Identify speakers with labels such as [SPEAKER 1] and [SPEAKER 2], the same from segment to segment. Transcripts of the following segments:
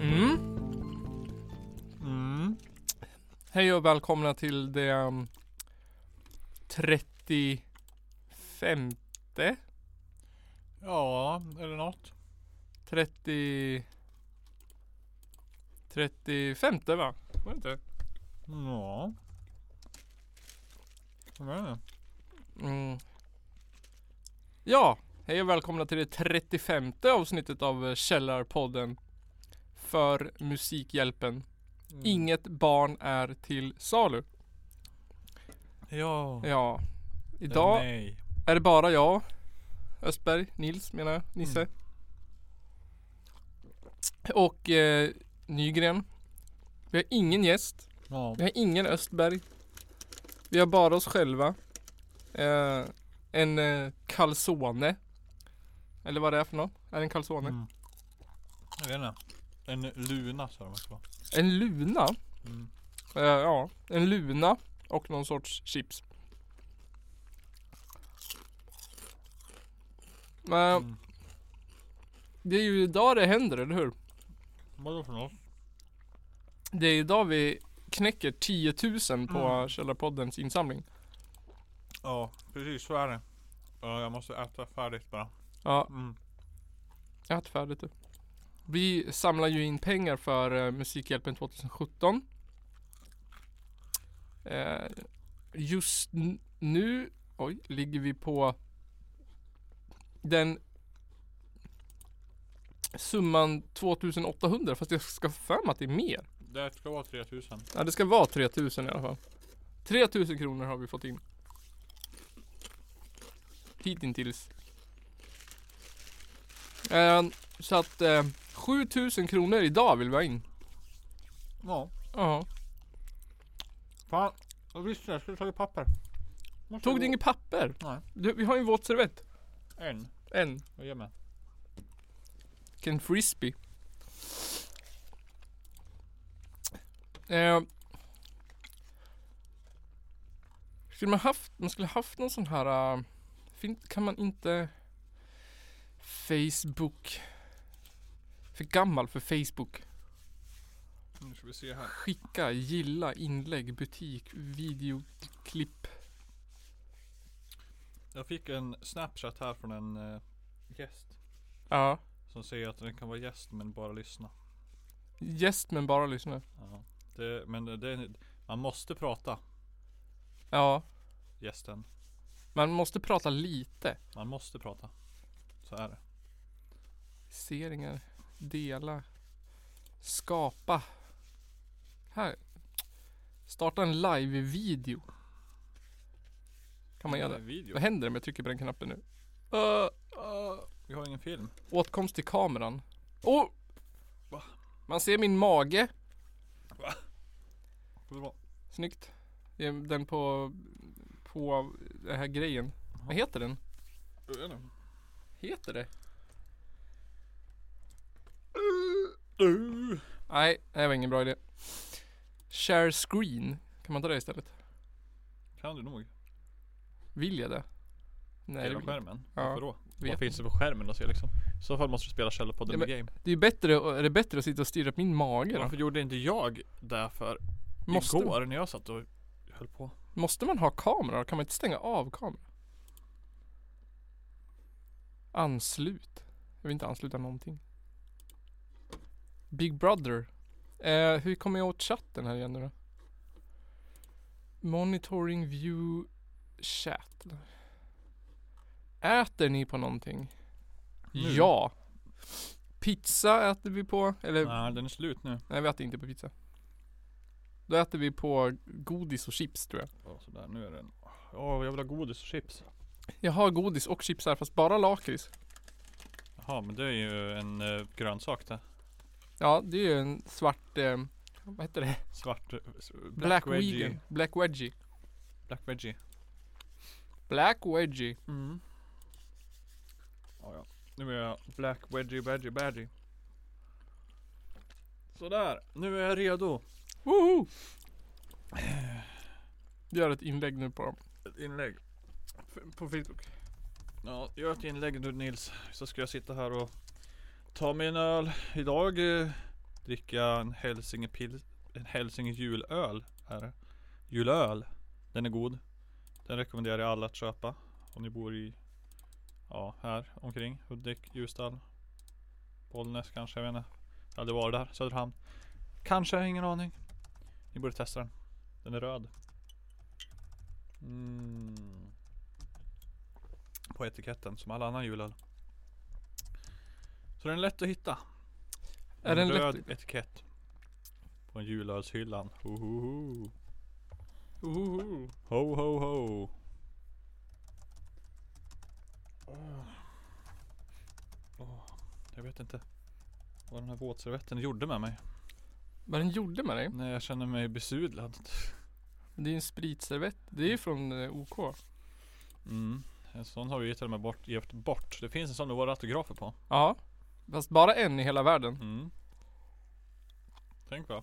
[SPEAKER 1] Mm.
[SPEAKER 2] Mm.
[SPEAKER 1] Hej och välkomna till det um, 35
[SPEAKER 2] Ja, eller något.
[SPEAKER 1] 30 35 va? Var det inte?
[SPEAKER 2] Ja. Jag vet inte.
[SPEAKER 1] Mm. Ja, hej och välkomna till det 35 avsnittet av eh, Källarpodden för Musikhjälpen.
[SPEAKER 2] Mm.
[SPEAKER 1] Inget barn är till salu.
[SPEAKER 2] Mm. Ja.
[SPEAKER 1] Ja, idag
[SPEAKER 2] Nej.
[SPEAKER 1] är det bara jag, Östberg, Nils menar jag, Nisse.
[SPEAKER 2] Mm.
[SPEAKER 1] Och eh, Nygren. Vi har ingen gäst.
[SPEAKER 2] Ja.
[SPEAKER 1] Vi har ingen Östberg. Vi har bara oss själva. Eh, en eh, calzone. Eller vad det är för något. Är det en calzone?
[SPEAKER 2] Mm. Jag vet inte. En luna sa de också. va?
[SPEAKER 1] En luna.
[SPEAKER 2] Mm.
[SPEAKER 1] Eh, ja, en luna och någon sorts chips. Men
[SPEAKER 2] Mm.
[SPEAKER 1] det är ju idag det händer, eller hur?
[SPEAKER 2] Vadå för något?
[SPEAKER 1] Det är idag vi knäcker 10 000 på
[SPEAKER 2] Mm.
[SPEAKER 1] Källarpoddens insamling.
[SPEAKER 2] Ja, precis så är det. Ja, jag måste äta färdigt bara.
[SPEAKER 1] Ja,
[SPEAKER 2] Mm.
[SPEAKER 1] jag har inte färdigt det. Vi samlar ju in pengar för eh, Musikhjälpen 2017. Eh, just n- nu, oj, ligger vi på den summan 2800 fast jag ska få för mig att det är mer.
[SPEAKER 2] Det ska vara 3000.
[SPEAKER 1] Ja, det ska vara 3000 i alla fall. 3000 kronor har vi fått in. Hittills. Eh, så att eh, 7000 kronor idag vill vi ha in.
[SPEAKER 2] Ja.
[SPEAKER 1] Ja.
[SPEAKER 2] Fan. Jag visste det. Jag skulle tagit papper. Måste
[SPEAKER 1] Tog
[SPEAKER 2] gå-
[SPEAKER 1] du inget papper?
[SPEAKER 2] Nej.
[SPEAKER 1] Du, vi har ju en våtservett.
[SPEAKER 2] En.
[SPEAKER 1] En.
[SPEAKER 2] Jag ger mig.
[SPEAKER 1] En frisbee. Eh, skulle man haft, man skulle haft någon sån här, eh, fin, kan man inte Facebook, för gammal för Facebook.
[SPEAKER 2] Nu ska vi se här.
[SPEAKER 1] Skicka, gilla, inlägg, butik, videoklipp.
[SPEAKER 2] Jag fick en snapchat här från en eh, gäst.
[SPEAKER 1] Ja.
[SPEAKER 2] Som säger att den kan vara gäst men bara lyssna.
[SPEAKER 1] Gäst men bara lyssna.
[SPEAKER 2] Ja. Det, men det, det, man måste prata,
[SPEAKER 1] Ja.
[SPEAKER 2] gästen.
[SPEAKER 1] Man måste prata lite.
[SPEAKER 2] Man måste prata. Så är det.
[SPEAKER 1] Viseringar, dela, skapa. Här. Starta en live-video. Kan man göra
[SPEAKER 2] En
[SPEAKER 1] det?
[SPEAKER 2] Video.
[SPEAKER 1] Vad händer om jag trycker på den knappen nu? Uh, uh.
[SPEAKER 2] Vi har ingen film.
[SPEAKER 1] Åtkomst till kameran. Oh!
[SPEAKER 2] Va?
[SPEAKER 1] Man ser min mage.
[SPEAKER 2] Bra.
[SPEAKER 1] Snyggt. Det är Den på, på den här grejen. Vad heter den?
[SPEAKER 2] Jag vet inte.
[SPEAKER 1] Heter det?
[SPEAKER 2] Uh,
[SPEAKER 1] Nej, det var ingen bra idé. Share screen. Kan man ta det istället?
[SPEAKER 2] Kan du nog?
[SPEAKER 1] Vill jag det? Nej, det
[SPEAKER 2] Hela
[SPEAKER 1] vill jag inte.
[SPEAKER 2] skärmen?
[SPEAKER 1] Ja.
[SPEAKER 2] Varför då?
[SPEAKER 1] Vet
[SPEAKER 2] Vad finns det på skärmen att se liksom? I så fall måste du spela Källarpodden
[SPEAKER 1] Ja,
[SPEAKER 2] med game.
[SPEAKER 1] Det är ju bättre, är det bättre att sitta och stirra på min mage då?
[SPEAKER 2] Varför gjorde inte jag det för
[SPEAKER 1] Måste,
[SPEAKER 2] igår när jag satt och höll på?
[SPEAKER 1] måste man ha kamera? Kan man inte stänga av kameran? Anslut. Jag vill inte ansluta någonting. Big Brother. Eh, hur kommer jag åt chatten här igen nu då? Monitoring view chat. Äter ni på någonting?
[SPEAKER 2] Nu?
[SPEAKER 1] Ja. Pizza äter vi på. Eller
[SPEAKER 2] Nej, den är slut nu.
[SPEAKER 1] Nej vi äter inte på pizza. Då äter vi på godis och chips tror jag.
[SPEAKER 2] Ja, sådär, nu är den. Åh, jag vill ha godis och chips.
[SPEAKER 1] Jag har godis och chips här fast bara lakrits.
[SPEAKER 2] Jaha, men det är ju en eh, grönsak det.
[SPEAKER 1] Ja det är ju en svart, eh, vad heter det?
[SPEAKER 2] Svart... eh, s-
[SPEAKER 1] Black, vegan. Black wedgie.
[SPEAKER 2] Black veggie.
[SPEAKER 1] Black wedgie.
[SPEAKER 2] Mm. Ja, ja. Nu är jag black wedgie veggie veggie. Sådär, nu är jag redo.
[SPEAKER 1] Woho! Gör ett inlägg nu på dem.
[SPEAKER 2] Ett inlägg.
[SPEAKER 1] F- På Facebook.
[SPEAKER 2] Ja, gör ett inlägg nu Nils. Så ska jag sitta här och ta mig en öl. Idag eh, dricker jag en Hälsinge pils, en Hälsinge julöl. Är det. Julöl. Den är god. Den rekommenderar jag alla att köpa. Om ni bor i, ja här omkring. Hudik, Ljusdal. Bollnäs kanske, jag vet inte. Jag har aldrig varit där. Söderhamn. Kanske, ingen aning. Ni borde testa den. Den är röd. Mm på etiketten som all annan julöl. Så den är lätt att hitta.
[SPEAKER 1] Är den
[SPEAKER 2] en
[SPEAKER 1] lätt-
[SPEAKER 2] röd etikett. På en julölshyllan. Ho, ho, ho.
[SPEAKER 1] Ohoho.
[SPEAKER 2] Ho, ho, ho. Åh, jag vet inte vad den här våtservetten gjorde med mig.
[SPEAKER 1] Vad den gjorde med dig?
[SPEAKER 2] Nej, jag känner mig besudlad.
[SPEAKER 1] Det är ju en spritservett. Det är ju från eh, OK.
[SPEAKER 2] Mm. En sån har vi ju till och med bort, gett bort. Det finns en sån med våra autografer på.
[SPEAKER 1] Ja. Fast bara en i hela världen.
[SPEAKER 2] Mm. Tänk va.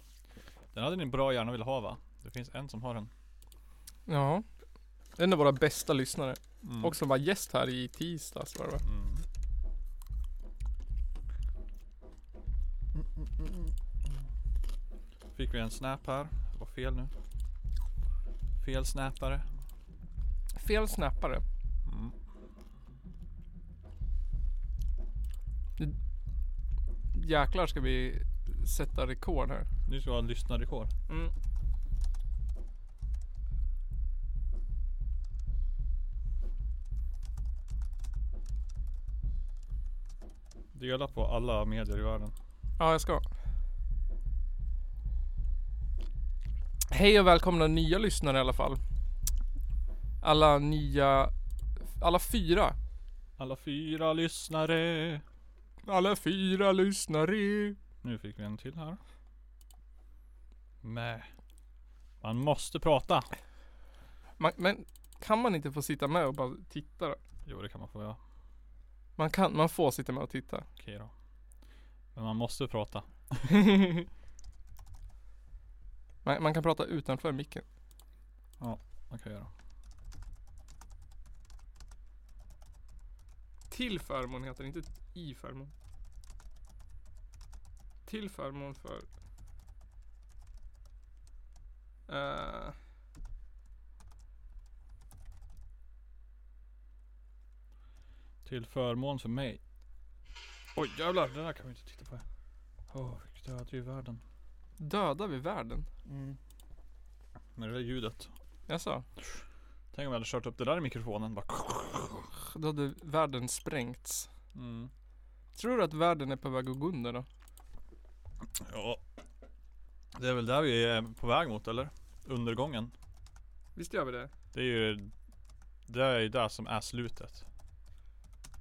[SPEAKER 2] Den hade ni bra gärna vill ha va? Det finns en som har den.
[SPEAKER 1] Ja. En av våra bästa lyssnare.
[SPEAKER 2] Mm.
[SPEAKER 1] Och som var gäst här i tisdags var det va?
[SPEAKER 2] Mm. Fick vi en snap här. Det var fel nu. Fel snappare.
[SPEAKER 1] Fel snappare.
[SPEAKER 2] Mm.
[SPEAKER 1] Jäklar ska vi sätta rekord här.
[SPEAKER 2] Nu ska jag ha lyssnarrekord.
[SPEAKER 1] Mm.
[SPEAKER 2] Dela på alla medier i världen.
[SPEAKER 1] Ja, jag ska. Hej och välkomna nya lyssnare i alla fall. Alla nya, alla fyra.
[SPEAKER 2] Alla fyra lyssnare.
[SPEAKER 1] Alla fyra lyssnare.
[SPEAKER 2] Nu fick vi en till här. Nej. Man måste prata.
[SPEAKER 1] Man, men kan man inte få sitta med och bara titta då?
[SPEAKER 2] Jo det kan man få göra.
[SPEAKER 1] Man kan, man får sitta med och titta.
[SPEAKER 2] Okej då. Men man måste prata.
[SPEAKER 1] man, man kan prata utanför micken.
[SPEAKER 2] Man kan göra.
[SPEAKER 1] Till förmån heter det, inte i förmån. Till förmån för... Eh,
[SPEAKER 2] Till förmån för mig. Oj jävlar, den där kan vi inte titta på. Åh, oh, vi dödar ju världen.
[SPEAKER 1] dödar vi världen?
[SPEAKER 2] Med det där ljudet.
[SPEAKER 1] Jaså?
[SPEAKER 2] Tänk om vi hade kört upp det där i mikrofonen. Bara...
[SPEAKER 1] Då hade världen sprängts.
[SPEAKER 2] Mm.
[SPEAKER 1] Tror du att världen är på väg att gå under då?
[SPEAKER 2] Ja. Det är väl där vi är på väg mot eller? Undergången.
[SPEAKER 1] Visst gör vi det?
[SPEAKER 2] Det är ju det, är ju det som är slutet.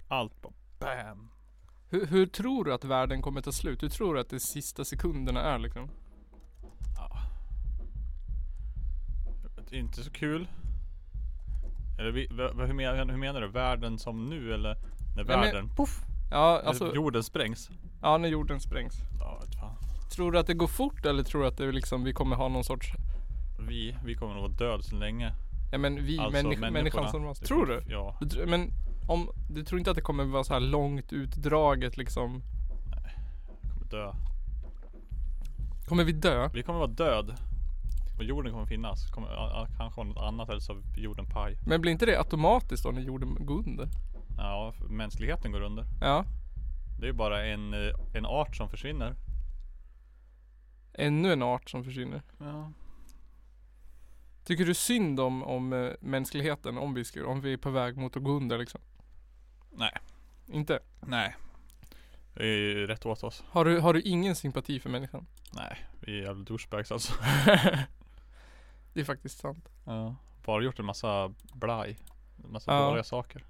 [SPEAKER 2] Allt bara BAM.
[SPEAKER 1] Hur, hur tror du att världen kommer ta slut? Hur tror du att de sista sekunderna är liksom?
[SPEAKER 2] Det är Inte så kul. Eller vi, v- hur, menar, hur menar du? Världen som nu eller? När
[SPEAKER 1] Nej, men-
[SPEAKER 2] världen, poff!
[SPEAKER 1] Ja,
[SPEAKER 2] När
[SPEAKER 1] alltså,
[SPEAKER 2] jorden sprängs.
[SPEAKER 1] ja när jorden sprängs.
[SPEAKER 2] Ja, vet fan.
[SPEAKER 1] Tror du att det går fort eller tror du att det liksom, vi kommer ha någon sorts,
[SPEAKER 2] Vi, vi kommer nog vara död så länge.
[SPEAKER 1] ja men vi, människ- människan som oss.
[SPEAKER 2] Det
[SPEAKER 1] Tror du?
[SPEAKER 2] kommer- Ja.
[SPEAKER 1] Du tr- Men om, du tror inte att det kommer vara så här långt utdraget liksom?
[SPEAKER 2] Vi kommer dö.
[SPEAKER 1] Kommer vi dö?
[SPEAKER 2] Vi kommer vara död. Och jorden kommer finnas. Kommer, ja, ja, kanske vara något annat eller så är jorden paj.
[SPEAKER 1] Men blir inte det automatiskt då när jorden går under?
[SPEAKER 2] Ja, för mänskligheten går under.
[SPEAKER 1] Ja.
[SPEAKER 2] Det är ju bara en, eh, en art som försvinner.
[SPEAKER 1] Ännu en art som försvinner.
[SPEAKER 2] Ja.
[SPEAKER 1] Tycker du synd om, om eh, mänskligheten om vi, skulle, om vi är på väg mot att gå under liksom?
[SPEAKER 2] Nej.
[SPEAKER 1] Inte?
[SPEAKER 2] Nej. Det är ju rätt åt oss.
[SPEAKER 1] Har du, har du ingen sympati för människan?
[SPEAKER 2] Nej, vi är jävla douchebags alltså.
[SPEAKER 1] Det är faktiskt sant.
[SPEAKER 2] Ja. Bara gjort en massa blaj. En massa
[SPEAKER 1] Ja.
[SPEAKER 2] dåliga saker.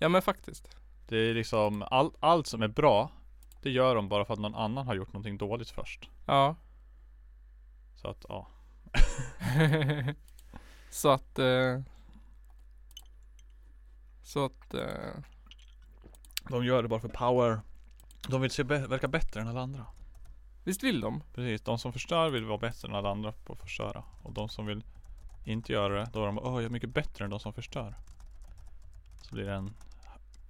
[SPEAKER 1] Ja men faktiskt.
[SPEAKER 2] Det är liksom, all, allt som är bra. Det gör de bara för att någon annan har gjort någonting dåligt först.
[SPEAKER 1] Ja.
[SPEAKER 2] Så att ja.
[SPEAKER 1] så att... Eh, så att... Eh,
[SPEAKER 2] De gör det bara för power. De vill se bä- verka bättre än alla andra.
[SPEAKER 1] visst vill de?
[SPEAKER 2] Precis, de som förstör vill vara bättre än alla andra på att förstöra. Och de som vill inte göra det, då är de bara, åh jag är mycket bättre än de som förstör. Så blir det en,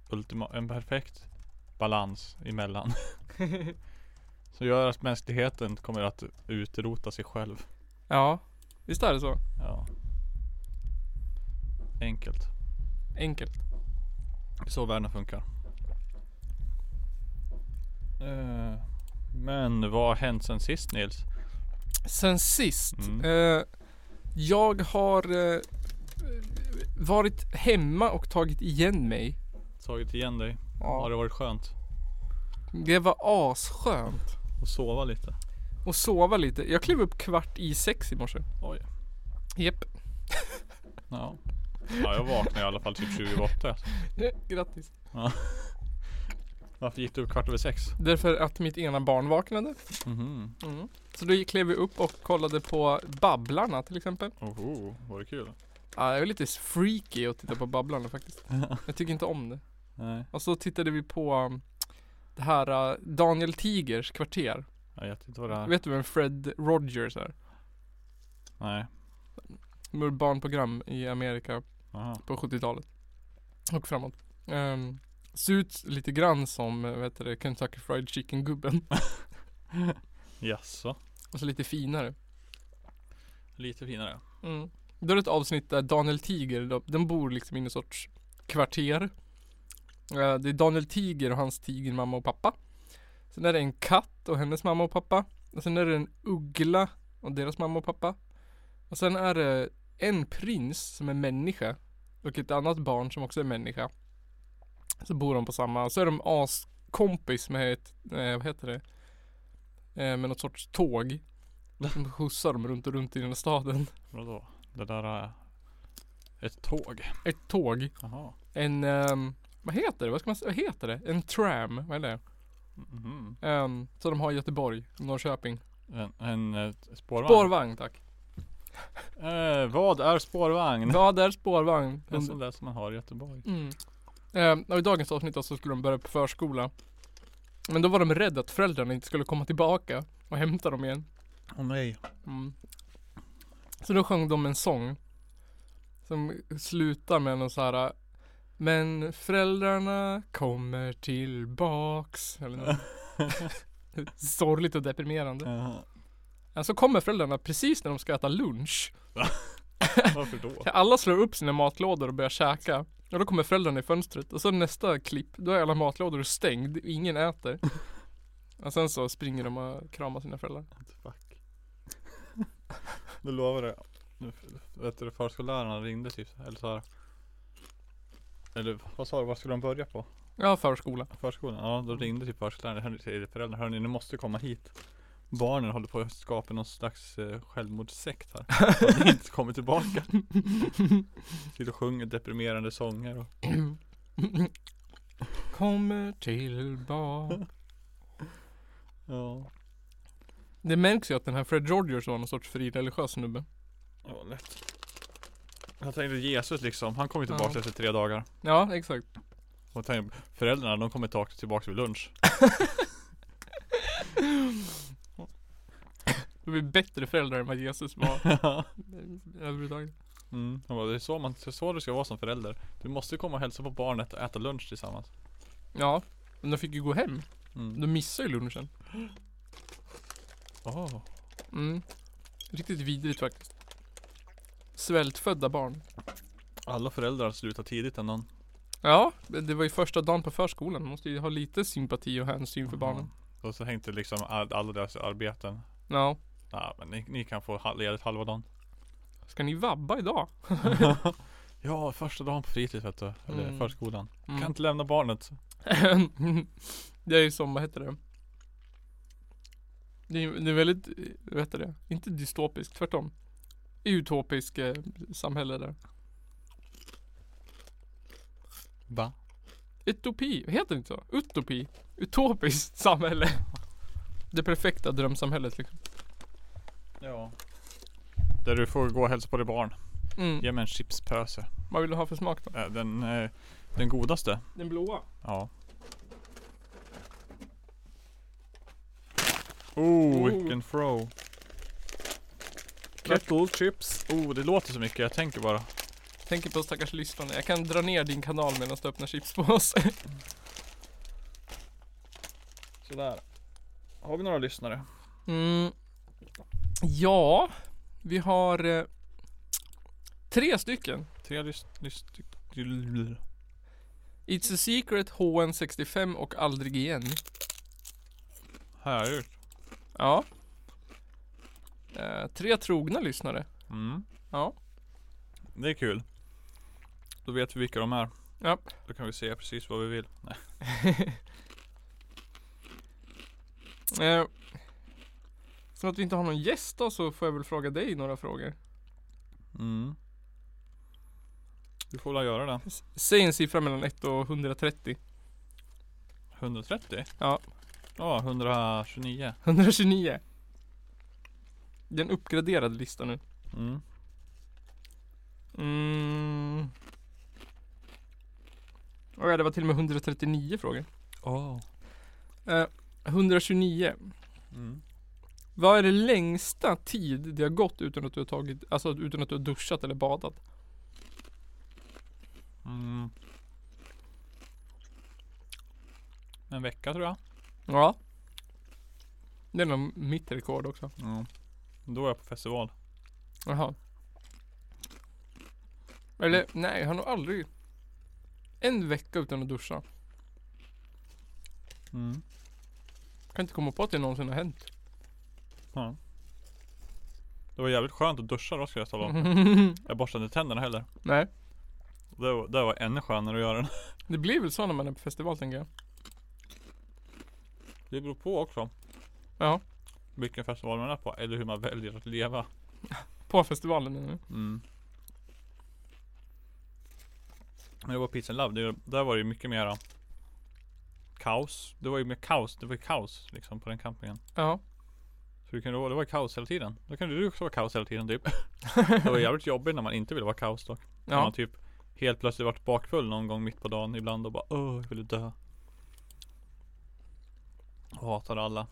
[SPEAKER 2] ultima, en perfekt balans emellan. Som gör att mänskligheten kommer att utrota sig själv.
[SPEAKER 1] Ja, visst är det så?
[SPEAKER 2] Ja. Enkelt.
[SPEAKER 1] Enkelt.
[SPEAKER 2] Det är så världen funkar. Eh, Men vad har hänt sen sist Nils?
[SPEAKER 1] Sen sist.
[SPEAKER 2] Mm.
[SPEAKER 1] Eh, jag har eh, varit hemma och tagit igen mig.
[SPEAKER 2] Tagit igen dig? Har
[SPEAKER 1] Ja.
[SPEAKER 2] det varit skönt?
[SPEAKER 1] Det var asskönt.
[SPEAKER 2] Och sova lite?
[SPEAKER 1] Och sova lite. Jag klev upp kvart i sex i morse.
[SPEAKER 2] Oj.
[SPEAKER 1] Jep.
[SPEAKER 2] Ja. Ja jag vaknade i alla fall typ 20 borta.
[SPEAKER 1] Grattis.
[SPEAKER 2] Varför gick du upp kvart över sex?
[SPEAKER 1] Därför att mitt ena barn vaknade.
[SPEAKER 2] Mhm.
[SPEAKER 1] Så då klev vi upp och kollade på Babblarna till exempel.
[SPEAKER 2] Oho, var det kul?
[SPEAKER 1] Ja, jag är lite freaky att titta på Babblarna faktiskt. Jag tycker inte om det.
[SPEAKER 2] Nej.
[SPEAKER 1] Och så tittade vi på um, det här uh, Daniel Tigers kvarter.
[SPEAKER 2] Jag vet inte vad det är.
[SPEAKER 1] Vet du vem Fred Rogers är?
[SPEAKER 2] Nej.
[SPEAKER 1] Med barnprogram i Amerika
[SPEAKER 2] Aha.
[SPEAKER 1] på 70-talet. Och framåt. Um, ser ut lite grann som, eh, vad heter det, Kentucky Fried Chicken-gubben.
[SPEAKER 2] Jaså?
[SPEAKER 1] Och så lite finare.
[SPEAKER 2] Lite finare.
[SPEAKER 1] Mm. Då är det ett avsnitt där Daniel Tiger, de, den bor liksom i någon sorts kvarter. Eh, Det är Daniel Tiger och hans tiger mamma och pappa. Sen är det en katt och hennes mamma och pappa. Och sen är det en uggla och deras mamma och pappa. Och sen är det en prins som är människa. Och ett annat barn som också är människa. Så bor de på samma, och så är de askompis med ett, eh, vad heter det? Eh, med något sorts tåg. Som skjutsar dem runt och runt i den här staden.
[SPEAKER 2] Vadå? Det där är ett tåg.
[SPEAKER 1] ett tåg,
[SPEAKER 2] Jaha.
[SPEAKER 1] en, ehm, vad heter det? Vad, ska man, s- vad heter det? En tram, vad är det?
[SPEAKER 2] Mhm.
[SPEAKER 1] Um, så de har i Göteborg, Norrköping.
[SPEAKER 2] En, en eh, spårvagn?
[SPEAKER 1] Spårvagn tack.
[SPEAKER 2] Eh, vad är spårvagn?
[SPEAKER 1] Ja, där är spårvagn.
[SPEAKER 2] Mm. Alltså, Det är sån där som man har i Göteborg.
[SPEAKER 1] Mm. Ehm, och I dagens avsnitt då så skulle de börja på förskola. Men då var de rädda att föräldrarna inte skulle komma tillbaka och hämta dem igen.
[SPEAKER 2] Åh nej.
[SPEAKER 1] Mm. Så då sjöng de en sång. Som slutar med någon så här Men föräldrarna kommer tillbaks. Eller något. Sorgligt och deprimerande.
[SPEAKER 2] Jaha.
[SPEAKER 1] Men så kommer föräldrarna precis när de ska äta lunch.
[SPEAKER 2] Varför då?
[SPEAKER 1] Alla slår upp sina matlådor och börjar käka. Och då kommer föräldrarna i fönstret. Och så nästa klipp, då är alla matlådor stängd. Ingen äter. Och sen så springer de och kramar sina föräldrar.
[SPEAKER 2] Fuck. Du lovar det. Nu- Vet du, förskollärarna ringde typ, eller så här. Eller vad sa du, vad skulle de börja på?
[SPEAKER 1] Ja, förskola.
[SPEAKER 2] Förskolan? Ja, då ringde typ förskolläraren hörni, till föräldrar. Hörni, ni måste komma hit. Barnen håller på att skapa någon slags eh, självmordssekt här. Om ni inte kommer tillbaka. Sitter och sjunger deprimerande sånger och
[SPEAKER 1] Kommer tillbaka.
[SPEAKER 2] ja.
[SPEAKER 1] Det märks ju att den här Fred Rogers var någon sorts frireligiös snubbe.
[SPEAKER 2] Ja, lätt. Jag tänkte Jesus liksom, han kom ju tillbaka
[SPEAKER 1] Ja.
[SPEAKER 2] efter tre dagar.
[SPEAKER 1] Ja, exakt.
[SPEAKER 2] Och tänkte, föräldrarna de kommer ta- tillbaka vid lunch.
[SPEAKER 1] De är bättre föräldrar än vad Jesus var överhuvudtaget.
[SPEAKER 2] Mm. Han bara, det är så, man, det är så du ska vara som förälder. Du måste komma och hälsa på barnet och äta lunch tillsammans.
[SPEAKER 1] Ja, men de fick ju gå hem.
[SPEAKER 2] Mm.
[SPEAKER 1] De missade ju lunchen.
[SPEAKER 2] Åh.
[SPEAKER 1] Mm. Riktigt vidrigt faktiskt. Svältfödda barn.
[SPEAKER 2] Alla föräldrar slutar tidigt än någon.
[SPEAKER 1] Ja, det var ju första dagen på förskolan. Man måste ju ha lite sympati och hänsyn för barnen.
[SPEAKER 2] Och så hängde liksom all, alla deras arbeten.
[SPEAKER 1] Ja.
[SPEAKER 2] Ja men ni, ni kan få ha- ledigt halva dagen.
[SPEAKER 1] Ska ni vabba idag?
[SPEAKER 2] ja, första dagen på fritids vet du. Eller
[SPEAKER 1] Mm.
[SPEAKER 2] förskolan.
[SPEAKER 1] Mm.
[SPEAKER 2] Kan inte lämna barnet.
[SPEAKER 1] det är ju som, vad heter det? Det är, det är väldigt, eh, vad heter det? Inte dystopiskt, tvärtom. Utopiskt eh, samhälle där.
[SPEAKER 2] Va?
[SPEAKER 1] Utopi, heter det inte så? Utopi? Utopiskt samhälle. Det perfekta drömsamhället liksom.
[SPEAKER 2] Ja. Där du får gå och hälsa på ditt barn.
[SPEAKER 1] Mm.
[SPEAKER 2] Ge mig en chipspöse.
[SPEAKER 1] Vad vill du ha för smak då?
[SPEAKER 2] Äh, Den, eh, den godaste.
[SPEAKER 1] Den blåa.
[SPEAKER 2] Ja. Oh,
[SPEAKER 1] Oh.
[SPEAKER 2] vilken throw. Kettle chips. Oh, det låter så mycket. Jag tänker bara.
[SPEAKER 1] Tänker på stackars lyssnarna. Jag kan dra ner din kanal medan du öppnar chipspåse.
[SPEAKER 2] Sådär. Har vi några lyssnare?
[SPEAKER 1] Mm. Ja, vi har eh, tre stycken.
[SPEAKER 2] Tre lyssnare.
[SPEAKER 1] It's a Secret, HN65 och Aldrig igen.
[SPEAKER 2] Härligt.
[SPEAKER 1] Ja. Eh, tre trogna lyssnare.
[SPEAKER 2] Mm.
[SPEAKER 1] Ja.
[SPEAKER 2] Det är kul. Då vet vi vilka de är.
[SPEAKER 1] Ja.
[SPEAKER 2] Då kan vi se precis vad vi vill. Nej.
[SPEAKER 1] Eh, som att vi inte har någon gäst då så får jag väl fråga dig några frågor.
[SPEAKER 2] Mm. Du får väl göra det.
[SPEAKER 1] S- Säg en siffra mellan 1 och 130.
[SPEAKER 2] 130?
[SPEAKER 1] Ja.
[SPEAKER 2] Ja, 129.
[SPEAKER 1] 129. Det är en uppgraderad lista nu.
[SPEAKER 2] Mm.
[SPEAKER 1] Mm. Och ja, det var till och med 139 frågor.
[SPEAKER 2] Oh.
[SPEAKER 1] Eh, 129.
[SPEAKER 2] Mm.
[SPEAKER 1] Vad är det längsta tid det har gått utan att du har tagit, alltså utan att du har duschat eller badat?
[SPEAKER 2] Mm. En vecka tror jag.
[SPEAKER 1] Ja. Det är nog mitt rekord också.
[SPEAKER 2] Mm. Då var jag på festival.
[SPEAKER 1] Jaha. Eller nej, jag har nog aldrig en vecka utan att duscha.
[SPEAKER 2] Mm.
[SPEAKER 1] Kan inte komma på att det någonsin har hänt.
[SPEAKER 2] Ja. Det var jävligt skönt att duscha då skulle jag tala om. Jag borstade inte tänderna heller.
[SPEAKER 1] nej,
[SPEAKER 2] Det var, det var ännu skönare att göra den.
[SPEAKER 1] det blir väl så när man är på festival tänker jag.
[SPEAKER 2] Det beror på också.
[SPEAKER 1] Ja.
[SPEAKER 2] Vilken festival man är på eller hur man väljer att leva.
[SPEAKER 1] På festivalen nu.
[SPEAKER 2] Mm. När jag var på Pizza Love, det, där var det ju mycket mera kaos. Det var ju mer kaos, det var ju kaos liksom på den campingen.
[SPEAKER 1] Ja.
[SPEAKER 2] Så det, kunde, vara- det var kaos hela tiden. Då kunde du också vara kaos hela tiden typ. det var jävligt jobbigt när man inte ville vara kaos dock. När
[SPEAKER 1] Ja.
[SPEAKER 2] Man typ helt plötsligt vart bakfull någon gång mitt på dagen ibland och bara åh, jag ville dö. Och hatar alla.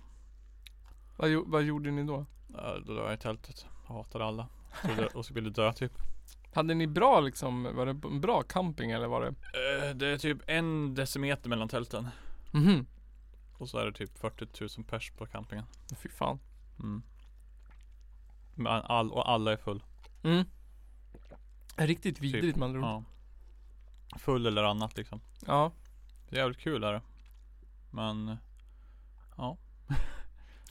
[SPEAKER 1] Vad, gjo- vad gjorde ni då?
[SPEAKER 2] Äh, Då låg jag i tältet. Jag hatar alla. Så det, och så ville dö typ.
[SPEAKER 1] Hade ni bra liksom, var det en bra camping eller var det?
[SPEAKER 2] Eh, Det är typ en decimeter mellan tälten.
[SPEAKER 1] Mhm.
[SPEAKER 2] Och så är det typ 40 000 pers på campingen.
[SPEAKER 1] Fy fan.
[SPEAKER 2] Mm. Men all, och alla är full.
[SPEAKER 1] Mm. Riktigt vidrigt med andra ord.
[SPEAKER 2] Ja. Full eller annat liksom.
[SPEAKER 1] ja.
[SPEAKER 2] Det är jävligt kul är det. Men ja.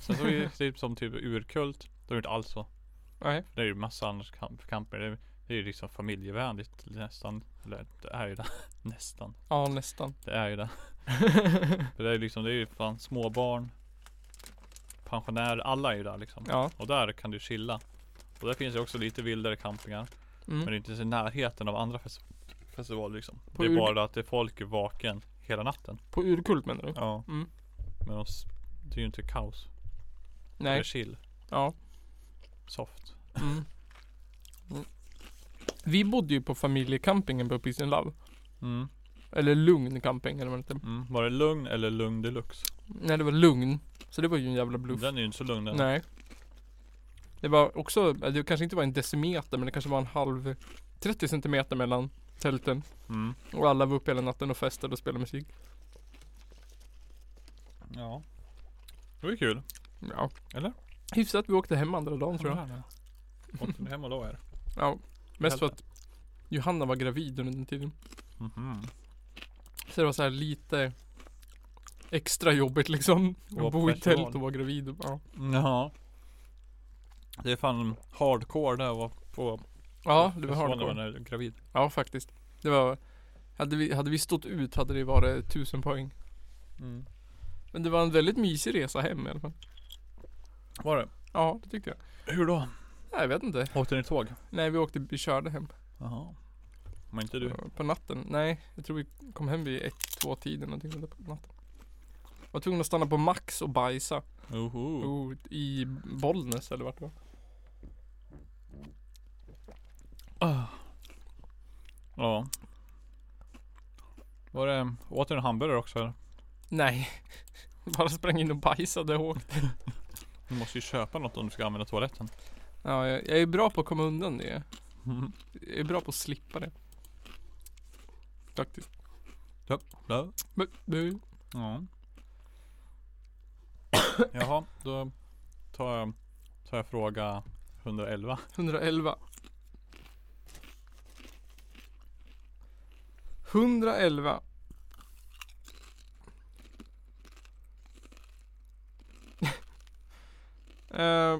[SPEAKER 2] Sen så är det typ som typ urkult. Då är det inte alls så.
[SPEAKER 1] Nej.
[SPEAKER 2] Det är ju massa andra kamp, kamper. Det är, det är ju liksom familjevänligt nästan. Eller det är ju det. Nästan.
[SPEAKER 1] Ja, nästan.
[SPEAKER 2] Det är ju det. För det är liksom, det är ju fan småbarn. Pensionärer, alla är ju där liksom.
[SPEAKER 1] ja.
[SPEAKER 2] Och där kan du chilla. Och där finns ju också lite vildare campingar. Men
[SPEAKER 1] Mm.
[SPEAKER 2] det är inte så i närheten av andra fes- festivaler liksom.
[SPEAKER 1] På
[SPEAKER 2] det är
[SPEAKER 1] ur-
[SPEAKER 2] bara att det är folk vaken hela natten.
[SPEAKER 1] På urkult menar du?
[SPEAKER 2] Ja.
[SPEAKER 1] Mm.
[SPEAKER 2] Men de, s- det är ju inte kaos. Det är
[SPEAKER 1] Nej.
[SPEAKER 2] chill.
[SPEAKER 1] Ja.
[SPEAKER 2] Soft.
[SPEAKER 1] Mm. Mm. Vi bodde ju på familjecampingen på Peace and Love.
[SPEAKER 2] Mm.
[SPEAKER 1] Eller lugn camping eller vad det hette.
[SPEAKER 2] Mm. Var det lugn eller lugn deluxe?
[SPEAKER 1] Nej det var lugn. Så det var ju en jävla bluff.
[SPEAKER 2] Den är ju inte så lugn den.
[SPEAKER 1] Nej. Det var också, det kanske inte var en decimeter men det kanske var en halv 30 centimeter mellan tälten.
[SPEAKER 2] Mm.
[SPEAKER 1] Och alla var uppe hela natten och festade och spelade musik.
[SPEAKER 2] Ja. Det var ju kul.
[SPEAKER 1] Ja.
[SPEAKER 2] Eller?
[SPEAKER 1] Hyfsat, vi åkte hem andra dagen tror jag.
[SPEAKER 2] Åkte ni hem och la er?
[SPEAKER 1] Ja. Mest för att Johanna var gravid under den tiden.
[SPEAKER 2] Mhm.
[SPEAKER 1] Så det var så här lite extra jobbigt liksom.
[SPEAKER 2] vara
[SPEAKER 1] Att
[SPEAKER 2] på
[SPEAKER 1] bo i
[SPEAKER 2] festival.
[SPEAKER 1] tält och vara gravid. och- Ja.
[SPEAKER 2] Ja. Det är fan hardcore där var på
[SPEAKER 1] Ja, det var
[SPEAKER 2] festivalen
[SPEAKER 1] hardcore.
[SPEAKER 2] när man är gravid.
[SPEAKER 1] Ja, faktiskt. Det var... Hade vi, hade vi stått ut hade det varit tusen poäng. Mm. Men det var en väldigt mysig resa hem i alla fall.
[SPEAKER 2] Var det?
[SPEAKER 1] Ja, det tyckte jag.
[SPEAKER 2] Hur då?
[SPEAKER 1] Nej, jag vet inte.
[SPEAKER 2] Åkte ni tåg?
[SPEAKER 1] Nej, vi åkte, vi körde hem.
[SPEAKER 2] Jaha. Men inte du?
[SPEAKER 1] På natten. Nej, jag tror vi kom hem vid ett, två tiden någonting sånt där på natten. Var tvungen att stanna på Max och bajsa.
[SPEAKER 2] Oho.
[SPEAKER 1] Oh, I Bollnäs eller vart det var.
[SPEAKER 2] Ah. Ja. Var det, åt ni en hamburgare också eller?
[SPEAKER 1] Nej. Bara sprang in och bajsade och åkte.
[SPEAKER 2] Du måste ju köpa något om du ska använda toaletten.
[SPEAKER 1] Ja, jag, jag är bra på att komma undan det.
[SPEAKER 2] Mm.
[SPEAKER 1] Jag är bra på att slippa det. Faktiskt.
[SPEAKER 2] Ja.
[SPEAKER 1] Men, men,
[SPEAKER 2] Ja. Jaha, då tar jag, tar jag fråga 111.
[SPEAKER 1] 111. 111. Eh,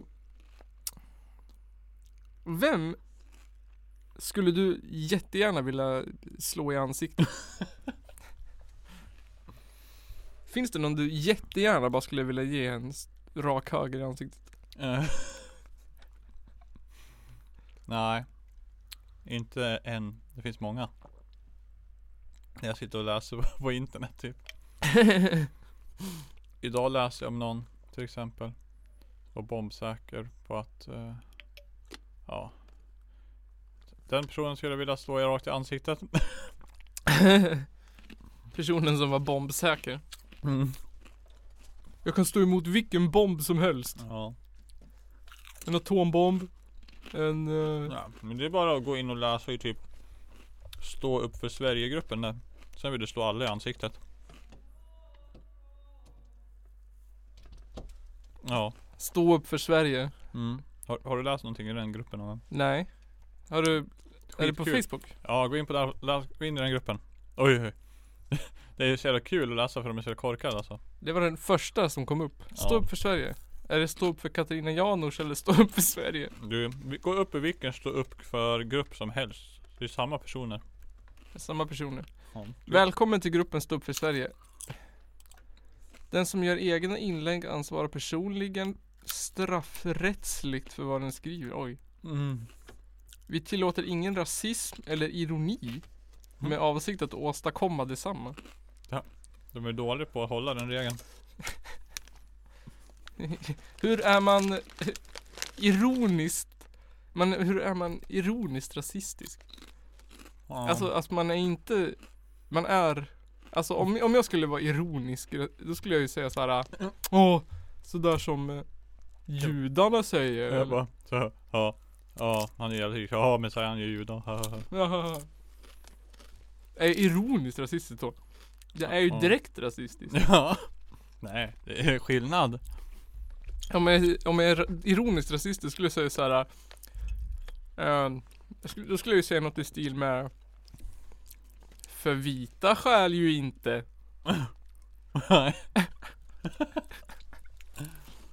[SPEAKER 1] vem skulle du jättegärna vilja slå i ansiktet? Finns det någon du jättegärna bara skulle vilja ge en s- rak höger i ansiktet?
[SPEAKER 2] Eh. Nej, inte än. Det finns många. Jag sitter och läser på internet typ. Idag läser jag om någon till exempel. Var bombsäker på att, eh, ja. Den personen skulle jag vilja slå i rakt i ansiktet.
[SPEAKER 1] Personen som var bombsäker.
[SPEAKER 2] Mm.
[SPEAKER 1] Jag kan stå emot vilken bomb som helst.
[SPEAKER 2] Ja.
[SPEAKER 1] En atombomb. En... eh,
[SPEAKER 2] Ja, men det är bara att gå in och läsa i typ Stå upp för Sverigegruppen där. Sen vill du slå alla i ansiktet. Ja.
[SPEAKER 1] Stå upp för Sverige.
[SPEAKER 2] Mm. Har, har du läst någonting i den gruppen? Anna?
[SPEAKER 1] Nej. Har du... Är det på
[SPEAKER 2] Skitkul.
[SPEAKER 1] Facebook?
[SPEAKER 2] Ja, gå in, på där, läs, gå in i den gruppen. Oj, oj. Det är så jävla kul att läsa för de är så jävla korkade alltså.
[SPEAKER 1] Det var den första som kom upp. Stå
[SPEAKER 2] Ja.
[SPEAKER 1] upp för Sverige. Är det stå upp för Katarina Janouch eller stå upp för Sverige?
[SPEAKER 2] Du, vi- gå upp i vilken stå upp för grupp som helst. Det är samma personer.
[SPEAKER 1] Samma personer.
[SPEAKER 2] Ja.
[SPEAKER 1] Välkommen till gruppen Stå upp för Sverige. Den som gör egna inlägg ansvarar personligen straffrättsligt för vad den skriver. Oj.
[SPEAKER 2] Mm.
[SPEAKER 1] Vi tillåter ingen rasism eller ironi med
[SPEAKER 2] Mm.
[SPEAKER 1] avsikt att åstadkomma detsamma.
[SPEAKER 2] De är dåliga på att hålla den regeln.
[SPEAKER 1] Hur är man eh, ironiskt men hur är man ironiskt rasistisk?
[SPEAKER 2] Ja.
[SPEAKER 1] Alltså att man är inte, man är, alltså om, om jag skulle vara ironisk, då skulle jag ju säga så här, äh, åh, sådär som eh, judarna säger.
[SPEAKER 2] Jag bara, så, ja, ja, han är jävligt Ja, men så är han ju jude. Ja, ja,
[SPEAKER 1] Jaha. Är jag ironiskt rasistiskt då? Jag är ju
[SPEAKER 2] Ja.
[SPEAKER 1] direkt rasistisk.
[SPEAKER 2] ja. Ja. Nej, det är skillnad.
[SPEAKER 1] Om jag, om jag är ironiskt rasistisk skulle jag säga så här. eh, jag skulle, då skulle jag ju säga något i stil med För vita skäl ju inte.
[SPEAKER 2] Nej,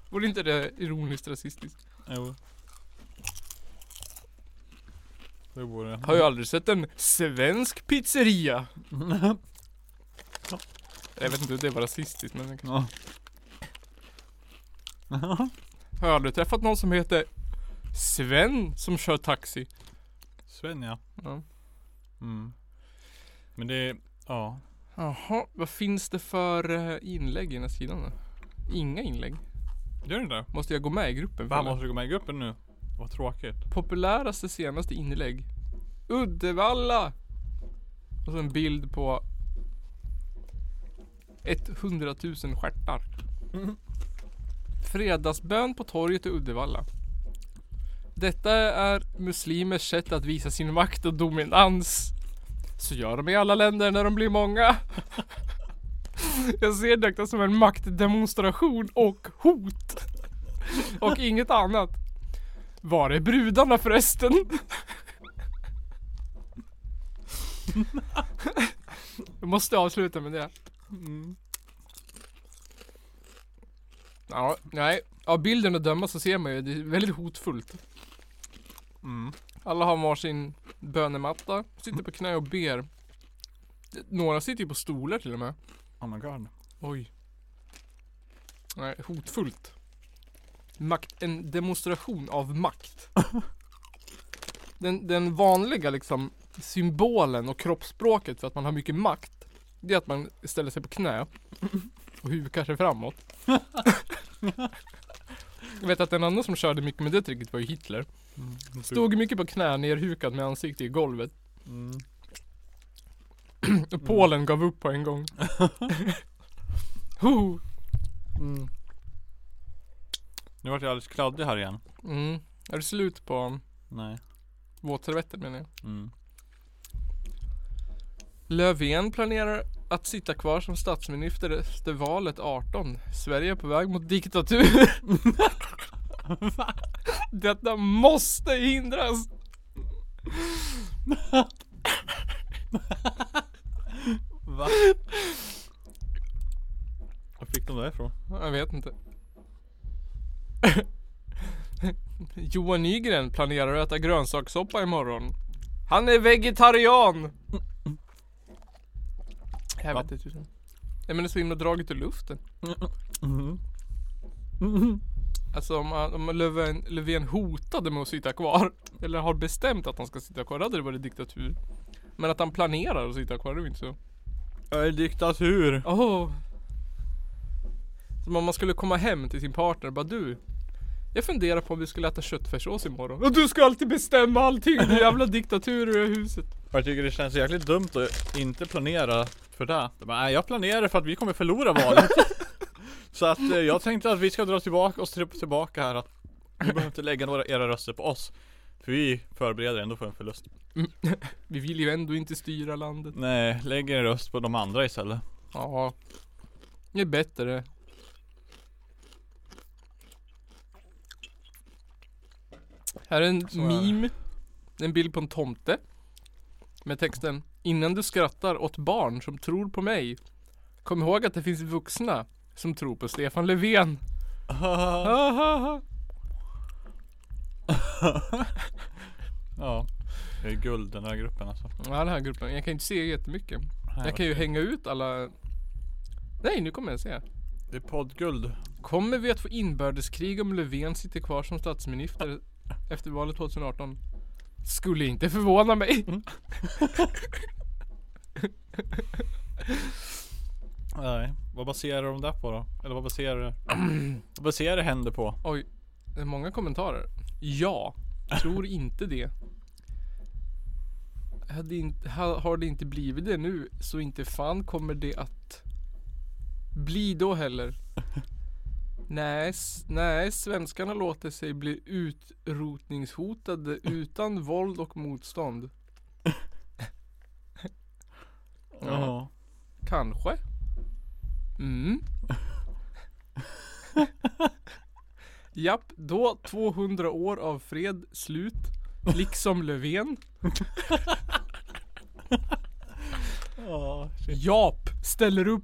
[SPEAKER 1] Vore inte det ironiskt rasistiskt?
[SPEAKER 2] jo. Det vore
[SPEAKER 1] Har jag aldrig sett en svensk pizzeria? Jag vet inte hur det var rasistiskt men kanske.
[SPEAKER 2] Ja.
[SPEAKER 1] Har jag aldrig träffat någon som heter Sven som kör taxi?
[SPEAKER 2] Sven ja.
[SPEAKER 1] Ja.
[SPEAKER 2] Mm. Men det är, ja.
[SPEAKER 1] Jaha, vad finns det för eh, inlägg i den här sidan då? Inga inlägg.
[SPEAKER 2] Gör det där?
[SPEAKER 1] Måste jag gå med i gruppen? för
[SPEAKER 2] Fan
[SPEAKER 1] det?
[SPEAKER 2] måste du gå med i gruppen nu? Vad tråkigt.
[SPEAKER 1] Populäraste senaste inlägg Uddevalla Och så en bild på 100 000 stjärtar Mm. Fredagsbön på torget i Uddevalla Detta är muslimers sätt att visa sin makt och dominans Så gör de i alla länder när de blir många Jag ser detta som en maktdemonstration och hot Och inget annat var är brudarna förresten? Jag måste avsluta med det. Ja, nej. Av bilden att döma så ser man ju, det är väldigt hotfullt.
[SPEAKER 2] Mm.
[SPEAKER 1] Alla har varsin bönematta, sitter på knä och ber. Några sitter ju på stolar till och med.
[SPEAKER 2] Oh my god.
[SPEAKER 1] Oj. Nej, hotfullt. Makt, en demonstration av makt. Den, den vanliga liksom symbolen och kroppsspråket för att man har mycket makt. Det är att man ställer sig på knä och hukar sig framåt. Jag vet att en annan som körde mycket med det tricket var ju Hitler. Mm. Stod mycket på knä nerhukad med ansiktet i golvet.
[SPEAKER 2] Mm.
[SPEAKER 1] Och Polen gav upp på en gång. Ho!
[SPEAKER 2] Mm. Nu vart jag alldeles kladdig här igen.
[SPEAKER 1] Mm. Är det slut på
[SPEAKER 2] Nej.
[SPEAKER 1] Våtservetter menar jag.
[SPEAKER 2] Mm.
[SPEAKER 1] Löfven planerar att sitta kvar som statsminister efter valet 18. Sverige är på väg mot diktatur. Detta måste hindras.
[SPEAKER 2] Va? Var fick de det ifrån?
[SPEAKER 1] Jag vet inte. Johan Nygren planerar att äta grönsakssoppa imorgon. Han är vegetarian! Jag
[SPEAKER 2] Va?
[SPEAKER 1] vet inte. tusan. Nej men det är så himla draget ur luften.
[SPEAKER 2] Mhm.
[SPEAKER 1] Alltså om, han- om Löfven, Löfven hotade med att sitta kvar. Eller har bestämt att han ska sitta kvar. Då hade det varit diktatur. Men att han planerar att sitta kvar det är ju inte så.
[SPEAKER 2] Jag är diktatur.
[SPEAKER 1] Åh. Som om man skulle komma hem till sin partner och bara du. Jag funderar på om vi skulle äta köttfärssås imorgon. Och du ska alltid bestämma allting. Du jävla diktatur i det här huset.
[SPEAKER 2] Jag tycker det känns jäkligt dumt att inte planera för det. De bara, Nej, jag planerar för att vi kommer förlora valet. Så att eh, jag tänkte att vi ska dra tillbaka oss till- tillbaka här. Att ni behöver inte lägga några era röster på oss. För vi förbereder ändå för en förlust.
[SPEAKER 1] Vi vill ju ändå inte styra landet.
[SPEAKER 2] Nej, lägg er röst på de andra istället.
[SPEAKER 1] Ja. Det är bättre. Här är en
[SPEAKER 2] Så är det.
[SPEAKER 1] meme. Det är En bild på en tomte. Med texten Innan du skrattar åt barn som tror på mig. Kom ihåg att det finns vuxna som tror på Stefan Löfven. Ahaha.
[SPEAKER 2] ja. Det är guld den här gruppen alltså.
[SPEAKER 1] Ja, den här gruppen. Jag kan inte se jättemycket.
[SPEAKER 2] Nej,
[SPEAKER 1] Jag kan ju hänga ut alla. Nej, nu kommer jag se.
[SPEAKER 2] Det är poddguld.
[SPEAKER 1] Kommer vi att få inbördeskrig om Löfven sitter kvar som statsminister efter valet 2018? Skulle inte förvåna mig.
[SPEAKER 2] Nej. Vad baserar de det på då? Eller vad baserar det? vad baserar det händer på?
[SPEAKER 1] Oj, det är många kommentarer. Ja, tror inte det. Hade inte, ha- har det inte blivit det nu så inte fan kommer det att bli då heller. Nej, s- nej, svenskarna låter sig bli utrotningshotade utan våld och motstånd.
[SPEAKER 2] Ja.
[SPEAKER 1] Kanske. Mm. Japp, då 200 år av fred slut. Liksom Löfven.
[SPEAKER 2] Ja, shit.
[SPEAKER 1] Jap, ställer upp.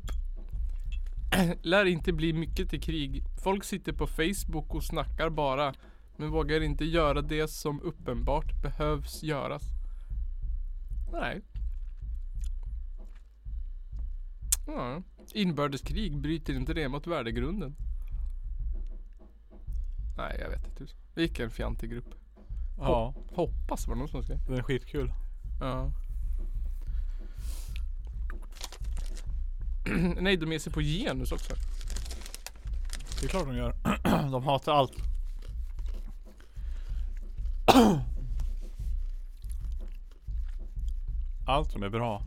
[SPEAKER 1] Lär inte bli mycket till krig. Folk sitter på Facebook och snackar bara. Men vågar inte göra det som uppenbart behövs göras. Nej. Ja. Inbördeskrig bryter inte det mot värdegrunden. Nej, jag vet inte. Vilken fjantig grupp.
[SPEAKER 2] ja.
[SPEAKER 1] Hoppas var det någon som skrev.
[SPEAKER 2] Den är skitkul.
[SPEAKER 1] Ja. Nej, de ger sig på genus också.
[SPEAKER 2] Det är klart de gör. de hatar allt. allt som är bra.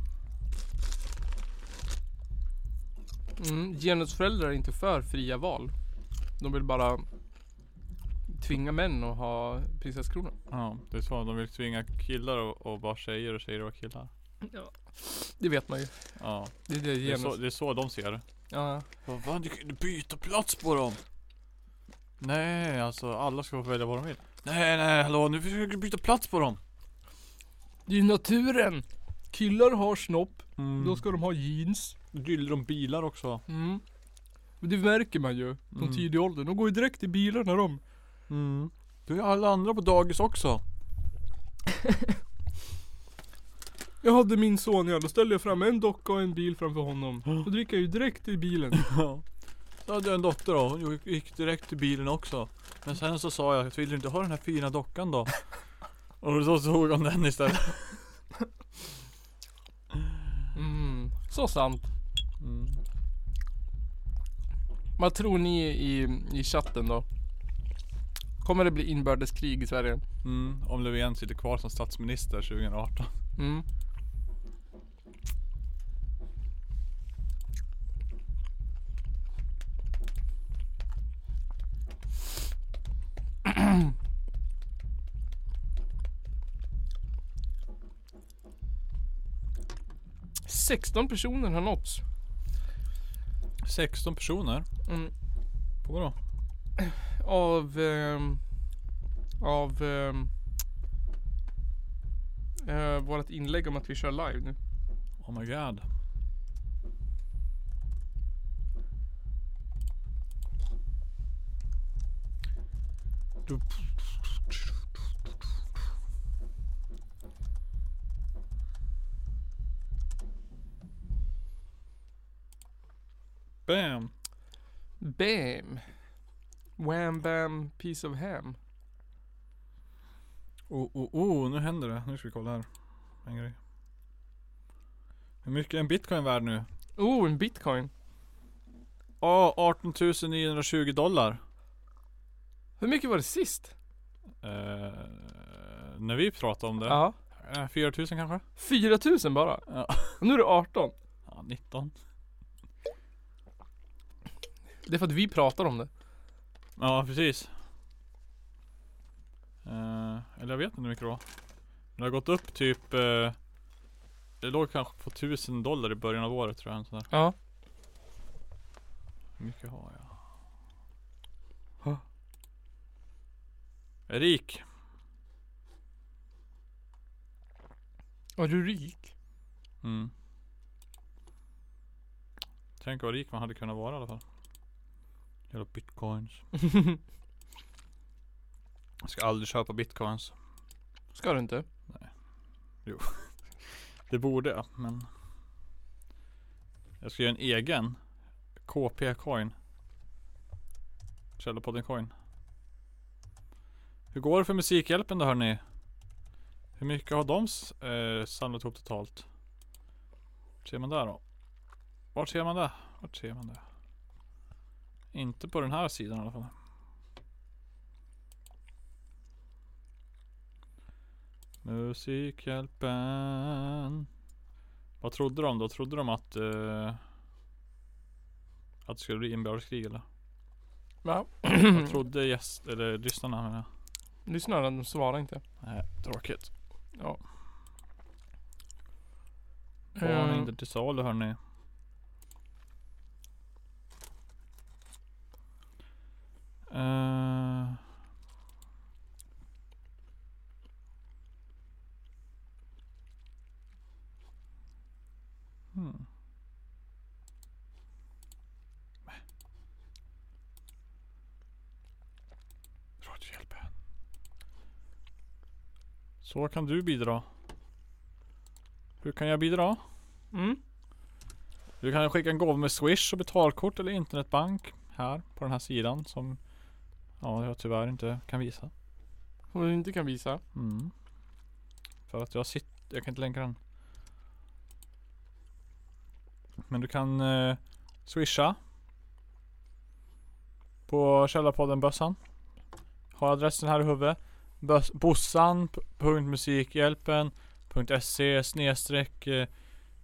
[SPEAKER 1] Mm, genusföräldrar är inte för fria val. De vill bara tvinga män att ha prinsesskrona.
[SPEAKER 2] Ja, det är så. De vill tvinga killar och, och bara tjejer och tjejer att vara killar.
[SPEAKER 1] Det vet man ju.
[SPEAKER 2] Ja,
[SPEAKER 1] Det är det
[SPEAKER 2] det är,
[SPEAKER 1] genus.
[SPEAKER 2] så, det är så de ser det.
[SPEAKER 1] Ja.
[SPEAKER 2] Vad fan, du kan ju inte byta plats på dem. Nej, alltså alla ska få välja vad de vill. Nej, nej, hallå, nu försöker du byta plats på dem.
[SPEAKER 1] Det är ju naturen. Killar har snopp.
[SPEAKER 2] Mm.
[SPEAKER 1] Då ska de ha jeans.
[SPEAKER 2] gillar de bilar också.
[SPEAKER 1] Mm. Men Det märker man ju från
[SPEAKER 2] Mm.
[SPEAKER 1] tidig ålder. De går ju direkt i bilarna de.
[SPEAKER 2] Mm. Du är alla andra på dagis också.
[SPEAKER 1] Jag hade min son ja, då ställde jag fram en docka och en bil framför honom. Då dricker jag ju direkt i bilen.
[SPEAKER 2] Ja. Då hade jag en dotter då, hon gick- gick direkt till bilen också. Men sen så sa jag, vill du inte ha den här fina dockan då? Och då tog hon den istället.
[SPEAKER 1] Mm. Så sant.
[SPEAKER 2] Mm.
[SPEAKER 1] Vad tror ni i, i chatten då? Kommer det bli inbördeskrig i Sverige?
[SPEAKER 2] Mm. Om Löfven sitter kvar som statsminister 2018.
[SPEAKER 1] Mm. 16 personer har nåtts.
[SPEAKER 2] 16 personer.
[SPEAKER 1] Mm,
[SPEAKER 2] På då?
[SPEAKER 1] av... ehm, av... ehm, eh, vårat inlägg om att vi kör live nu.
[SPEAKER 2] Oh my god. Du- Bam!
[SPEAKER 1] Bam! Wham bam piece of ham.
[SPEAKER 2] Oh, oh, oh, nu händer det. Nu ska vi kolla här. En grej. Hur mycket är en bitcoin värd nu?
[SPEAKER 1] Oh, en bitcoin.
[SPEAKER 2] Åh, 18 920 dollar.
[SPEAKER 1] Hur mycket var det sist?
[SPEAKER 2] Eh, när vi pratade om det.
[SPEAKER 1] Ja.
[SPEAKER 2] Eh, 4000 kanske?
[SPEAKER 1] 4000 bara.
[SPEAKER 2] Ja.
[SPEAKER 1] Och nu är det 18.
[SPEAKER 2] ja, 19.
[SPEAKER 1] Det är för att vi pratar om det.
[SPEAKER 2] Ja, precis. Eh, eller jag vet inte hur mycket det var. Men Det har gått upp typ eh, Det låg kanske på 1000 dollar i början av året tror jag. Sådär.
[SPEAKER 1] Ja.
[SPEAKER 2] Hur mycket har jag?
[SPEAKER 1] Huh.
[SPEAKER 2] Jag är rik.
[SPEAKER 1] Och du är rik.
[SPEAKER 2] Mm. Tänk vad rik man hade kunnat vara i alla fall. Jävla bitcoins. Jag ska aldrig köpa bitcoins.
[SPEAKER 1] Ska du inte?
[SPEAKER 2] Det borde jag, men. Jag ska göra en egen. KP-coin. Källarpodden-coin. Hur går det för Musikhjälpen då hörni? Hur mycket har de s- eh, samlat ihop totalt? Vart ser man där då? Vart ser man det? Vart ser man det? Inte på den här sidan i alla fall. Musikhjälpen. Vad trodde de då? Trodde de att eh, att det skulle bli inbördeskrig eller?
[SPEAKER 1] Ja. Mhm.
[SPEAKER 2] Vad trodde gäst eller lyssnarna menar jag?
[SPEAKER 1] Lyssnarna de svarar inte.
[SPEAKER 2] Nej, tråkigt.
[SPEAKER 1] Ja.
[SPEAKER 2] Barn är
[SPEAKER 1] Eh,
[SPEAKER 2] inte till salu hörni. Eh. Hmm. Radiohjälpen. Så kan du bidra. Hur kan jag bidra?
[SPEAKER 1] Mm.
[SPEAKER 2] Du kan skicka en gåva med Swish och betalkort eller internetbank här på den här sidan som ja, jag tyvärr inte kan visa.
[SPEAKER 1] Om du inte kan visa.
[SPEAKER 2] Mm. För att jag sitter, jag kan inte länka den. Men du kan eh, swisha. På Källarpodden-bössan. Har adressen här i huvudet. Bös- Bossan.musikhjälpen.se snedstreck eh,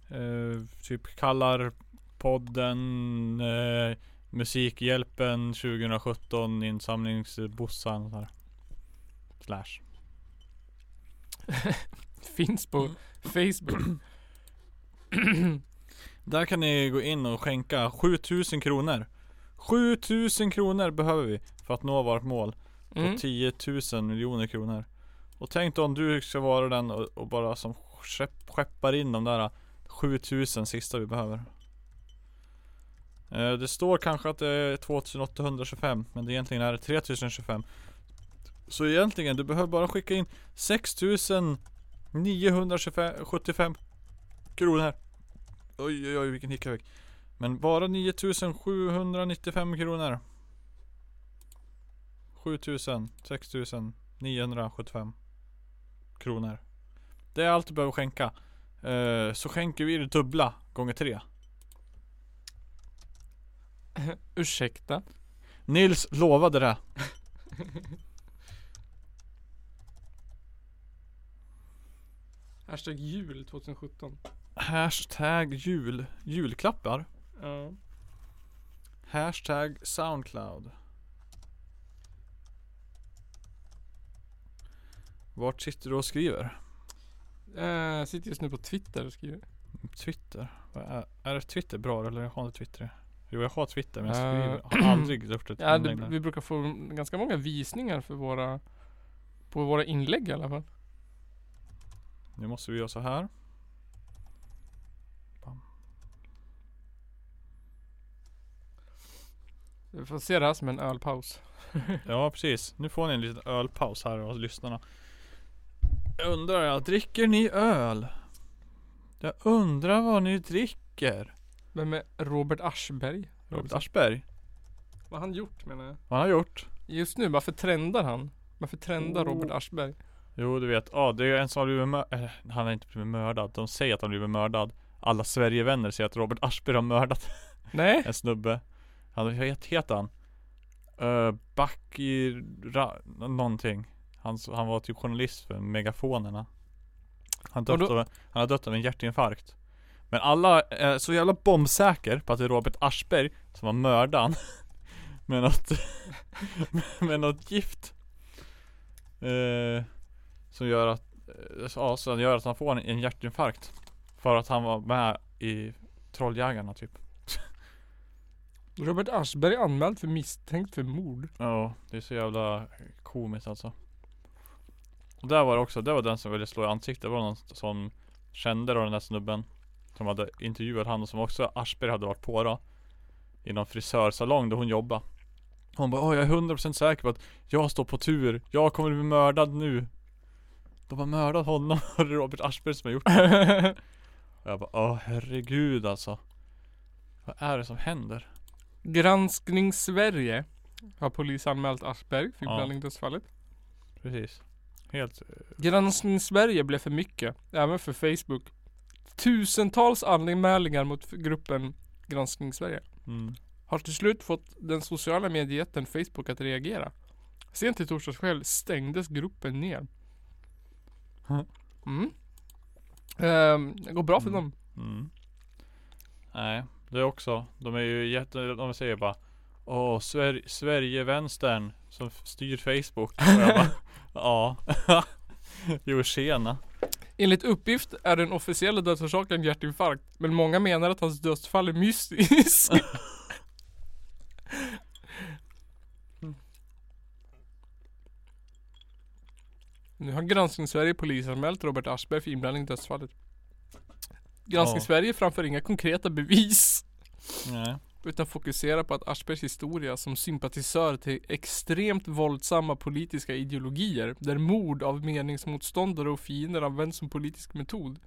[SPEAKER 2] eh, typ kallar podden eh, Musikhjälpen 2017 insamlingsbossan och så här. Slash.
[SPEAKER 1] Finns på
[SPEAKER 2] Mm.
[SPEAKER 1] Facebook.
[SPEAKER 2] Där kan ni gå in och skänka 7000 kronor. 7000 kronor behöver vi för att nå vårt mål på
[SPEAKER 1] Mm.
[SPEAKER 2] 10 000 miljoner kronor. Och tänk då om du ska vara den och, och bara som skepp, skeppar in de där 7000 sista vi behöver. Eh, Det står kanske att det är 2825 men det egentligen är det 3025. Så egentligen, du behöver bara skicka in 6975 kronor. Oj oj oj vilken hick jag fick. Men bara 9795 kronor. 7000, 6000, 975 kronor. Det är allt du behöver skänka. Eh, så skänker vi det dubbla gånger tre.
[SPEAKER 1] Ursäkta.
[SPEAKER 2] Nils lovade det.
[SPEAKER 1] Hashtag jul 2017.
[SPEAKER 2] Hashtag jul, julklappar.
[SPEAKER 1] Ja.
[SPEAKER 2] Hashtag Soundcloud. Vart sitter du och skriver?
[SPEAKER 1] Eh, sitter just nu på Twitter och skriver.
[SPEAKER 2] Twitter? Vad är, är det Twitter bra eller jag har inte Twitter? Jo jag har Twitter men
[SPEAKER 1] Eh,
[SPEAKER 2] jag skriver, har aldrig gjort ett
[SPEAKER 1] Ja,
[SPEAKER 2] inlägg
[SPEAKER 1] det,
[SPEAKER 2] där.
[SPEAKER 1] vi brukar få ganska många visningar för våra På våra inlägg i alla fall
[SPEAKER 2] Nu måste vi göra så här. Bam.
[SPEAKER 1] Vi får se det här som en ölpaus
[SPEAKER 2] Ja precis, nu får ni en liten ölpaus här av lyssnarna. Jag undrar jag, dricker ni öl? Jag undrar vad ni dricker?
[SPEAKER 1] Vem är Robert Aschberg?
[SPEAKER 2] Robert Aschberg,
[SPEAKER 1] Vad har han gjort menar jag?
[SPEAKER 2] vad har han gjort?
[SPEAKER 1] Just nu, varför trendar han? Varför trendar
[SPEAKER 2] Oh.
[SPEAKER 1] Robert Aschberg?
[SPEAKER 2] Jo du vet, ja det är en som har blivit mördad, han har inte blivit mördad, de säger att han har blivit mördad Alla Sverigevänner säger att Robert Aschberg har mördat
[SPEAKER 1] Nej?
[SPEAKER 2] en snubbe Han, vad het- heter han? Uh, Bakira, någonting han, s- han var typ journalist för megafonerna Han,
[SPEAKER 1] Och
[SPEAKER 2] dött
[SPEAKER 1] då-
[SPEAKER 2] av, han har dött av en hjärtinfarkt Men alla är så jävla bombsäker på att det är Robert Aschberg som var mördaren Med något, med något gift eh, Som gör att, eh, så- ja, som gör att han får en, en hjärtinfarkt För att han var med i Trolljägarna typ
[SPEAKER 1] Robert Aschberg är anmäld för misstänkt för mord
[SPEAKER 2] Ja, det är så jävla komiskt alltså. Och där var det också, det var den som ville slå i ansiktet. Det var någon som kände då den där snubben. Som hade intervjuat han och som också Aschberg hade varit på då. I någon frisörsalong där hon jobbade. Hon bara, "Åh, jag är 100% säker på att jag står på tur. Jag kommer bli mördad nu. De har mördat honom och det är Robert Aschberg som har gjort det. Och jag bara, åh herregud alltså. Vad är det som händer?
[SPEAKER 1] Granskning Sverige Har polisanmält Aschberg för
[SPEAKER 2] Ja.
[SPEAKER 1] blandningsdödsfallet
[SPEAKER 2] Precis. Helt
[SPEAKER 1] Granskning Sverige blev för mycket, även för Facebook. Tusentals anmälningar mot gruppen Granskning Sverige
[SPEAKER 2] mm.
[SPEAKER 1] har till slut fått den sociala mediejätten Facebook att reagera. Sent i torsdags kväll stängdes gruppen ner.
[SPEAKER 2] Huh.
[SPEAKER 1] Mm. Ehm, det går bra för
[SPEAKER 2] Mm.
[SPEAKER 1] dem.
[SPEAKER 2] Mm. Nej, det är också. De är ju jätte, de säger bara Åh, Sver- Sverigevänstern som f- styr Facebook. Och jag bara, ja. jo, tjena.
[SPEAKER 1] Enligt uppgift är den officiella dödsorsaken hjärtinfarkt, men många menar att hans dödsfall är mystisk. Nu har Granskningssverige polisanmält Robert Aschberg för inblandning i dödsfallet. Granskningssverige framför inga konkreta bevis,
[SPEAKER 2] Nej.
[SPEAKER 1] utan fokuserar på att Aschbergs historia som sympatisör till extremt våldsamma politiska ideologier, där mord av meningsmotståndare och fiender används som politisk metod.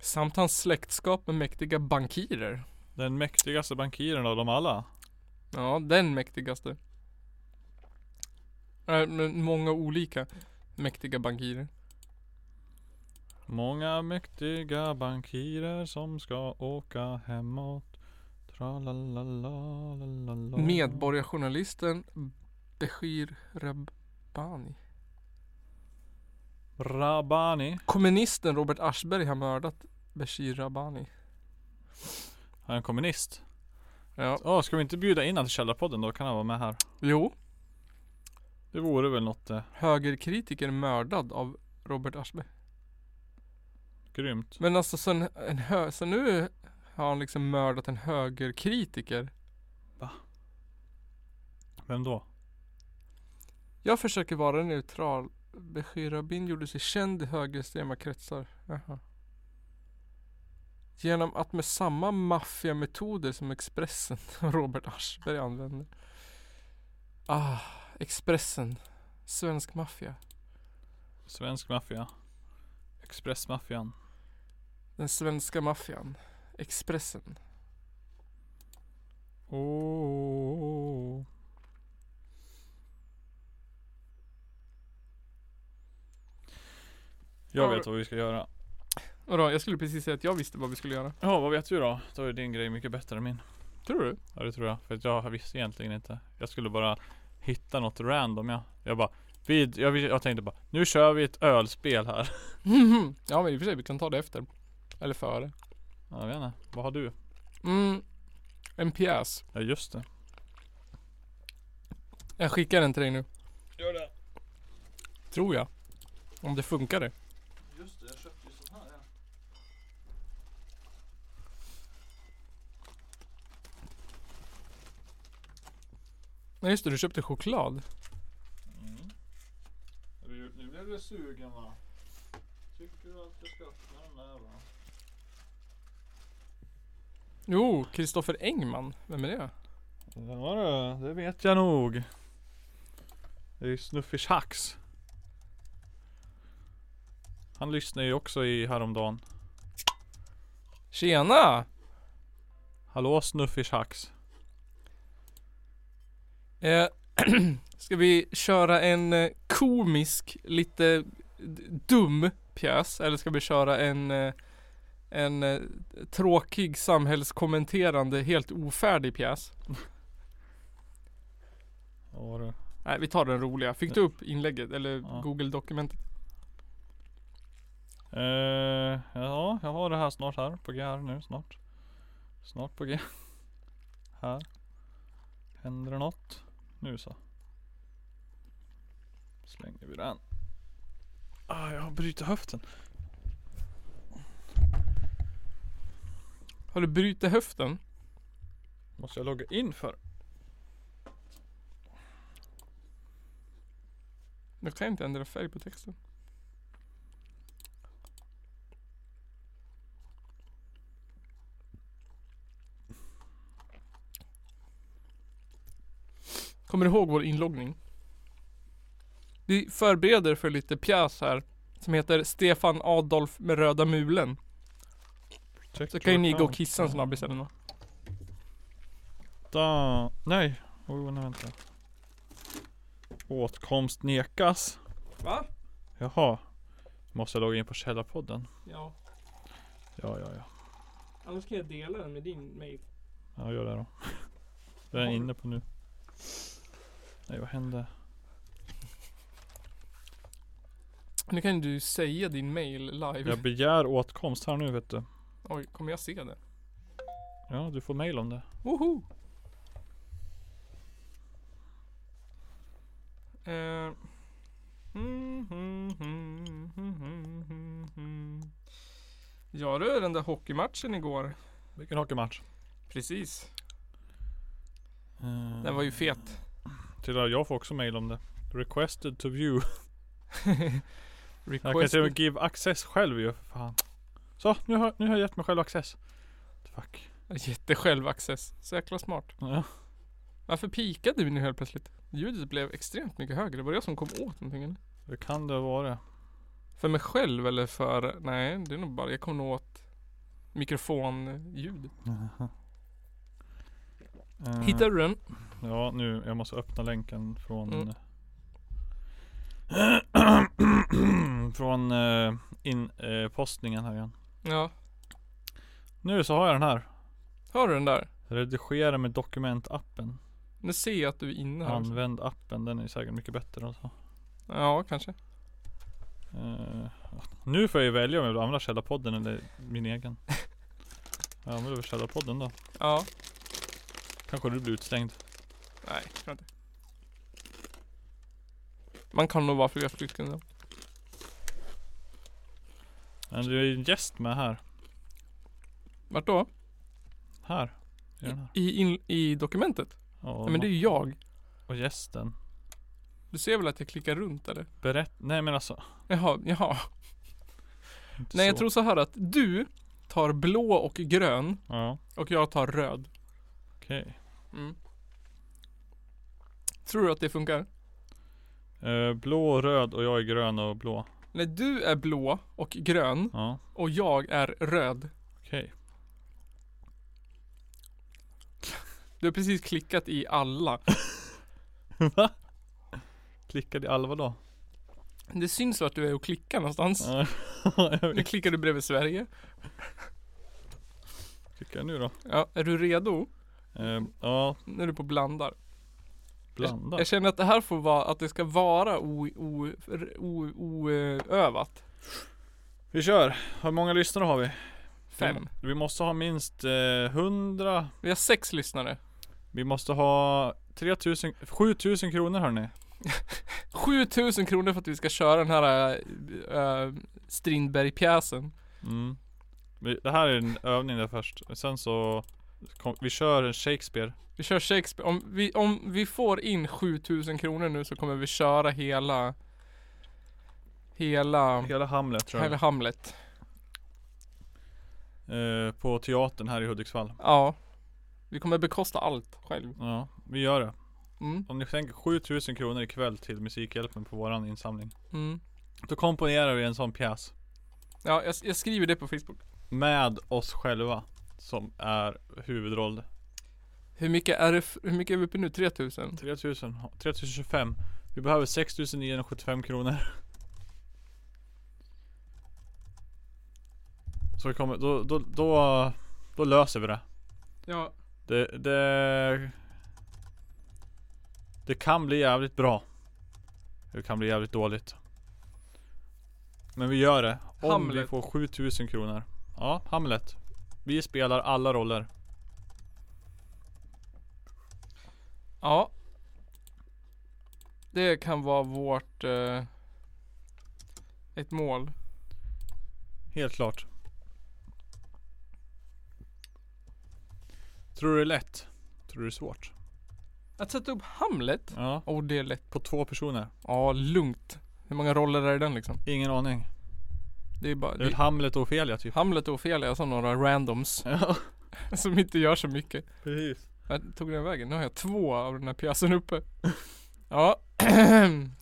[SPEAKER 1] Samt hans släktskap med mäktiga bankirer.
[SPEAKER 2] Den mäktigaste bankiren av dem alla.
[SPEAKER 1] Ja, den mäktigaste. Äh, men många olika mäktiga bankirer.
[SPEAKER 2] Många mäktiga bankirer som ska åka hemåt. Tralalalalala.
[SPEAKER 1] Medborgarjournalisten Beshir Rabbani.
[SPEAKER 2] Rabani.
[SPEAKER 1] Kommunisten Robert Aschberg har mördat Beshir Rabbani.
[SPEAKER 2] Han är en kommunist.
[SPEAKER 1] Ja,
[SPEAKER 2] Åh, ska vi inte bjuda in honom till Källarpodden då? Kan han vara med här?
[SPEAKER 1] jo.
[SPEAKER 2] Det vore väl något eh,
[SPEAKER 1] Högerkritiker mördad av Robert Aschberg.
[SPEAKER 2] grymt.
[SPEAKER 1] Men alltså sen, en hö- så nu har han liksom mördat en högerkritiker.
[SPEAKER 2] Vem då?
[SPEAKER 1] Jag försöker vara neutral. Beshir Rabin gjorde sig känd i högerextrema kretsar. Jaha. Genom att med samma maffiametoder som Expressen och Robert Aschberg använder. Ah, Expressen. Svensk maffia.
[SPEAKER 2] Svensk maffia. Expressmaffian.
[SPEAKER 1] Den svenska maffian. Expressen.
[SPEAKER 2] Oh. Jag vet vad vi ska göra.
[SPEAKER 1] Vadå, jag skulle precis säga att jag visste vad vi skulle göra.
[SPEAKER 2] Ja, vad vet du då? Då är din grej mycket bättre än min.
[SPEAKER 1] Tror du?
[SPEAKER 2] Ja, det tror jag. För att jag visste egentligen inte. Jag skulle bara hitta något random ja. Jag bara, vi, jag, jag tänkte bara, nu kör vi ett ölspel här.
[SPEAKER 1] ja men i och för sig, vi kan ta det efter. Eller före.
[SPEAKER 2] Ja, jag vet inte. Vad har du?
[SPEAKER 1] Mm. En pjäs.
[SPEAKER 2] Ja, just det.
[SPEAKER 1] Jag skickar den till dig nu.
[SPEAKER 2] Gör det.
[SPEAKER 1] Tror jag. Om det funkar det.
[SPEAKER 2] Just det, jag köpte ju sån här ja.
[SPEAKER 1] Nej just det, du köpte choklad.
[SPEAKER 2] Mm. Har du gjort- Nu blev du sugen va? Tycker du att jag ska öppna den där va?
[SPEAKER 1] Jo, Kristoffer Engman. Vem är det?
[SPEAKER 2] Ja du, det vet jag nog. Det är ju Snuffy Schacks. Han lyssnar ju också i häromdagen.
[SPEAKER 1] Tjena!
[SPEAKER 2] Hallå Snuffy Schacks.
[SPEAKER 1] Eh, ska vi köra en eh, komisk, lite d- dum pjäs? Eller ska vi köra en, eh, en eh, tråkig samhällskommenterande, helt ofärdig pjäs?
[SPEAKER 2] Ja du.
[SPEAKER 1] Nej, vi tar den roliga. Fick du upp inlägget eller
[SPEAKER 2] Ja.
[SPEAKER 1] Google-dokumentet?
[SPEAKER 2] Eh, ja, jag har det här snart här. På G här nu snart. Snart på G. Här. Händer det något? Nu så. Slänger vi den. Ah, jag har brutit höften.
[SPEAKER 1] Har du brutit höften?
[SPEAKER 2] Måste jag logga in för?
[SPEAKER 1] Nu kan jag inte ändra färg på texten. Kommer du ihåg vår inloggning? Vi förbereder för lite pjäs här som heter Stefan Adolf med röda mulen. Så kan ju ni gå och kissa en snabbis eller nåt.
[SPEAKER 2] Da. Nej. Oh, nej vänta. Åtkomst nekas.
[SPEAKER 1] Va?
[SPEAKER 2] Jaha. Måste jag logga in på källarpodden.
[SPEAKER 1] Ja.
[SPEAKER 2] Ja, ja, ja.
[SPEAKER 1] Annars kan jag dela den med din mail.
[SPEAKER 2] Ja, gör det då. Det är jag inne på nu. Nej, vad hände?
[SPEAKER 1] Nu kan du säga din mail live.
[SPEAKER 2] Jag begär åtkomst här nu vet du.
[SPEAKER 1] Oj, kommer jag se det?
[SPEAKER 2] Ja, du får mail om det.
[SPEAKER 1] Woho! Eh. mm, Ja du, mm. den där hockeymatchen igår.
[SPEAKER 2] Vilken hockeymatch?
[SPEAKER 1] Precis. Den var ju fet.
[SPEAKER 2] Eh, Till och med jag får också mail om det. Requested to view. Jag kan till och med
[SPEAKER 1] Requested. give.
[SPEAKER 2] give access själv ju för fan. Så, nu har, nu har jag gett mig själv access. Fuck.
[SPEAKER 1] Jätte självaccess. Så jäkla smart.
[SPEAKER 2] Ja.
[SPEAKER 1] Varför pikade du nu helt plötsligt? Ljudet blev extremt mycket högre. Var det jag som kom åt någonting eller?
[SPEAKER 2] Hur kan det vara?
[SPEAKER 1] För mig själv eller för... Nej, det är nog bara... Jag kom nog åt mikrofonljud.
[SPEAKER 2] Mm. Eh,
[SPEAKER 1] Hittar du den?
[SPEAKER 2] Ja, nu. Jag måste öppna länken från... eh,
[SPEAKER 1] Mm.
[SPEAKER 2] från eh, in, eh, postningen här igen.
[SPEAKER 1] Ja.
[SPEAKER 2] Nu så har jag den här.
[SPEAKER 1] Hör du den där?
[SPEAKER 2] Redigera med dokumentappen.
[SPEAKER 1] Nu ser jag att du är inne här. också.
[SPEAKER 2] Använd appen. Den är säkert mycket bättre. Alltså.
[SPEAKER 1] Ja, kanske.
[SPEAKER 2] Eh, nu får jag ju välja om jag vill använda Källarpodden eller min egen. Jag använder väl Källarpodden då.
[SPEAKER 1] Ja.
[SPEAKER 2] Kanske du blir utslängd.
[SPEAKER 1] Nej, jag tror inte. Man kan nog vara flera stycken. då.
[SPEAKER 2] Men du är ju en gäst med här.
[SPEAKER 1] Vart då?
[SPEAKER 2] Här. I den här.
[SPEAKER 1] I, in, I dokumentet?
[SPEAKER 2] Och,
[SPEAKER 1] Nej men det är ju jag.
[SPEAKER 2] och gästen.
[SPEAKER 1] Du ser väl att jag klickar runt eller?
[SPEAKER 2] Berätt. Nej men alltså.
[SPEAKER 1] Jaha, jaha.
[SPEAKER 2] Inte
[SPEAKER 1] Nej
[SPEAKER 2] så.
[SPEAKER 1] jag tror så här att du tar blå och grön
[SPEAKER 2] Ja.
[SPEAKER 1] och jag tar röd.
[SPEAKER 2] Okej.
[SPEAKER 1] Mm. Tror du att det funkar?
[SPEAKER 2] Eh, blå och röd och jag är grön och blå.
[SPEAKER 1] Nej du är blå och grön
[SPEAKER 2] Ja.
[SPEAKER 1] och jag är röd.
[SPEAKER 2] Okej.
[SPEAKER 1] Du har precis klickat i alla.
[SPEAKER 2] Va? Klickade i Alva då?
[SPEAKER 1] Det syns vart du är och klickar någonstans.
[SPEAKER 2] Ja, jag
[SPEAKER 1] Nu
[SPEAKER 2] vet.
[SPEAKER 1] klickar du bredvid Sverige.
[SPEAKER 2] Klickar jag nu då?
[SPEAKER 1] Ja, är du redo?
[SPEAKER 2] Eh, ja,
[SPEAKER 1] Nu är du på blandar.
[SPEAKER 2] blanda.
[SPEAKER 1] Jag känner att det här får vara, att det ska vara o- o- r- o- oövat.
[SPEAKER 2] Vi kör. Hur många lyssnare har vi?
[SPEAKER 1] Fem.
[SPEAKER 2] Vi måste ha minst eh, 100.
[SPEAKER 1] Vi har sex lyssnare.
[SPEAKER 2] Vi måste ha 3000, 7000 kronor hörni.
[SPEAKER 1] 7000 kronor för att vi ska köra den här äh, Strindberg-pjäsen.
[SPEAKER 2] Mm. Vi- Det här är en övning där först. Sen så Kom, vi kör en Shakespeare.
[SPEAKER 1] Vi kör Shakespeare. Om vi, om vi får in 7000 kronor nu så kommer vi köra hela Hela,
[SPEAKER 2] Hela Hamlet tror jag.
[SPEAKER 1] hela Hamlet.
[SPEAKER 2] Eh, på teatern här i Hudiksvall.
[SPEAKER 1] Ja. Vi kommer bekosta allt själv.
[SPEAKER 2] Ja, vi gör det.
[SPEAKER 1] Mm.
[SPEAKER 2] Om ni tänker 7000 kronor ikväll till Musikhjälpen på våran insamling.
[SPEAKER 1] Mm.
[SPEAKER 2] Då komponerar vi en sån pjäs.
[SPEAKER 1] Ja, jag, jag skriver det på Facebook.
[SPEAKER 2] Med oss själva. Som är huvudroll.
[SPEAKER 1] Hur mycket är det, f- hur mycket är vi uppe nu?
[SPEAKER 2] Typ.
[SPEAKER 1] 3000?
[SPEAKER 2] 3000, 3025. Vi behöver 6975 kronor. Så vi kommer, då, då, då, då löser vi det.
[SPEAKER 1] Ja.
[SPEAKER 2] Det, det, det kan bli jävligt bra. Det kan bli jävligt dåligt. Men vi gör det. Om vi
[SPEAKER 1] Hamlet.
[SPEAKER 2] får 7000 kronor. Ja, Hamlet. Vi spelar alla roller.
[SPEAKER 1] Ja. Det kan vara vårt eh, ett mål.
[SPEAKER 2] Helt klart. Tror du det är lätt? Tror du det är svårt?
[SPEAKER 1] Att sätta upp Hamlet?
[SPEAKER 2] Ja.
[SPEAKER 1] Åh, det är lätt.
[SPEAKER 2] På två personer?
[SPEAKER 1] Ja, lugnt. Hur många roller är det i den liksom?
[SPEAKER 2] Ingen aning.
[SPEAKER 1] Det är bara
[SPEAKER 2] Det är väl
[SPEAKER 1] det,
[SPEAKER 2] Hamlet och Ofelia typ?
[SPEAKER 1] Hamlet och Ofelia som några randoms
[SPEAKER 2] Ja,
[SPEAKER 1] som inte gör så mycket.
[SPEAKER 2] precis.
[SPEAKER 1] Vart tog den vägen? Nu har jag två av den här pjäsen uppe. Ja.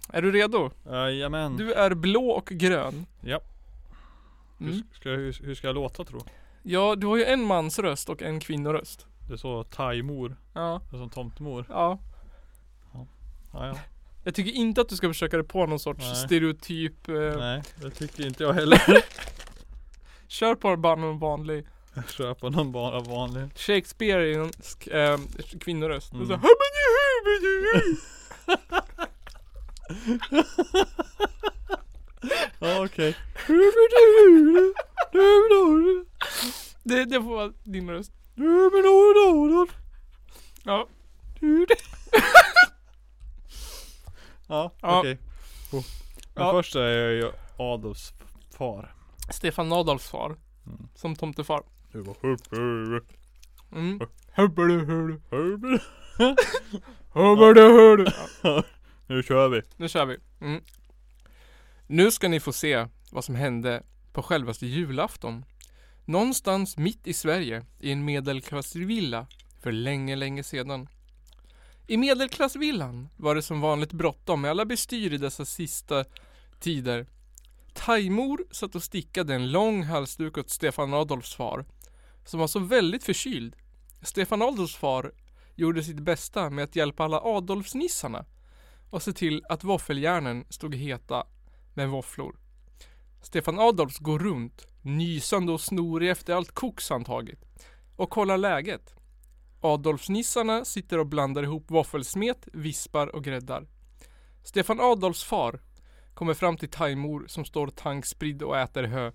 [SPEAKER 1] är du redo?
[SPEAKER 2] Jajamän.
[SPEAKER 1] Du är blå och grön.
[SPEAKER 2] Mm. Ja. Hur,
[SPEAKER 1] Mm.
[SPEAKER 2] s- ska, jag- hur, hur ska jag låta tro?
[SPEAKER 1] Ja, du har ju en mans röst och en kvinnoröst.
[SPEAKER 2] Det är så thaimor.
[SPEAKER 1] Ja.
[SPEAKER 2] Det är som tomtemor.
[SPEAKER 1] Ja.
[SPEAKER 2] Ja, ja.
[SPEAKER 1] Jag tycker inte att du ska försöka dig på någon sorts
[SPEAKER 2] Nej.
[SPEAKER 1] stereotyp. Eh,
[SPEAKER 2] Nej, det tycker inte jag heller.
[SPEAKER 1] kör på bara någon vanlig.
[SPEAKER 2] Jag köper någon bara vanlig.
[SPEAKER 1] Shakespeareansk eh, kvinnoröst.
[SPEAKER 2] Mm.
[SPEAKER 1] Mm. Så,
[SPEAKER 2] Ja, okej.
[SPEAKER 1] det, det får vara din röst. Ja.
[SPEAKER 2] Ja,
[SPEAKER 1] Ja.
[SPEAKER 2] okej. Oh. Men
[SPEAKER 1] Ja.
[SPEAKER 2] först är jag ju Adolfs far.
[SPEAKER 1] Stefan Adolfs far.
[SPEAKER 2] Mm.
[SPEAKER 1] Som tomtefar.
[SPEAKER 2] Du var hubbe,
[SPEAKER 1] Mm.
[SPEAKER 2] hubbe.
[SPEAKER 1] Ja.
[SPEAKER 2] Nu kör vi.
[SPEAKER 1] Nu kör vi. Mm. Nu ska ni få se vad som hände på självaste julafton. Någonstans mitt i Sverige, i en medelklassvilla för länge, länge sedan. I medelklassvillan var det som vanligt bråttom med alla bestyr i dessa sista tider. Taimor satt och stickade en lång halsduk åt Stefan Adolfs far, som var så väldigt förkyld. Stefan Adolfs far gjorde sitt bästa med att hjälpa alla Adolfsnissarna och se till att våffeljärnen stod heta med våfflor. Stefan Adolfs går runt, nysande och snorig efter allt koks han tagit, och kollar läget. Adolfsnissarna sitter och blandar ihop våffelsmet, vispar och gräddar. Stefan Adolfs far kommer fram till Taimor som står tankspridd och äter hö.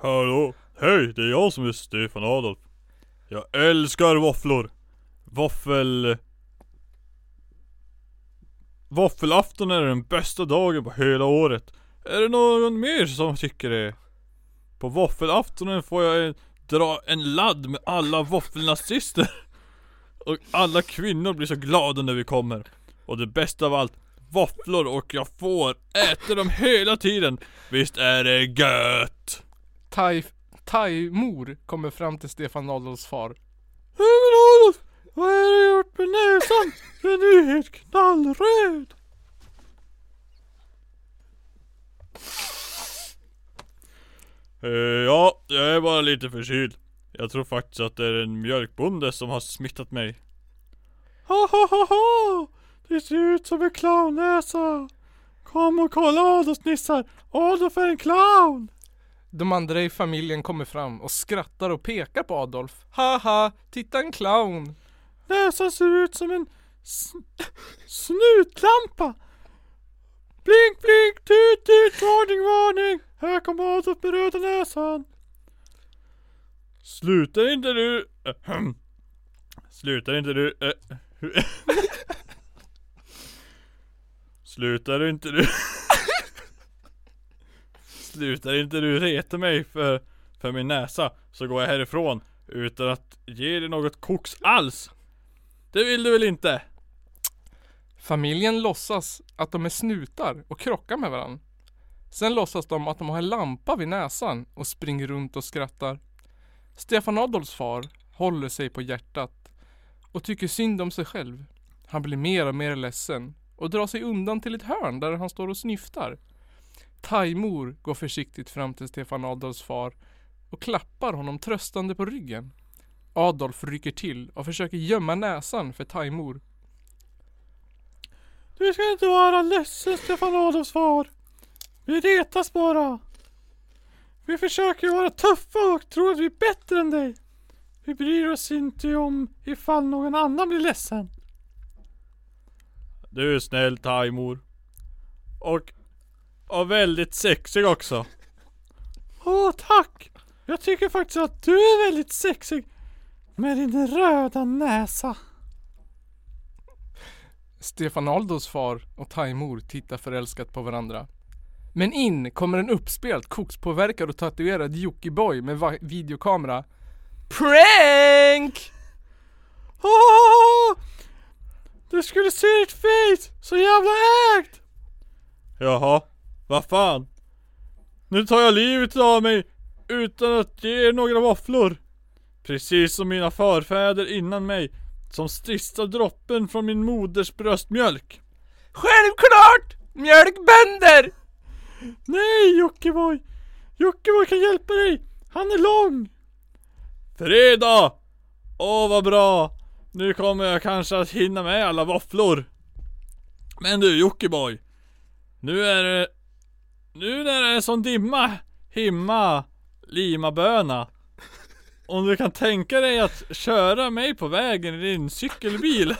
[SPEAKER 2] Hallå! Hej! Det är jag som är Stefan Adolf. Jag älskar våfflor! Våffel... Våffelafton är den bästa dagen på hela året. Är det någon mer som tycker det? På våffelaftonen får jag en, dra en ladd med alla våffelnazister. Och alla kvinnor blir så glada när vi kommer. Och det bästa av allt, våfflor och jag får äta dem hela tiden. Visst är det gött?
[SPEAKER 1] Tai- Taimor kommer fram till Stefan Adolfs far.
[SPEAKER 2] Nej men Adolf! Vad är det du gjort med näsan? Den är ju helt knallröd! Eh, ja, jag är bara lite förkyld. Jag tror faktiskt att det är en mjölkbonde som har smittat mig. Ha ha ha ha! Det ser ut som en clownnäsa! Kom och kolla Adolfsnissar! Adolf är en clown!
[SPEAKER 1] De andra i familjen kommer fram och skrattar och pekar på Adolf. Haha, titta en clown!
[SPEAKER 2] Näsan ser ut som en sn- snutlampa. Blink, blink, tut, tut, varning, varning. Här kommer Adolf med röda näsan. Slutar inte du... Ahem. Slutar inte du... eh, hu- Slutar inte du... Slutar inte du reta mig för för min näsa så går jag härifrån utan att ge dig något koks alls. Det vill du väl inte?
[SPEAKER 1] Familjen låtsas att de är snutar och krockar med varandra. Sen låtsas de att de har en lampa vid näsan och springer runt och skrattar. Stefan Adolfs far håller sig på hjärtat och tycker synd om sig själv. Han blir mer och mer ledsen och drar sig undan till ett hörn där han står och snyftar. Taimor går försiktigt fram till Stefan Adolfs far och klappar honom tröstande på ryggen. Adolf rycker till och försöker gömma näsan för Taimor.
[SPEAKER 2] Du ska inte vara ledsen Stefan Adolfs far. Vi retas bara. Vi försöker vara tuffa och tror att vi är bättre än dig. Vi bryr oss inte om ifall någon annan blir ledsen. Du är snäll Taimor. Och, och väldigt sexig också. Åh tack! Jag tycker faktiskt att du är väldigt sexig. Med din röda näsa.
[SPEAKER 1] Stefan Aldos far och Taimor tittar förälskat på varandra. Men in kommer en uppspelt, kokspåverkad och tatuerad Jockiboi med va- videokamera. Prank!
[SPEAKER 2] Åh! Du skulle se ditt face! Så jävla ägt! Jaha, vad fan? Nu tar jag livet av mig utan att ge er några våfflor. Precis som mina förfäder innan mig, som sista droppen från min moders bröstmjölk.
[SPEAKER 1] Självklart! Mjölkbönder!
[SPEAKER 2] Nej Jockiboi! Jockiboi kan hjälpa dig! Han är lång! Fredag! Åh vad bra! Nu kommer jag kanske att hinna med alla våfflor. Men du Jockiboi. Nu är det... Nu när det är sån dimma, himma, limaböna. Om du kan tänka dig att köra mig på vägen i din cykelbil.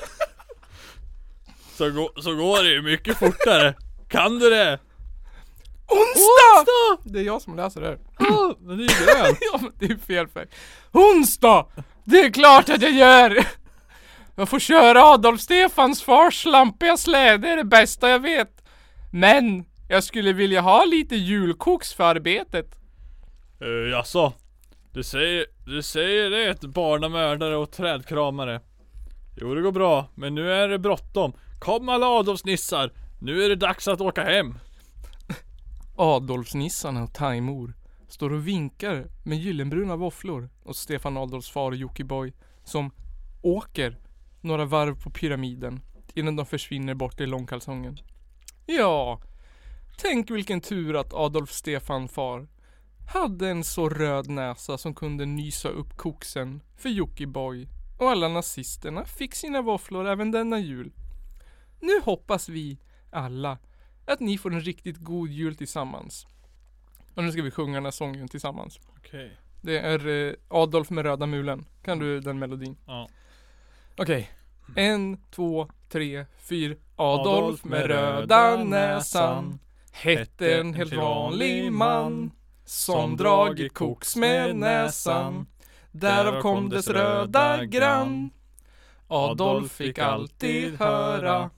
[SPEAKER 2] Så, gå, så går det ju mycket fortare. Kan du det?
[SPEAKER 1] Onsdag! Det är jag som läser det här.
[SPEAKER 2] Ja, men det är ju grönt.
[SPEAKER 1] ja, men det är fel färg. Onsdag! Det är klart att jag gör! Jag får köra Adolf Stefans fars slampiga släde, det är det bästa jag vet. Men, jag skulle vilja ha lite julkoks för arbetet.
[SPEAKER 2] Uh, jaså? Du säger, du säger det är ett barnamördare och trädkramare? Jo det går bra, men nu är det bråttom. Kom alla Adolfsnissar! Nu är det dags att åka hem!
[SPEAKER 1] Adolfsnissarna och Taimor står och vinkar med gyllenbruna våfflor åt Stefan Adolfs far Jockiboi som åker några varv på pyramiden innan de försvinner bort i långkalsongen. Ja, tänk vilken tur att Adolf Stefan far hade en så röd näsa som kunde nysa upp koksen för Jockiboi och alla nazisterna fick sina våfflor även denna jul. Nu hoppas vi alla att ni får en riktigt god jul tillsammans. Och nu ska vi sjunga den här sången tillsammans.
[SPEAKER 2] Okej.
[SPEAKER 1] Det är eh, Adolf med röda mulen. Kan du den melodin?
[SPEAKER 2] Ja.
[SPEAKER 1] Okej. En, två, tre, fyra. Adolf med röda näsan hette en helt vanlig man som dragit koks med näsan. Därav kom dess röda grann. Adolf fick alltid höra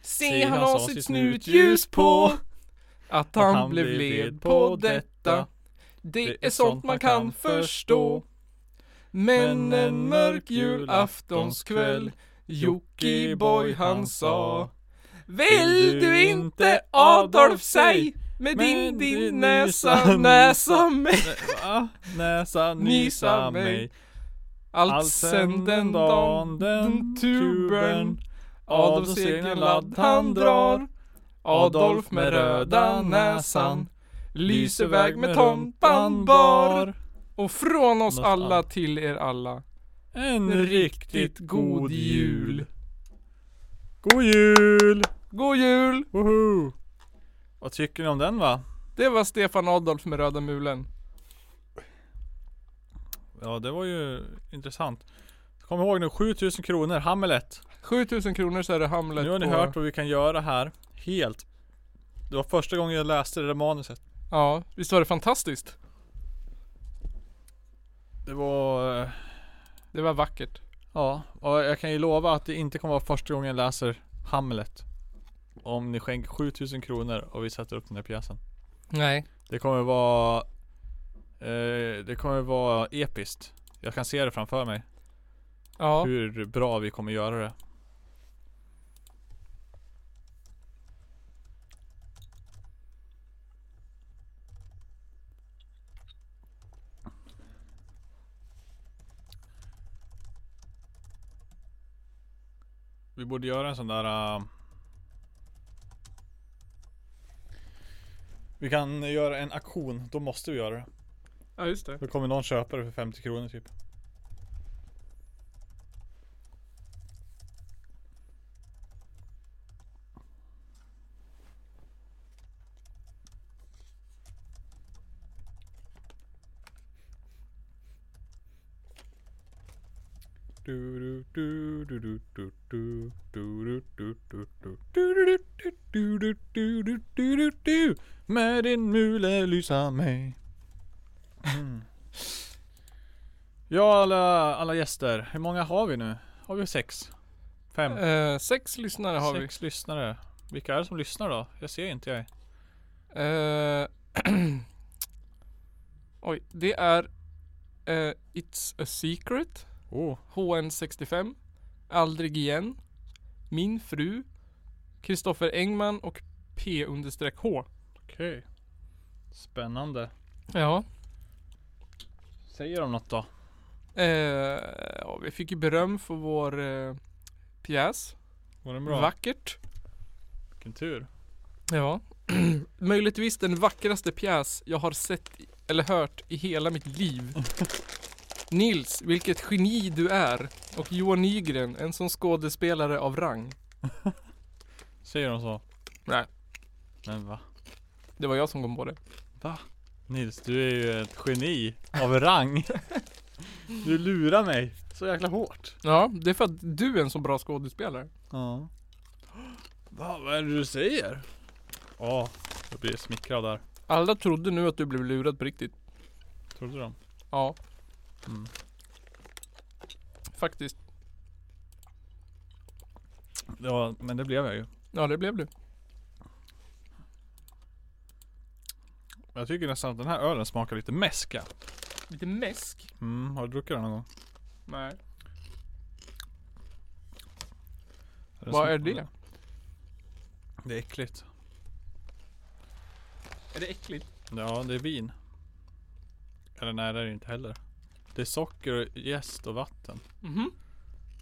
[SPEAKER 1] Se han har sitt snutljus på Att han blev led på detta Det är sånt man kan förstå Men en mörk julaftonskväll Jockiboi han sa Vill du inte Adolf säg Med din, din näsa, näsa mig
[SPEAKER 2] Va? Näsa nysa mig
[SPEAKER 1] Allt sen den dagen den tubern Adolfs egna ladd han drar Adolf med röda näsan Lyser väg med tompan bar Och från oss alla till er alla
[SPEAKER 2] En riktigt god jul God jul!
[SPEAKER 1] God jul!
[SPEAKER 2] Woho! Vad tycker ni om den va?
[SPEAKER 1] Det var Stefan Adolf med röda mulen
[SPEAKER 2] Ja det var ju intressant Kom ihåg nu 7000 kronor, Hamlet
[SPEAKER 1] 7000 kronor så är det Hamlet
[SPEAKER 2] Nu har ni
[SPEAKER 1] på-
[SPEAKER 2] hört vad vi kan göra här Helt Det var första gången jag läste det där manuset
[SPEAKER 1] Ja, visst var det fantastiskt?
[SPEAKER 2] Det var... eh,
[SPEAKER 1] Det var vackert
[SPEAKER 2] Ja, och jag kan ju lova att det inte kommer vara första gången jag läser Hamlet Om ni skänker 7000 kronor och vi sätter upp den här pjäsen
[SPEAKER 1] Nej
[SPEAKER 2] Det kommer vara Eh, det kommer vara episkt. Jag kan se det framför mig.
[SPEAKER 1] Ja,
[SPEAKER 2] Hur bra vi kommer göra det. Vi borde göra en sån där... äh, Vi kan göra en aktion, då måste vi göra det.
[SPEAKER 1] ja just det.
[SPEAKER 2] Då kommer någon köpa det för 50 kronor typ. Du, du, du, du, du, du, du, du, du, du, du, du, du, du, du, du, du, du, du. Med din mule lysa mig Mm. Ja alla, alla gäster, hur många har vi nu? Har vi sex? Fem?
[SPEAKER 1] Eh, sex lyssnare har
[SPEAKER 2] sex lyssnare. Vilka är det som lyssnar då? Jag ser inte jag.
[SPEAKER 1] vi. Eh, oj, det är eh, It's a Secret,
[SPEAKER 2] Oh.
[SPEAKER 1] HN65, Aldrig igen, Min fru, Kristoffer Engman och P-H.
[SPEAKER 2] Okej. Spännande.
[SPEAKER 1] Ja.
[SPEAKER 2] Säger de något då?
[SPEAKER 1] Eh, ja, vi fick ju beröm för vår eh, pjäs.
[SPEAKER 2] Var det bra?
[SPEAKER 1] Vackert.
[SPEAKER 2] Vilken tur.
[SPEAKER 1] Ja. Möjligtvis den vackraste pjäs jag har sett i- eller hört i hela mitt liv. Nils, vilket geni du är. Och Johan Nygren, en sån skådespelare av rang.
[SPEAKER 2] Säger de så?
[SPEAKER 1] Nej.
[SPEAKER 2] Men va?
[SPEAKER 1] Det var jag som kom på det.
[SPEAKER 2] Nils, du är ju ett geni av rang. du lurar mig så jäkla hårt.
[SPEAKER 1] Ja, det är för att du är en så bra skådespelare.
[SPEAKER 2] Ja. Va, vad är det du säger? Ja, jag blir smickrad där.
[SPEAKER 1] Alla trodde nu att du blev lurad på riktigt.
[SPEAKER 2] Trodde de?
[SPEAKER 1] Ja,
[SPEAKER 2] Mm.
[SPEAKER 1] faktiskt.
[SPEAKER 2] Ja, men det blev jag ju.
[SPEAKER 1] Ja, det blev du.
[SPEAKER 2] Jag tycker nästan att den här ölen smakar lite mäska.
[SPEAKER 1] Lite mäsk.
[SPEAKER 2] Mm, har du druckit den någon gång?
[SPEAKER 1] Nej.
[SPEAKER 2] Den
[SPEAKER 1] Vad är
[SPEAKER 2] smakar-
[SPEAKER 1] det?
[SPEAKER 2] Det är äckligt.
[SPEAKER 1] Är det äckligt?
[SPEAKER 2] Ja, det är vin. Eller nej, det är det inte heller. Det är socker, och jäst och vatten.
[SPEAKER 1] Mhm.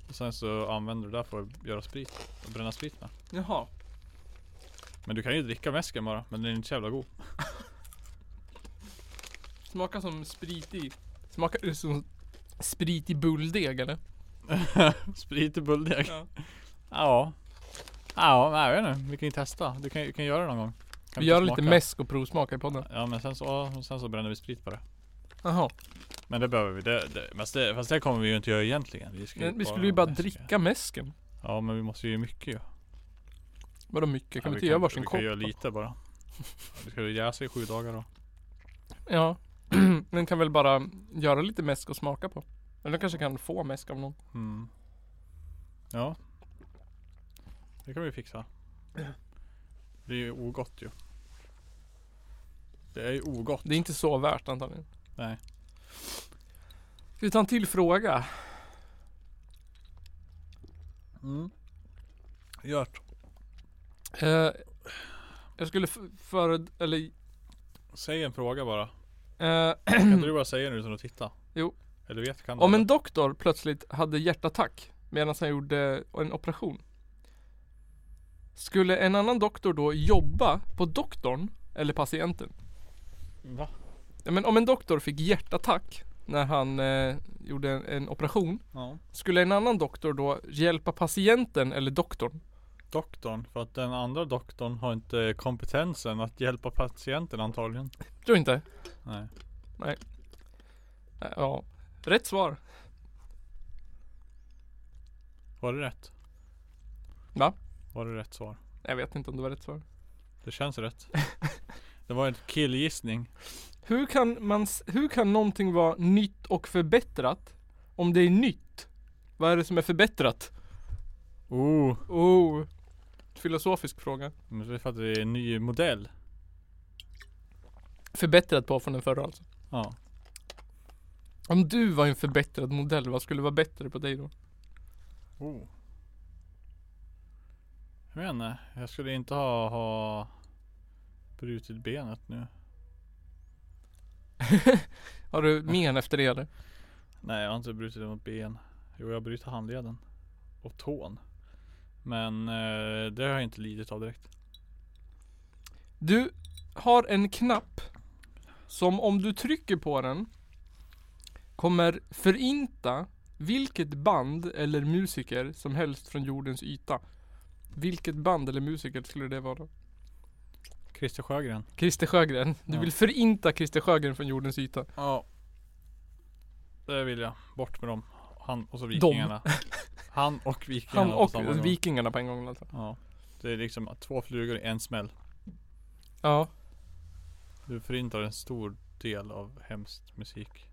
[SPEAKER 2] Och sen så använder du det där för att göra sprit. Och bränna sprit med.
[SPEAKER 1] Jaha.
[SPEAKER 2] Men du kan ju dricka mäsken bara. Men den är inte så jävla god.
[SPEAKER 1] Smakar som spritig. Smakar det som spritig bulldeg eller?
[SPEAKER 2] sprit i bulldeg.
[SPEAKER 1] Ja.
[SPEAKER 2] Ja. Ja, nej, jag vet inte. Vi kan ju testa. Du kan, du kan göra det någon gång. Kan
[SPEAKER 1] Vi
[SPEAKER 2] få
[SPEAKER 1] gör lite
[SPEAKER 2] smaka.
[SPEAKER 1] mäsk och provsmakar i podden.
[SPEAKER 2] Ja, men sen så, ja, sen så bränner vi sprit på det.
[SPEAKER 1] Jaha.
[SPEAKER 2] Men det behöver vi. Det, det, fast, det, fast det kommer vi ju inte göra egentligen. Vi, ska
[SPEAKER 1] Men vi skulle ju bara dricka mäsken.
[SPEAKER 2] Ja men vi måste ju göra mycket ju.
[SPEAKER 1] Vadå mycket? Kan
[SPEAKER 2] ja,
[SPEAKER 1] vi inte göra varsin
[SPEAKER 2] Vi
[SPEAKER 1] kopp?
[SPEAKER 2] kan göra
[SPEAKER 1] då?
[SPEAKER 2] lite bara. Vi ska ju jäsa i sju dagar då.
[SPEAKER 1] Ja. Men kan väl bara göra lite mäsk och smaka på. Eller kanske kan få mäsk av någon.
[SPEAKER 2] Mm. Ja. Det kan vi fixa. Det är ju ogott ju. Det är ju ogott.
[SPEAKER 1] Det är inte så värt antagligen.
[SPEAKER 2] Nej.
[SPEAKER 1] Ska vi ta en till fråga?
[SPEAKER 2] Mm. Gört.
[SPEAKER 1] Eh, jag skulle f- föred... Eller...
[SPEAKER 2] Säg en fråga bara.
[SPEAKER 1] Eh,
[SPEAKER 2] Kan inte du bara säga den utan att titta?
[SPEAKER 1] Jo.
[SPEAKER 2] Eller du vet kan du
[SPEAKER 1] Om en
[SPEAKER 2] eller?
[SPEAKER 1] doktor plötsligt hade hjärtattack medan han gjorde en operation. Skulle en annan doktor då jobba på doktorn eller patienten?
[SPEAKER 2] Va?
[SPEAKER 1] Ja, Men om en doktor fick hjärtattack när han eh, gjorde en, en operation.
[SPEAKER 2] Ja.
[SPEAKER 1] Skulle en annan doktor då hjälpa patienten eller doktorn?
[SPEAKER 2] Doktorn. För att den andra doktorn har inte kompetensen att hjälpa patienten antagligen.
[SPEAKER 1] Tror inte.
[SPEAKER 2] Nej.
[SPEAKER 1] Eh, Ja. Rätt svar.
[SPEAKER 2] Var det rätt?
[SPEAKER 1] Va?
[SPEAKER 2] Var det rätt svar?
[SPEAKER 1] Jag vet inte om det var rätt svar.
[SPEAKER 2] Det känns rätt. det var en killgissning.
[SPEAKER 1] Hur kan, man, s- hur kan någonting vara nytt och förbättrat om det är nytt? Vad är det som är förbättrat?
[SPEAKER 2] Oh.
[SPEAKER 1] Oh. Filosofisk fråga.
[SPEAKER 2] Men det är för att det är en ny modell.
[SPEAKER 1] Förbättrat på från den förra alltså.
[SPEAKER 2] Ja.
[SPEAKER 1] Om du var en förbättrad modell, vad skulle vara bättre på dig då?
[SPEAKER 2] Oh. Jag vet inte, jag skulle inte ha, ha brutit benet nu.
[SPEAKER 1] Har du men efter det eller?
[SPEAKER 2] Nej jag har inte brutit något ben. Jo jag har brutit handleden. Och tån. Men eh, det har jag inte lidit av direkt.
[SPEAKER 1] Du har en knapp som om du trycker på den kommer förinta vilket band eller musiker som helst från jordens yta. Vilket band eller musiker skulle det vara?
[SPEAKER 2] Christer Sjögren.
[SPEAKER 1] Christer Sjögren. Du
[SPEAKER 2] Ja.
[SPEAKER 1] vill förinta Christer Sjögren från jordens yta.
[SPEAKER 2] Ja. Det vill jag. Bort med dem. Han och så vikingarna. Han och vikingarna.
[SPEAKER 1] Han
[SPEAKER 2] på samma gång.
[SPEAKER 1] och vikingarna på en gång alltså.
[SPEAKER 2] Ja. Det är liksom två flugor i en smäll.
[SPEAKER 1] Ja.
[SPEAKER 2] Du förintar en stor del av hemskt musik.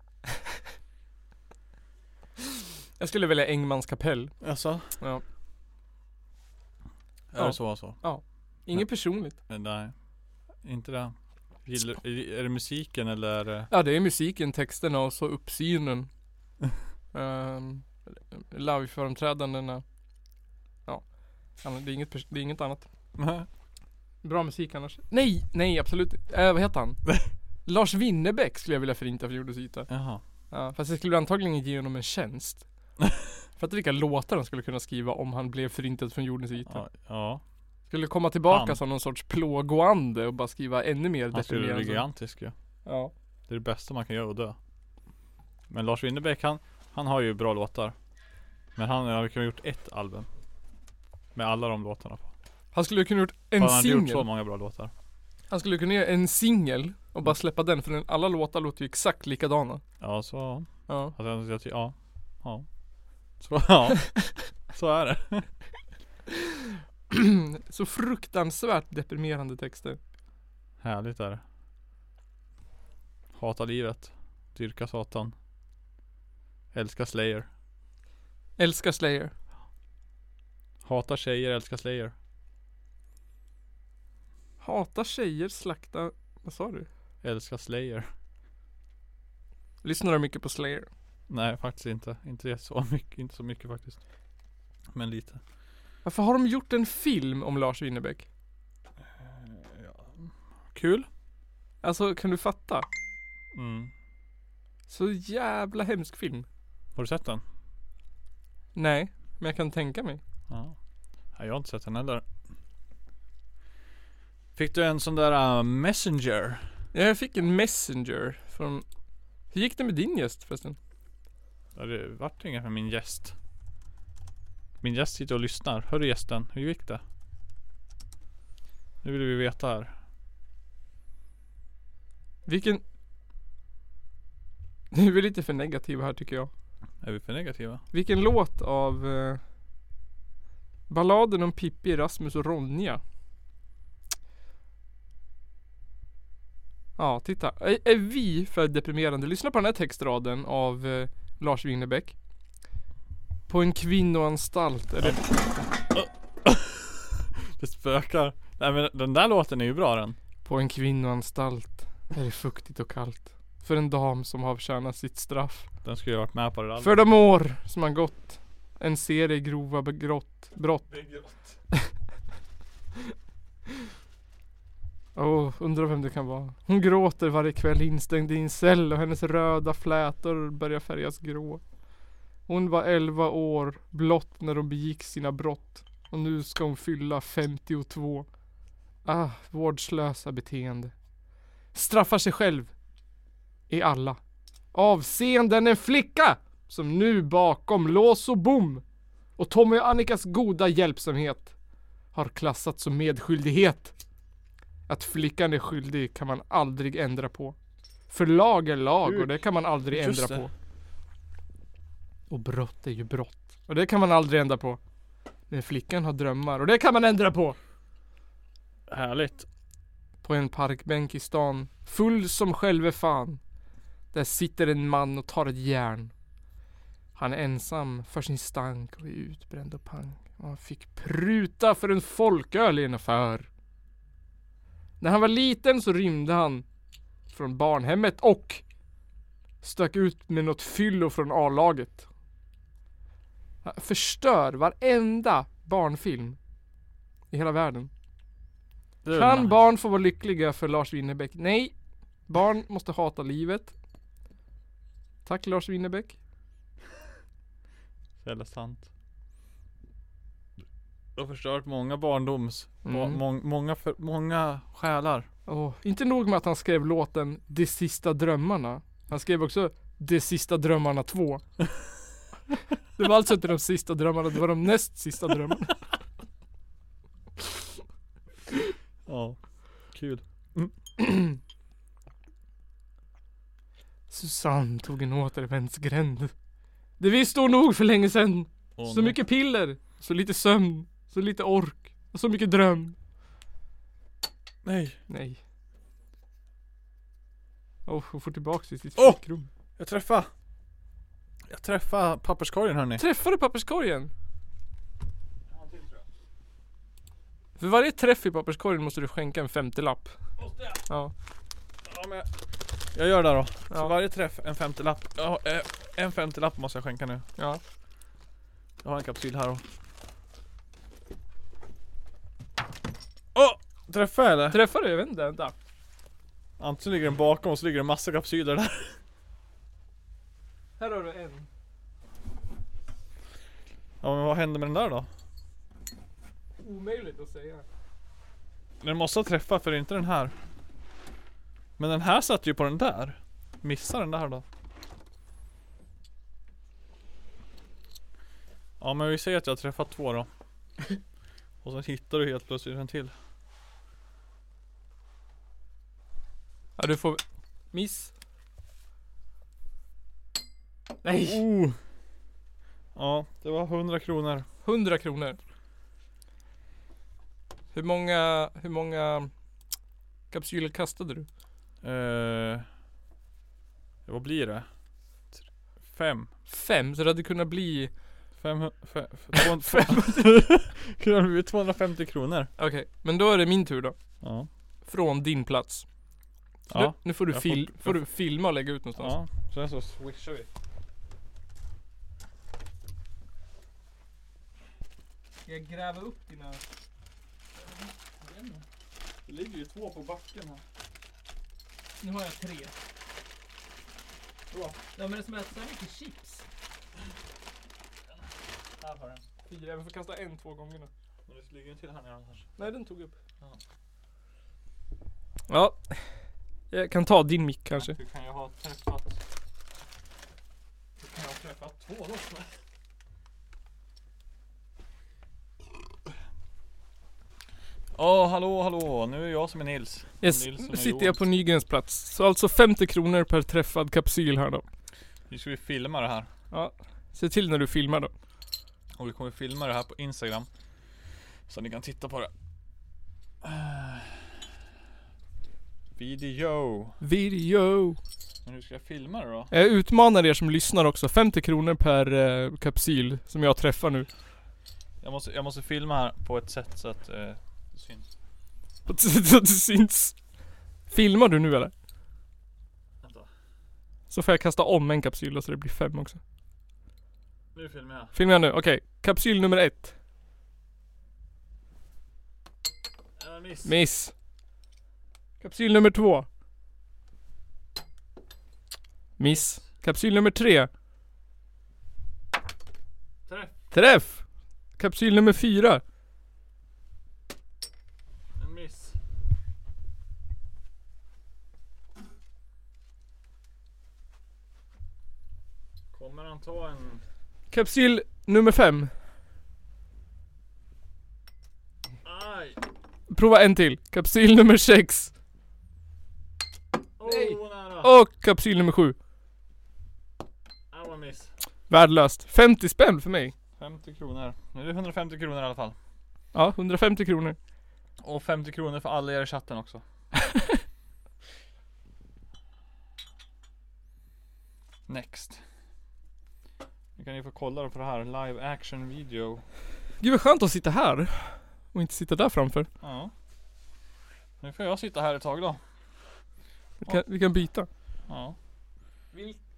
[SPEAKER 1] Jag skulle välja Engmans kapell.
[SPEAKER 2] Jaså?
[SPEAKER 1] Ja.
[SPEAKER 2] Är
[SPEAKER 1] Ja.
[SPEAKER 2] det så alltså?
[SPEAKER 1] Inget
[SPEAKER 2] Men-
[SPEAKER 1] personligt.
[SPEAKER 2] Eh, Nej. Inte det. Gillar, är är det musiken eller? eh? är det-
[SPEAKER 1] Ja det är musiken, texterna och så uppsynen. um, Live-framträdandena. Ja. Annars- Det är, inget, pers- det är inget annat. Bra musik annars. Nej, nej absolut äh, Vad heter han? Lars Winnerbäck skulle jag vilja förinta för jordens yta.
[SPEAKER 2] Jaha.
[SPEAKER 1] Ja, fast jag skulle antagligen ge honom en tjänst. Fattar vilka låtar han skulle kunna skriva om han blev förintad från jordens yta.
[SPEAKER 2] Ja. ja.
[SPEAKER 1] Skulle komma tillbaka
[SPEAKER 2] Han.
[SPEAKER 1] som någon sorts plågoande och bara skriva ännu mer
[SPEAKER 2] Han skulle bli
[SPEAKER 1] deprimerande.
[SPEAKER 2] gigantisk ju.
[SPEAKER 1] Ja.
[SPEAKER 2] Det är det bästa man kan göra och dö. Men Lars Winnerbäck han, han har ju bra låtar. Men han har kunnat gjort ett album. Med alla de låtarna på.
[SPEAKER 1] Han skulle kunna gjort
[SPEAKER 2] Bara
[SPEAKER 1] en
[SPEAKER 2] han hade gjort så
[SPEAKER 1] singel.
[SPEAKER 2] många bra låtar.
[SPEAKER 1] Han skulle kunna göra en singel och bara släppa den för den, alla låtar låter ju exakt likadana.
[SPEAKER 2] Ja så.
[SPEAKER 1] Ja.
[SPEAKER 2] Alltså, jag, jag, ty- ja. Ja. Så, ja. så är det.
[SPEAKER 1] Så fruktansvärt deprimerande texter.
[SPEAKER 2] Härligt är det. Hata livet. Dyrka Satan. Älska Slayer.
[SPEAKER 1] Älskar Slayer.
[SPEAKER 2] Hata tjejer, älska Slayer.
[SPEAKER 1] Hata tjejer, slakta... Vad sa du?
[SPEAKER 2] Älska Slayer.
[SPEAKER 1] Lyssnar du mycket på Slayer?
[SPEAKER 2] Nej faktiskt inte. Inte så mycket, inte så mycket faktiskt. Men lite.
[SPEAKER 1] Varför har de gjort en film om Lars Winnerbäck?
[SPEAKER 2] Kul.
[SPEAKER 1] Alltså kan du fatta?
[SPEAKER 2] Mm.
[SPEAKER 1] Så jävla hemsk film.
[SPEAKER 2] Har du sett den?
[SPEAKER 1] Nej, men jag kan tänka mig.
[SPEAKER 2] Ja. Nej, jag har inte sett den heller. Fick du en sån där äh, messenger?
[SPEAKER 1] Jag fick en messenger från... Hur gick det med din gäst förresten?
[SPEAKER 2] Ja, Det vart inget med min gäst. Min gäst sitter och lyssnar. Hörru gästen, hur gick det? Nu vill vi veta här.
[SPEAKER 1] Vilken... Nu är lite för negativ här tycker jag.
[SPEAKER 2] Är vi för negativa?
[SPEAKER 1] Vilken låt av... Eh... Balladen om Pippi, Rasmus och Ronja. Ja, titta. Är, är vi för deprimerande? Lyssna på den här textraden av eh, Lars Winnerbäck. På en kvinnoanstalt. Är det...
[SPEAKER 2] Det spökar. Nej men den där låten är ju bra den.
[SPEAKER 1] På en kvinnoanstalt är det fuktigt och kallt. För en dam som har avtjänat sitt straff.
[SPEAKER 2] Den skulle ju ha varit med på det där.
[SPEAKER 1] För de år som har gått. En serie grova begrott, brott. Åh, undrar vem det kan vara. Hon gråter varje kväll instängd i en cell och hennes röda flätor börjar färgas grå. Hon var 11 år, blott när hon begick sina brott. Och nu ska hon fylla 52. Ah, vårdslösa beteende. Straffar sig själv. I alla. Avseenden en flicka! Som nu bakom lås och bom. Och Tommy och Annikas goda hjälpsamhet. Har klassats som medskyldighet. Att flickan är skyldig kan man aldrig ändra på. För lag är lag och det kan man aldrig
[SPEAKER 2] Just
[SPEAKER 1] ändra
[SPEAKER 2] det.
[SPEAKER 1] på. Och brott är ju brott. Och det kan man aldrig ändra på. Men flickan har drömmar och det kan man ändra på.
[SPEAKER 2] Härligt.
[SPEAKER 1] På en parkbänk i stan, full som själve fan. Där sitter en man och tar ett järn. Han är ensam för sin stank och är utbränd och pank. Och han fick pruta för en folköl i en affär. När han var liten så rymde han från barnhemmet och Stök ut med något fyllo från A-laget. Förstör varenda barnfilm. I hela världen.
[SPEAKER 2] Det är
[SPEAKER 1] Kan
[SPEAKER 2] nice.
[SPEAKER 1] barn få vara lyckliga för Lars Winnerbäck? Nej. Barn måste hata livet. Tack Lars Winnerbäck.
[SPEAKER 2] Så jävla sant. Du har förstört många barndoms, må,
[SPEAKER 1] Mm.
[SPEAKER 2] mång- många, för, många själar.
[SPEAKER 1] Åh, inte nog med att han skrev låten De sista drömmarna. Han skrev också De sista drömmarna 2. Det var alltså inte de sista drömmarna, det var de näst sista drömmarna.
[SPEAKER 2] Ja, kul.
[SPEAKER 1] Susanne tog en återvändsgränd. Det visste hon nog för länge sedan.
[SPEAKER 2] Åh,
[SPEAKER 1] Så
[SPEAKER 2] nå-
[SPEAKER 1] mycket piller, så lite sömn, så lite ork, och så mycket dröm.
[SPEAKER 2] Nej,
[SPEAKER 1] Nej. Åh, hon får tillbaks till sitt
[SPEAKER 2] Åh!
[SPEAKER 1] fikrum.
[SPEAKER 2] jag träffade. Jag träffade papperskorgen hörni.
[SPEAKER 1] Träffar du papperskorgen? För varje träff i papperskorgen måste du skänka en femtiolapp. Ja.
[SPEAKER 2] Ja, men jag- jag gör det då. Så
[SPEAKER 1] Ja.
[SPEAKER 2] varje träff en 50-lapp. Ja, eh, en 50-lapp måste jag skänka nu.
[SPEAKER 1] Ja.
[SPEAKER 2] Jag har en kapsyl här då. Åh! Träffade jag eller?
[SPEAKER 1] Träffar du? Jag vet inte. Vänta.
[SPEAKER 2] Antingen ligger den bakom och så ligger det en massa kapsyler där.
[SPEAKER 1] Här har du en.
[SPEAKER 2] Ja men vad hände med den där då?
[SPEAKER 1] Omöjligt att säga.
[SPEAKER 2] Den måste ha träffat för det är inte den här. Men den här satt ju på den där. Missa den där då. Ja men vi säger att jag har träffat två då. Och sen hittar du helt plötsligt en till.
[SPEAKER 1] Ja, du får... Miss. Nej.
[SPEAKER 2] Oh. Ja, det var 100 kronor.
[SPEAKER 1] 100 kronor. Hur många, hur många kapsyler kastade du?
[SPEAKER 2] Eh, vad blir det? Fem.
[SPEAKER 1] Fem, så det hade kunnat bli...
[SPEAKER 2] Fem, fem, fem, fem. Kunde det bli 250 kronor?
[SPEAKER 1] Okej, men då är det min tur då.
[SPEAKER 2] Ja.
[SPEAKER 1] Från din plats. Så
[SPEAKER 2] Ja.
[SPEAKER 1] Nu, nu får, du
[SPEAKER 2] Jag
[SPEAKER 1] fil,
[SPEAKER 2] får-
[SPEAKER 1] får du filma och lägga ut någonstans.
[SPEAKER 2] Ja, sen så swishar vi.
[SPEAKER 1] Ska jag gräva upp dina...
[SPEAKER 2] Det ligger ju två på backen här.
[SPEAKER 1] Nu har jag tre.
[SPEAKER 2] Bra.
[SPEAKER 1] Ja men det som är så mycket chips.
[SPEAKER 2] Här har den.
[SPEAKER 1] Fyra, jag får kasta en två gånger nu.
[SPEAKER 2] Men det ligger en till här nere annars.
[SPEAKER 1] Nej den tog upp.
[SPEAKER 2] Ja.
[SPEAKER 1] Ja. Jag kan ta din mick kanske.
[SPEAKER 2] Hur kan jag ha träffat... Hur kan jag ha träffat två då? Ja, hallå, hallå. Nu är jag som är Nils.
[SPEAKER 1] Yes,
[SPEAKER 2] Nilsson
[SPEAKER 1] nu
[SPEAKER 2] och
[SPEAKER 1] sitter
[SPEAKER 2] Johan.
[SPEAKER 1] jag på Nygrens plats. Så alltså 50 kronor per träffad kapsyl här då.
[SPEAKER 2] Nu ska vi filma det här.
[SPEAKER 1] Se till när du filmar då.
[SPEAKER 2] Och vi kommer filma det här på Instagram. Så ni kan titta på det. Eh. Video.
[SPEAKER 1] Video.
[SPEAKER 2] Men hur ska jag filma det då?
[SPEAKER 1] Jag utmanar er som lyssnar också. 50 kronor per eh, kapsyl som jag träffar nu.
[SPEAKER 2] Jag måste, jag måste filma här på ett sätt så att eh, det syns.
[SPEAKER 1] Så att det syns. Filmar du nu eller?
[SPEAKER 2] Vänta.
[SPEAKER 1] Så får jag kasta om en kapsyl och så det blir fem också.
[SPEAKER 2] Nu filmar jag.
[SPEAKER 1] Filmar jag nu? Okej. Kapsyl nummer ett.
[SPEAKER 2] Äh, miss.
[SPEAKER 1] Miss. Kapsyl nummer två. Miss. Kapsyl nummer tre.
[SPEAKER 2] Träff.
[SPEAKER 1] Träff! Kapsyl nummer fyra.
[SPEAKER 2] En miss. Kommer han ta en...
[SPEAKER 1] Kapsyl nummer fem.
[SPEAKER 2] Aj!
[SPEAKER 1] Prova en till. Kapsyl nummer sex.
[SPEAKER 2] Oh,
[SPEAKER 1] Nej.
[SPEAKER 2] vad nära!
[SPEAKER 1] Och kapsyl nummer sju.
[SPEAKER 2] Det var en miss.
[SPEAKER 1] Värdelöst. 50 spänn för mig.
[SPEAKER 2] 50 kronor. Nu är det 150 kronor i alla fall.
[SPEAKER 1] Ja, 150 kronor.
[SPEAKER 2] Och 50 kronor för alla er i chatten också. Next. Nu kan ni få kolla på det här, live action video.
[SPEAKER 1] Gud vad skönt att sitta här. Och inte sitta där framför.
[SPEAKER 2] Ja. Nu får jag sitta här ett tag då.
[SPEAKER 1] Vi kan, vi kan byta.
[SPEAKER 2] Ja.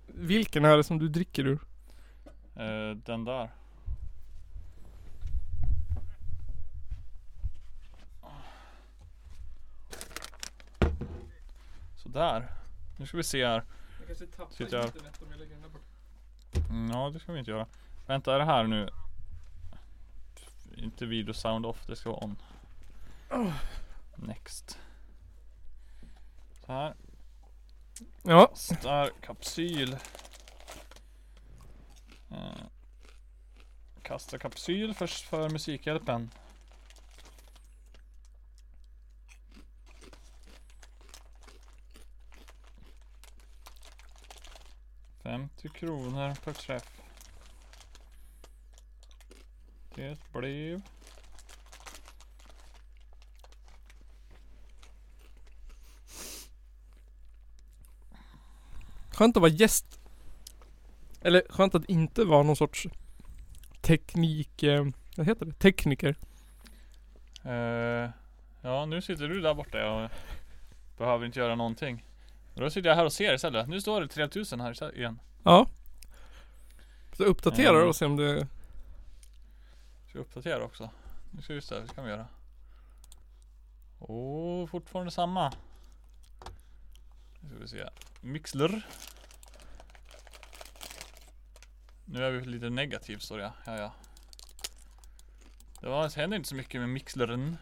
[SPEAKER 1] Vilken är det som du dricker ur?
[SPEAKER 2] Eh, den där. Sådär. Nu ska vi se här.
[SPEAKER 1] Jag kanske tappar
[SPEAKER 2] Sitter här.
[SPEAKER 1] internet om jag lägger den där bort.
[SPEAKER 2] Mm, Ja, det ska vi inte göra. Vänta, är det här nu? Inte video sound off, det ska vara on. Next. Så här.
[SPEAKER 1] Ja,
[SPEAKER 2] Kastarkapsyl. Eh, Kastarkapsyl för, för Musikhjälpen. Femtio kronor per träff. Det blev
[SPEAKER 1] skönt att vara gäst. Eller skönt att inte vara någon sorts teknik... Eh, vad heter det? Tekniker.
[SPEAKER 2] Eh, ja, nu sitter du där borta och behöver inte göra någonting. Då sitter jag här och ser istället. Nu står det 3000 här istä- igen.
[SPEAKER 1] Ja. Så uppdatera
[SPEAKER 2] Mm.
[SPEAKER 1] och se om det...
[SPEAKER 2] Ska jag uppdatera också? Nu ska vi se, det kan vi göra. Åh, fortfarande samma. Nu ska vi se. Mixler. Nu är vi lite negativ står jag. Ja, ja. Det var, det händer inte så mycket med mixlern.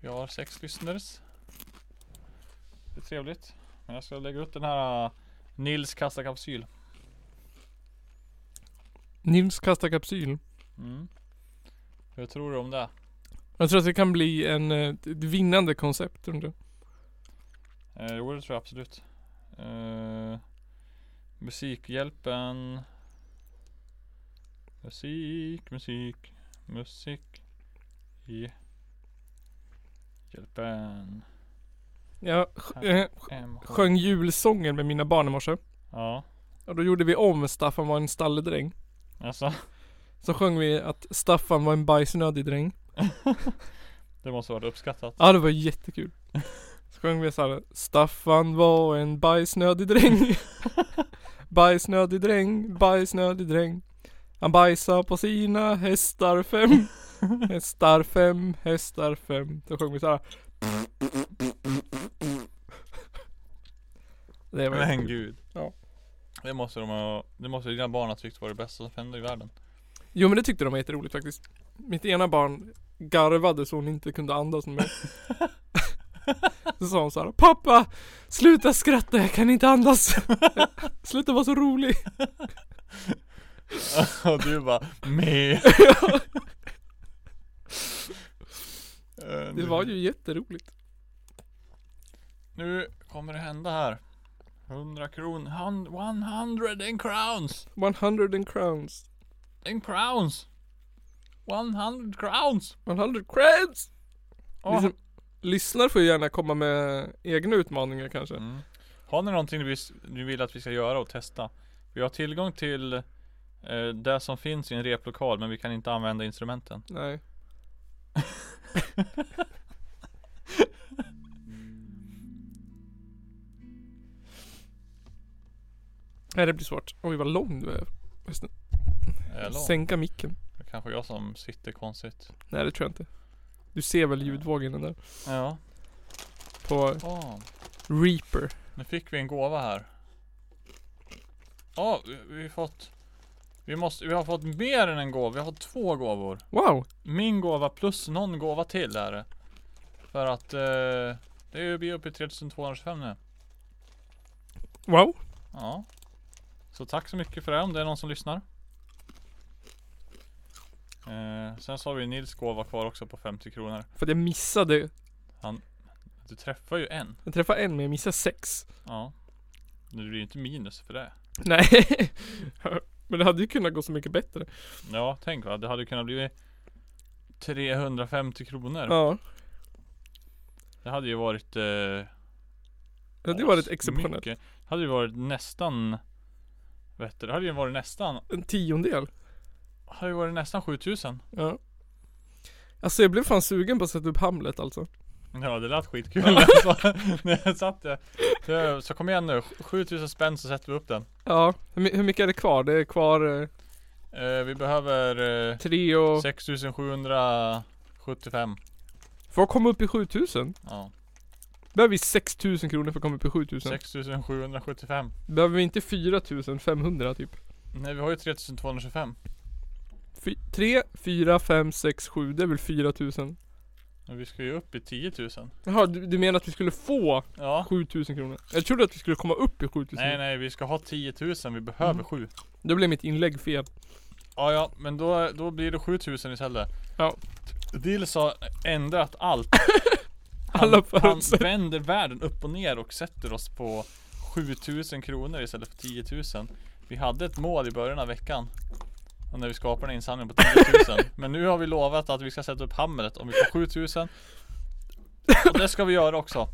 [SPEAKER 2] Vi har sex lyssners. Det är trevligt. Men jag ska lägga ut den här Nils kassakapsyl.
[SPEAKER 1] Nils kastar kapsyl.
[SPEAKER 2] Mm. Hur tror du om det?
[SPEAKER 1] Jag tror att det kan bli en, eh, ett vinnande koncept under.
[SPEAKER 2] Eh, jo, det tror jag absolut. Eh, musikhjälpen. Musik, musik, musik. I hjälpen.
[SPEAKER 1] Jag sj- eh,
[SPEAKER 2] MH.
[SPEAKER 1] sjöng julsånger med mina barn i morse.
[SPEAKER 2] Ja,
[SPEAKER 1] Och då gjorde vi om Staffan var en stalledräng.
[SPEAKER 2] alltså.
[SPEAKER 1] Så sjöng vi att Staffan var en bajsnödig dräng.
[SPEAKER 2] Det måste varit uppskattat.
[SPEAKER 1] Ja det var jättekul. Så sjöng vi såhär Staffan var en bajsnödig dräng. bajsnödig dräng, bajsnödig dräng. Han bajsade på sina hästar fem. Hästar fem, hästar fem. Så sjöng vi såhär. Det var
[SPEAKER 2] Men
[SPEAKER 1] jättekul.
[SPEAKER 2] gud.
[SPEAKER 1] Ja.
[SPEAKER 2] Det måste de ha, det måste dina barn ha tyckt var det bästa som hände i världen.
[SPEAKER 1] Jo men det tyckte de var jätteroligt faktiskt. Mitt ena barn garvade så hon inte kunde andas mer. så sa hon så här, Pappa! Sluta skratta, jag kan inte andas. sluta vara så rolig.
[SPEAKER 2] Och du bara med. Eh,
[SPEAKER 1] Det var ju jätteroligt.
[SPEAKER 2] Nu kommer det hända här. 100 kronor. 100 in crowns.
[SPEAKER 1] 100 and crowns.
[SPEAKER 2] In crowns. 100 crowns.
[SPEAKER 1] 100 crowns!
[SPEAKER 2] Åh.
[SPEAKER 1] Liksom, lyssnar får ju gärna komma med egna utmaningar kanske.
[SPEAKER 2] Mm. Har ni någonting ni vis- ni vill att vi ska göra och testa? Vi har tillgång till eh, det som finns i en replokal men vi kan inte använda instrumenten.
[SPEAKER 1] Nej. Nej det blir svårt. Oj vad lång du är.
[SPEAKER 2] Eller,
[SPEAKER 1] Sänka micken.
[SPEAKER 2] det är kanske jag som sitter konstigt.
[SPEAKER 1] Nej det tror jag inte. Du ser väl ljudvågorna där?
[SPEAKER 2] Ja.
[SPEAKER 1] På
[SPEAKER 2] Åh.
[SPEAKER 1] Reaper.
[SPEAKER 2] Ah. Nu fick vi en gåva här. Ja, vi, vi har fått. Vi, måste, vi har fått mer än en gåva. Vi har fått två gåvor.
[SPEAKER 1] Wow!
[SPEAKER 2] Min gåva plus någon gåva till är det. För att eh, det blir uppe i 3225 nu.
[SPEAKER 1] Wow!
[SPEAKER 2] Ja. Så tack så mycket för det om det är någon som lyssnar. Eh, sen så har vi Nils gåva kvar också på 50 kronor.
[SPEAKER 1] För att jag missade.
[SPEAKER 2] Du träffar ju en.
[SPEAKER 1] Jag träffade en men jag missade sex.
[SPEAKER 2] Ja. Det blir ju inte minus för det.
[SPEAKER 1] Nej. men det hade ju kunnat gå så mycket bättre.
[SPEAKER 2] Ja, tänk va. Det hade kunnat bli 350 kronor.
[SPEAKER 1] Ja.
[SPEAKER 2] Det hade ju varit... Eh,
[SPEAKER 1] Det hade ju varit
[SPEAKER 2] asmycket.
[SPEAKER 1] exceptionellt.
[SPEAKER 2] Det hade ju varit nästan... Vet du, det hade ju varit nästan
[SPEAKER 1] En tiondel.
[SPEAKER 2] Har ju varit nästan 7000.
[SPEAKER 1] Ja. Alltså jag blev fan sugen på att sätta upp Hamlet alltså.
[SPEAKER 2] Ja det lät skitkul alltså. När jag satt där. Så- Så kom igen nu, 7000 spänn så sätter vi upp den.
[SPEAKER 1] Ja, hur, my- hur mycket är det kvar? Det är kvar eh,
[SPEAKER 2] Eh, vi behöver eh,
[SPEAKER 1] tre och...
[SPEAKER 2] 6775.
[SPEAKER 1] För att komma upp i 7000?
[SPEAKER 2] Ja.
[SPEAKER 1] Behöver vi 6000 kronor för att komma upp i 7000?
[SPEAKER 2] 6775.
[SPEAKER 1] Behöver vi inte 4500 typ?
[SPEAKER 2] Nej vi har ju 3225.
[SPEAKER 1] 3, 4, 5, 6, 7. Det är väl 4000?
[SPEAKER 2] Men vi ska ju upp i 10 000.
[SPEAKER 1] Jaha, du, du menar att vi skulle få
[SPEAKER 2] Ja.
[SPEAKER 1] 7000 kronor? Jag trodde att vi skulle komma upp i 7000.
[SPEAKER 2] Nej nej vi ska ha 10 000, vi behöver
[SPEAKER 1] Mm.
[SPEAKER 2] 7.
[SPEAKER 1] Då blev mitt inlägg fel.
[SPEAKER 2] Ja ja, men då, då blir det 7000 istället.
[SPEAKER 1] Ja.
[SPEAKER 2] Dills har ändrat allt.
[SPEAKER 1] Alla
[SPEAKER 2] han, han
[SPEAKER 1] förutsättningar.
[SPEAKER 2] vänder världen upp och ner och sätter oss på 7000 kronor istället för 10 000. Vi hade ett mål i början av veckan. Och när vi skapade en insamling på 10 000. Men nu har vi lovat att vi ska sätta upp Hamlet om vi får 7000. Och det ska vi göra också.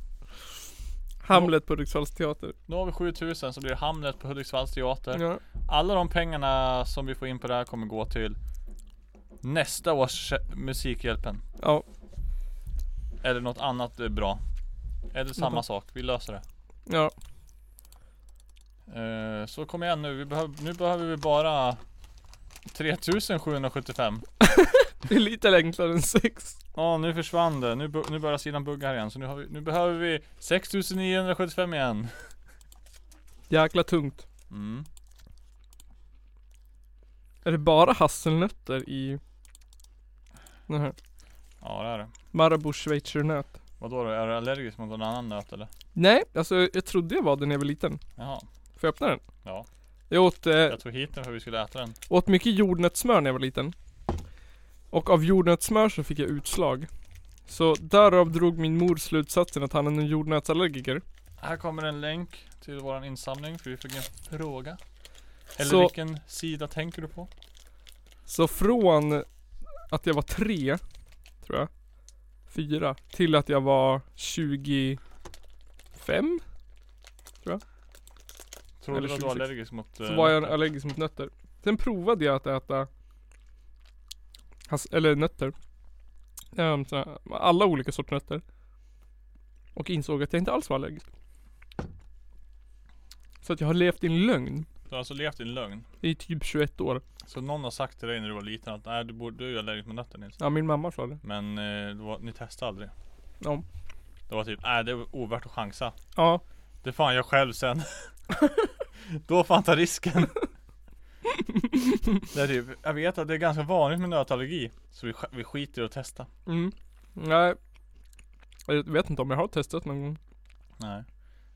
[SPEAKER 1] Hamlet på Hudiksvallsteater.
[SPEAKER 2] Nu har vi 7000 så blir det Hamlet på Hudiksvalls teater.
[SPEAKER 1] Ja.
[SPEAKER 2] Alla de pengarna som vi får in på det här kommer gå till nästa års Musikhjälpen.
[SPEAKER 1] ja.
[SPEAKER 2] Eller något annat eh, bra. Eller samma sak, vi löser det.
[SPEAKER 1] Ja.
[SPEAKER 2] Eh, Så kom igen nu, vi behöv, nu behöver vi bara 3775
[SPEAKER 1] Det är lite enklare än 6.
[SPEAKER 2] Ja nu försvann det, nu, bu- nu börjar sidan bugga här igen så nu, har vi, nu behöver vi 6975 igen
[SPEAKER 1] Jäkla tungt.
[SPEAKER 2] mm.
[SPEAKER 1] Är det bara hasselnötter i den här?
[SPEAKER 2] Ja det är det
[SPEAKER 1] Marabou schweizernöt?
[SPEAKER 2] Vadå då, är du allergisk mot någon annan nöt eller?
[SPEAKER 1] Nej, alltså jag trodde jag var det när jag var liten.
[SPEAKER 2] Jaha,
[SPEAKER 1] Får jag öppna den?
[SPEAKER 2] Ja.
[SPEAKER 1] Jag åt, eh,
[SPEAKER 2] jag tog hit den för att vi skulle äta den
[SPEAKER 1] åt mycket jordnötssmör när jag var liten. Och av jordnötssmör så fick jag utslag. Så därav drog min mor slutsatsen att han är en jordnötsallergiker.
[SPEAKER 2] Här kommer en länk till våran insamling för vi fick en fråga Eller
[SPEAKER 1] Så-
[SPEAKER 2] vilken sida tänker du på?
[SPEAKER 1] Så från att jag var tre, tror jag, fyra, till att jag var 25
[SPEAKER 2] Tror
[SPEAKER 1] Eller
[SPEAKER 2] du att du var
[SPEAKER 1] 26.
[SPEAKER 2] allergisk mot
[SPEAKER 1] Så
[SPEAKER 2] eh,
[SPEAKER 1] var jag
[SPEAKER 2] nötter?
[SPEAKER 1] allergisk mot nötter. Sen provade jag att äta has- Eller nötter. Ehm, så här, alla olika sorters nötter. Och insåg att jag inte alls var allergisk. Så att jag har levt i en lögn
[SPEAKER 2] Du har alltså levt i en lögn
[SPEAKER 1] i typ 21 år.
[SPEAKER 2] Så någon har sagt till dig när du var liten att nej du, borde, du är ju allergisk mot nötter Nils
[SPEAKER 1] Ja min mamma sa det.
[SPEAKER 2] Men eh, det var, ni testade aldrig?
[SPEAKER 1] Ja.
[SPEAKER 2] Det var typ, nej det är ovärt att chansa
[SPEAKER 1] Ja.
[SPEAKER 2] Det fan jag själv sen Då fan ta risken det är typ, Jag vet att det är ganska vanligt med nötallergi Så vi, sk- vi skiter i att testa
[SPEAKER 1] Mm. Nej. Jag vet inte om jag har testat någon gång.
[SPEAKER 2] Nej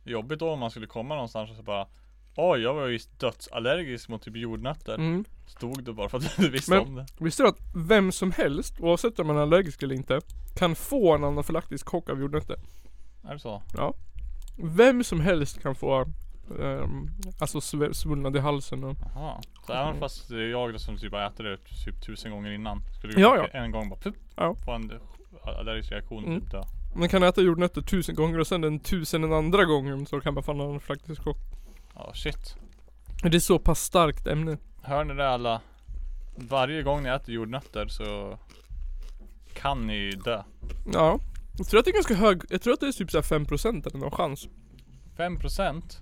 [SPEAKER 2] Jobbigt då om man skulle komma någonstans och så bara Oj jag var ju dödsallergisk mot typ jordnötter
[SPEAKER 1] Mm.
[SPEAKER 2] Stod det bara för att du visste
[SPEAKER 1] Men-
[SPEAKER 2] om det
[SPEAKER 1] Visste du att vem som helst, oavsett om man är allergisk eller inte, kan få en anafylaktisk chock av jordnötter?
[SPEAKER 2] Är det så?
[SPEAKER 1] Vem som helst kan få ehm, Alltså sv- svullnad i halsen och
[SPEAKER 2] Jaha Så
[SPEAKER 1] Mm.
[SPEAKER 2] även fast det är jag som typ har ätit det typ tusen gånger innan Skulle du
[SPEAKER 1] Ja, ja.
[SPEAKER 2] en gång bara pup,
[SPEAKER 1] Ja.
[SPEAKER 2] Få en allergisk reaktion
[SPEAKER 1] Mm.
[SPEAKER 2] typ dö
[SPEAKER 1] Man kan äta jordnötter tusen gånger och sen den tusen en andra gången så kan man få en anafylaktisk chock
[SPEAKER 2] Ja shit
[SPEAKER 1] Men Det är så pass starkt ämne
[SPEAKER 2] Hör ni det alla? Varje gång ni äter jordnötter så kan ni ju dö.
[SPEAKER 1] Ja Jag tror att det är ganska hög Jag tror att det är typ såhär 5% eller någon chans
[SPEAKER 2] 5%?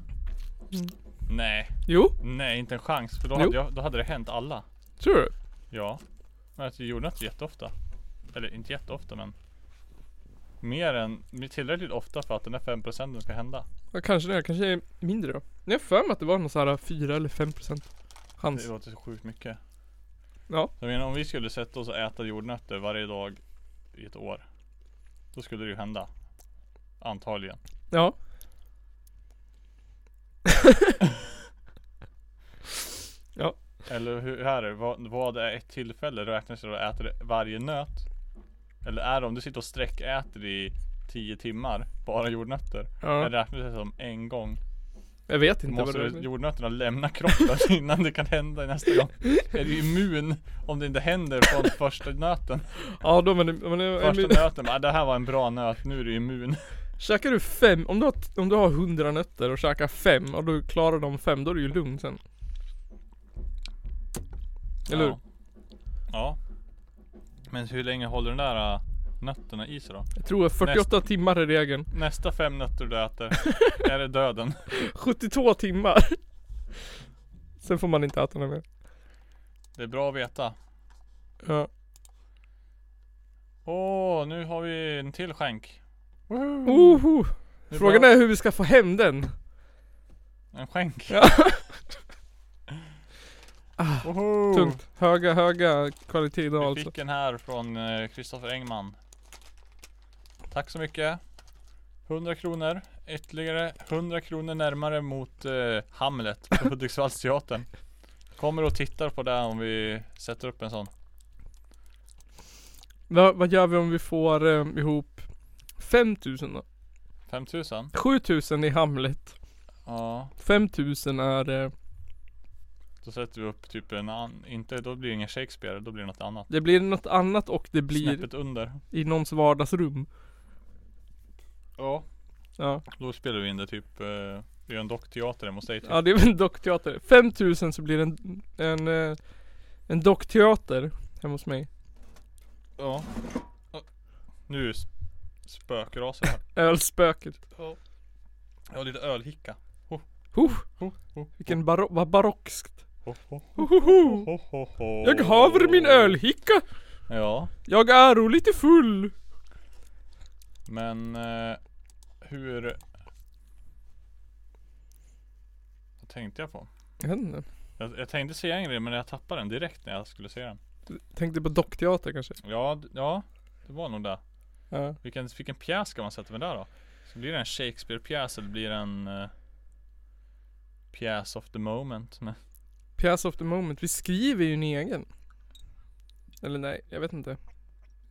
[SPEAKER 1] Mm.
[SPEAKER 2] Nej,
[SPEAKER 1] Jo,
[SPEAKER 2] nej inte en chans för då
[SPEAKER 1] Jo.
[SPEAKER 2] hade, jag, då hade det hänt alla.
[SPEAKER 1] tror du?
[SPEAKER 2] Ja. Man äter jordnötter jätteofta. Eller inte jätteofta men Mer än, tillräckligt ofta för att den där 5% ska hända.
[SPEAKER 1] Ja, kanske det, kanske är mindre då Jag har för mig att det var någon såhär 4 eller 5%
[SPEAKER 2] Det
[SPEAKER 1] chans
[SPEAKER 2] låter så sjukt mycket.
[SPEAKER 1] Ja.
[SPEAKER 2] Jag menar om vi skulle sätta oss och äta jordnötter varje dag i ett år. Då skulle det ju hända. Antagligen.
[SPEAKER 1] Ja
[SPEAKER 2] Eller hur hur är det? Vad, vad är ett tillfälle? Räknas det då att äta varje nöt? Eller är det om du sitter och sträckäter i 10 timmar, bara jordnötter?
[SPEAKER 1] Ja,
[SPEAKER 2] Räknas det som en gång?
[SPEAKER 1] jag vet inte vad
[SPEAKER 2] Måste
[SPEAKER 1] det
[SPEAKER 2] du,
[SPEAKER 1] är
[SPEAKER 2] jordnötterna lämna kroppen innan det kan hända nästa gång? Är du immun om det inte händer från första nöten?
[SPEAKER 1] Ja då men, det- men, det-
[SPEAKER 2] Första nöten bara, "Ah, det här var en bra nöt, nu är du immun.
[SPEAKER 1] Käkar du fem, om du, har, om du har 100 nötter och käkar fem och du klarar de fem, då är du ju lugn sen. Eller hur?
[SPEAKER 2] Ja. ja. Men hur länge håller den där äh, nötterna i sig då?
[SPEAKER 1] Jag tror 48 timmar är regeln.
[SPEAKER 2] Nästa fem nötter du äter, är det döden?
[SPEAKER 1] 72 timmar. Sen får man inte äta något mer.
[SPEAKER 2] Det är bra att veta.
[SPEAKER 1] Ja.
[SPEAKER 2] Åh, nu har vi en till skänk. Woohoo!
[SPEAKER 1] Oho.
[SPEAKER 2] Det är
[SPEAKER 1] Frågan
[SPEAKER 2] bra.
[SPEAKER 1] är hur vi ska få hem den.
[SPEAKER 2] En skänk.
[SPEAKER 1] Ja. Ah,
[SPEAKER 2] Woho!
[SPEAKER 1] Tungt. Höga, höga kvalitet idag
[SPEAKER 2] Oh. Vi
[SPEAKER 1] alltså.
[SPEAKER 2] fick en här från eh, Kristoffer Engman. Tack så mycket. 100 kronor. Ytterligare 100 kronor närmare mot eh, Hamlet på Hudiksvallsteatern. Kommer och tittar på det om vi sätter upp en sån.
[SPEAKER 1] Va, vad gör vi om vi får eh, ihop 5000 då?
[SPEAKER 2] 5000?
[SPEAKER 1] 7000 i Hamlet.
[SPEAKER 2] Ja.
[SPEAKER 1] 5000 är eh,
[SPEAKER 2] Då sätter vi upp typ en annan, inte, då blir det ingen Shakespeare, då blir det något annat.
[SPEAKER 1] Det blir något annat och det blir
[SPEAKER 2] Snäppet under.
[SPEAKER 1] i någons vardagsrum.
[SPEAKER 2] Ja.
[SPEAKER 1] Ja,
[SPEAKER 2] Då spelar vi in det typ, eh, vi gör en dockteater hemma hos dig typ.
[SPEAKER 1] ja det är väl en dockteater. 5000 så blir det en, en, eh, en dockteater hemma hos mig.
[SPEAKER 2] Ja. Nu sp- spökrasar det här.
[SPEAKER 1] Ölspöket.
[SPEAKER 2] Jag har lite ölhicka.
[SPEAKER 1] Huh,
[SPEAKER 2] Ho, ho,
[SPEAKER 1] vilken baro vad barockskt.
[SPEAKER 2] ho, ho,
[SPEAKER 1] Ho, ho, ho.
[SPEAKER 2] ho, ho, ho.
[SPEAKER 1] Jag haver min ölhicka.
[SPEAKER 2] Ja,
[SPEAKER 1] Jag är lite full.
[SPEAKER 2] men eh, hur... Vad tänkte jag på?
[SPEAKER 1] Jag vet inte.
[SPEAKER 2] Jag, jag tänkte säga en grej men jag tappade den direkt när jag skulle säga den.
[SPEAKER 1] Tänkte på dockteater kanske.
[SPEAKER 2] Ja, d- ja. Det var nog det.
[SPEAKER 1] Ja.
[SPEAKER 2] Vilken, vilken pjäs ska man sätta med där då? Så blir det en Shakespeare-pjäs eller blir det en eh, pjäs of the moment? Nej.
[SPEAKER 1] Pjäs of the moment. Vi skriver ju en egen. Eller nej, jag vet inte.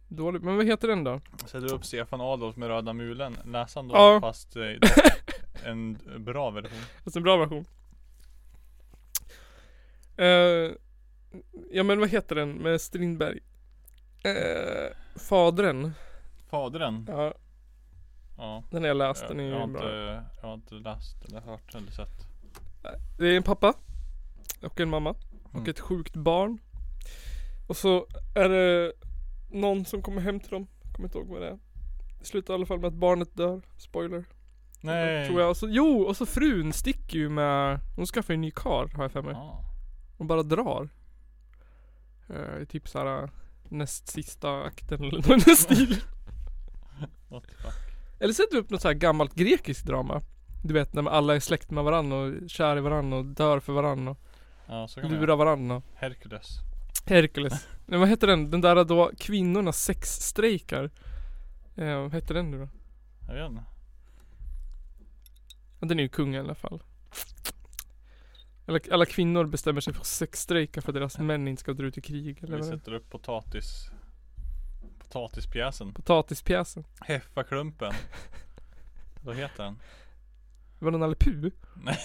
[SPEAKER 1] Dålig. Men vad heter den då?
[SPEAKER 2] Sätter upp Stefan Adolf med röda mulen. Läs han då
[SPEAKER 1] Ja.
[SPEAKER 2] fast eh, en bra version.
[SPEAKER 1] Fast en bra version. Eh, ja men vad heter den med Strindberg? Eh, fadren.
[SPEAKER 2] Fadren.
[SPEAKER 1] Ja,
[SPEAKER 2] Ja.
[SPEAKER 1] den har jag läst. Den är
[SPEAKER 2] jag, jag, har
[SPEAKER 1] ju
[SPEAKER 2] inte,
[SPEAKER 1] bra.
[SPEAKER 2] jag har inte läst eller hört eller sett.
[SPEAKER 1] Det är en pappa. Och en mamma. Och
[SPEAKER 2] Mm.
[SPEAKER 1] ett sjukt barn. Och så är det någon som kommer hem till dem. Jag kommer inte ihåg vad det är. Det slutar i alla fall med att barnet dör. Spoiler.
[SPEAKER 2] Nej.
[SPEAKER 1] Tror jag. Och så, jo, och så frun sticker ju med... Hon skaffar ju en ny karl har jag för mig.
[SPEAKER 2] Ja.
[SPEAKER 1] Hon bara drar. Eh, typ såhär näst sista akten eller något i den stil.
[SPEAKER 2] What the fuck.
[SPEAKER 1] Eller sätter vi upp något så här gammalt grekiskt drama. Du vet när alla är släkt med varandra och kär i varandra och dör för varandra och
[SPEAKER 2] Ja, så kan man göra.
[SPEAKER 1] lurar varandra. och-
[SPEAKER 2] Herkules.
[SPEAKER 1] Hercules. Men vad heter den? Den där då kvinnorna sexstrejkar. Eh, vad heter den nu då?
[SPEAKER 2] Jag vet inte.
[SPEAKER 1] Ja, Den är ju kung i alla fall. Alla, alla kvinnor bestämmer sig för att sexstrejka för att deras män inte ska dra ut i krig eller
[SPEAKER 2] Vi
[SPEAKER 1] vad det är.
[SPEAKER 2] sätter upp potatis. Potatispjäsen.
[SPEAKER 1] Potatispjäsen.
[SPEAKER 2] Heffaklumpen. Vad heter den?
[SPEAKER 1] Det var någon Nalle Puh.
[SPEAKER 2] Nej,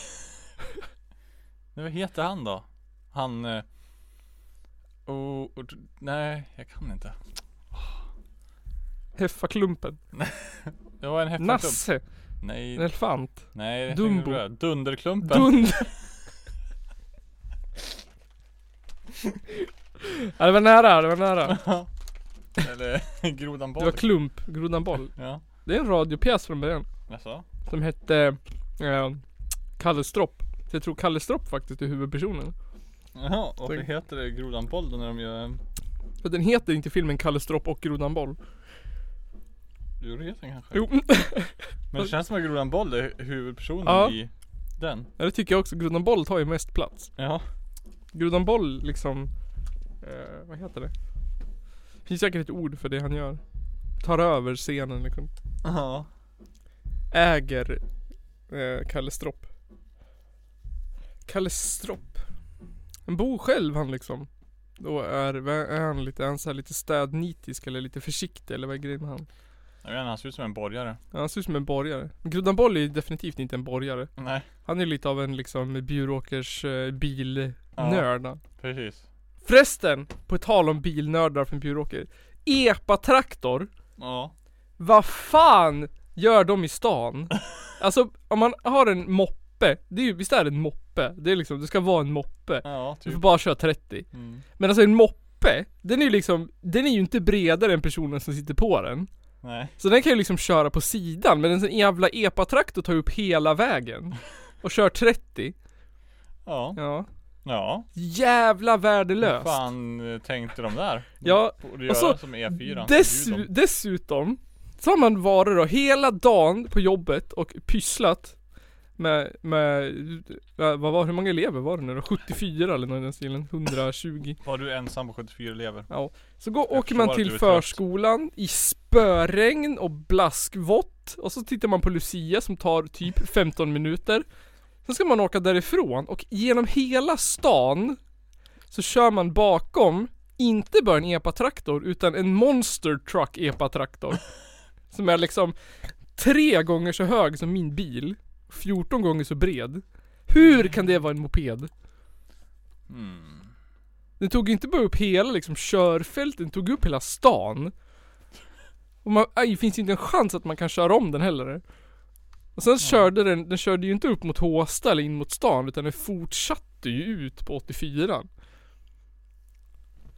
[SPEAKER 2] vad heter han då? Han... Eh, oh, och, nej, jag kan inte.
[SPEAKER 1] Heffaklumpen.
[SPEAKER 2] Det var en heffaklump.
[SPEAKER 1] Nasse.
[SPEAKER 2] Nej,
[SPEAKER 1] En elefant.
[SPEAKER 2] nej. det
[SPEAKER 1] Dumbo.
[SPEAKER 2] tänkte jag på. Dunderklumpen.
[SPEAKER 1] Dunder. ja, det var nära, det var nära.
[SPEAKER 2] Eller grodan
[SPEAKER 1] Det var
[SPEAKER 2] Boll.
[SPEAKER 1] Klump, Grodan Boll.
[SPEAKER 2] Ja,
[SPEAKER 1] Det är en radiopjäs från början.
[SPEAKER 2] jaså?
[SPEAKER 1] Som hette eh, Kalle Stropp. Så jag tror Kalle Stropp faktiskt är huvudpersonen.
[SPEAKER 2] Jaha, varför
[SPEAKER 1] Tänk-
[SPEAKER 2] heter det grodan Boll då när de gör en
[SPEAKER 1] För den heter inte filmen Kalle Stropp och Grodan Boll.
[SPEAKER 2] djurresa kanske?
[SPEAKER 1] Jo,
[SPEAKER 2] Men det känns som att grodan Boll är huvudpersonen
[SPEAKER 1] Ja.
[SPEAKER 2] i den.
[SPEAKER 1] ja, det tycker jag också. Grodan Boll tar ju mest plats.
[SPEAKER 2] Ja.
[SPEAKER 1] Grodan Boll liksom, eh, vad heter det? Finns säkert ett ord för det han gör. Tar över scenen liksom.
[SPEAKER 2] Ja.
[SPEAKER 1] äger eh, Kalle Stropp. Kalle Stropp. Han bor själv han liksom. Då är, vad är han lite, är han så här lite städnitisk eller lite försiktig eller vad är grejen med han?
[SPEAKER 2] Jag vet inte, han ser ut som en borgare.
[SPEAKER 1] Ja, han ser ut som en borgare. Men Grodan Boll är ju definitivt inte en borgare.
[SPEAKER 2] Nej,
[SPEAKER 1] Han är lite av en liksom Bjuråkers eh,
[SPEAKER 2] Ja.
[SPEAKER 1] bilnörd.
[SPEAKER 2] precis.
[SPEAKER 1] Förresten, på tal om bilnördar från Bjuråker. Epa-traktor.
[SPEAKER 2] Ja.
[SPEAKER 1] Vad fan gör de i stan? Alltså om man har en moppe, det är ju, visst är det en moppe? Det är liksom, det ska vara en moppe.
[SPEAKER 2] Ja,
[SPEAKER 1] Du
[SPEAKER 2] typ.
[SPEAKER 1] får bara köra 30.
[SPEAKER 2] Mm.
[SPEAKER 1] Men alltså en moppe stolpe, den är ju liksom, den är ju inte bredare än personen som sitter på den.
[SPEAKER 2] Nej.
[SPEAKER 1] Så den kan ju liksom köra på sidan, men en sån jävla epatraktor tar ju upp hela vägen. Och kör 30.
[SPEAKER 2] Ja.
[SPEAKER 1] Ja.
[SPEAKER 2] Ja.
[SPEAKER 1] Jävla
[SPEAKER 2] Hur
[SPEAKER 1] värdelöst.
[SPEAKER 2] fan eh, tänkte de där?
[SPEAKER 1] Ja, alltså,
[SPEAKER 2] De Borde göra
[SPEAKER 1] så-
[SPEAKER 2] som E E4.
[SPEAKER 1] Dessu- dessutom, så har man varit då hela dagen på jobbet och pysslat med, med, eh, vad var, hur många elever var det nu då? 74 eller något i den stilen, 120.
[SPEAKER 2] Var du ensam på 74 elever?
[SPEAKER 1] Så går,
[SPEAKER 2] Jag
[SPEAKER 1] åker man
[SPEAKER 2] förstår att du
[SPEAKER 1] till
[SPEAKER 2] är trött.
[SPEAKER 1] förskolan i spöregn och blaskvått och så tittar man på Lucia som tar typ 15 minuter. Sen ska man åka därifrån och genom hela stan så kör man bakom, inte bara en epatraktor utan en monster truck epatraktor. som är liksom tre gånger så hög som min bil. 14 gånger så bred. Hur kan det vara en moped?
[SPEAKER 2] Mm.
[SPEAKER 1] Den tog ju inte bara upp hela liksom körfältet, den tog upp hela stan. Och man, aj, det finns ju inte en chans att man kan köra om den heller. Och sen körde den, den körde ju inte upp mot Håsta eller in mot stan utan den fortsatte ju ut på 84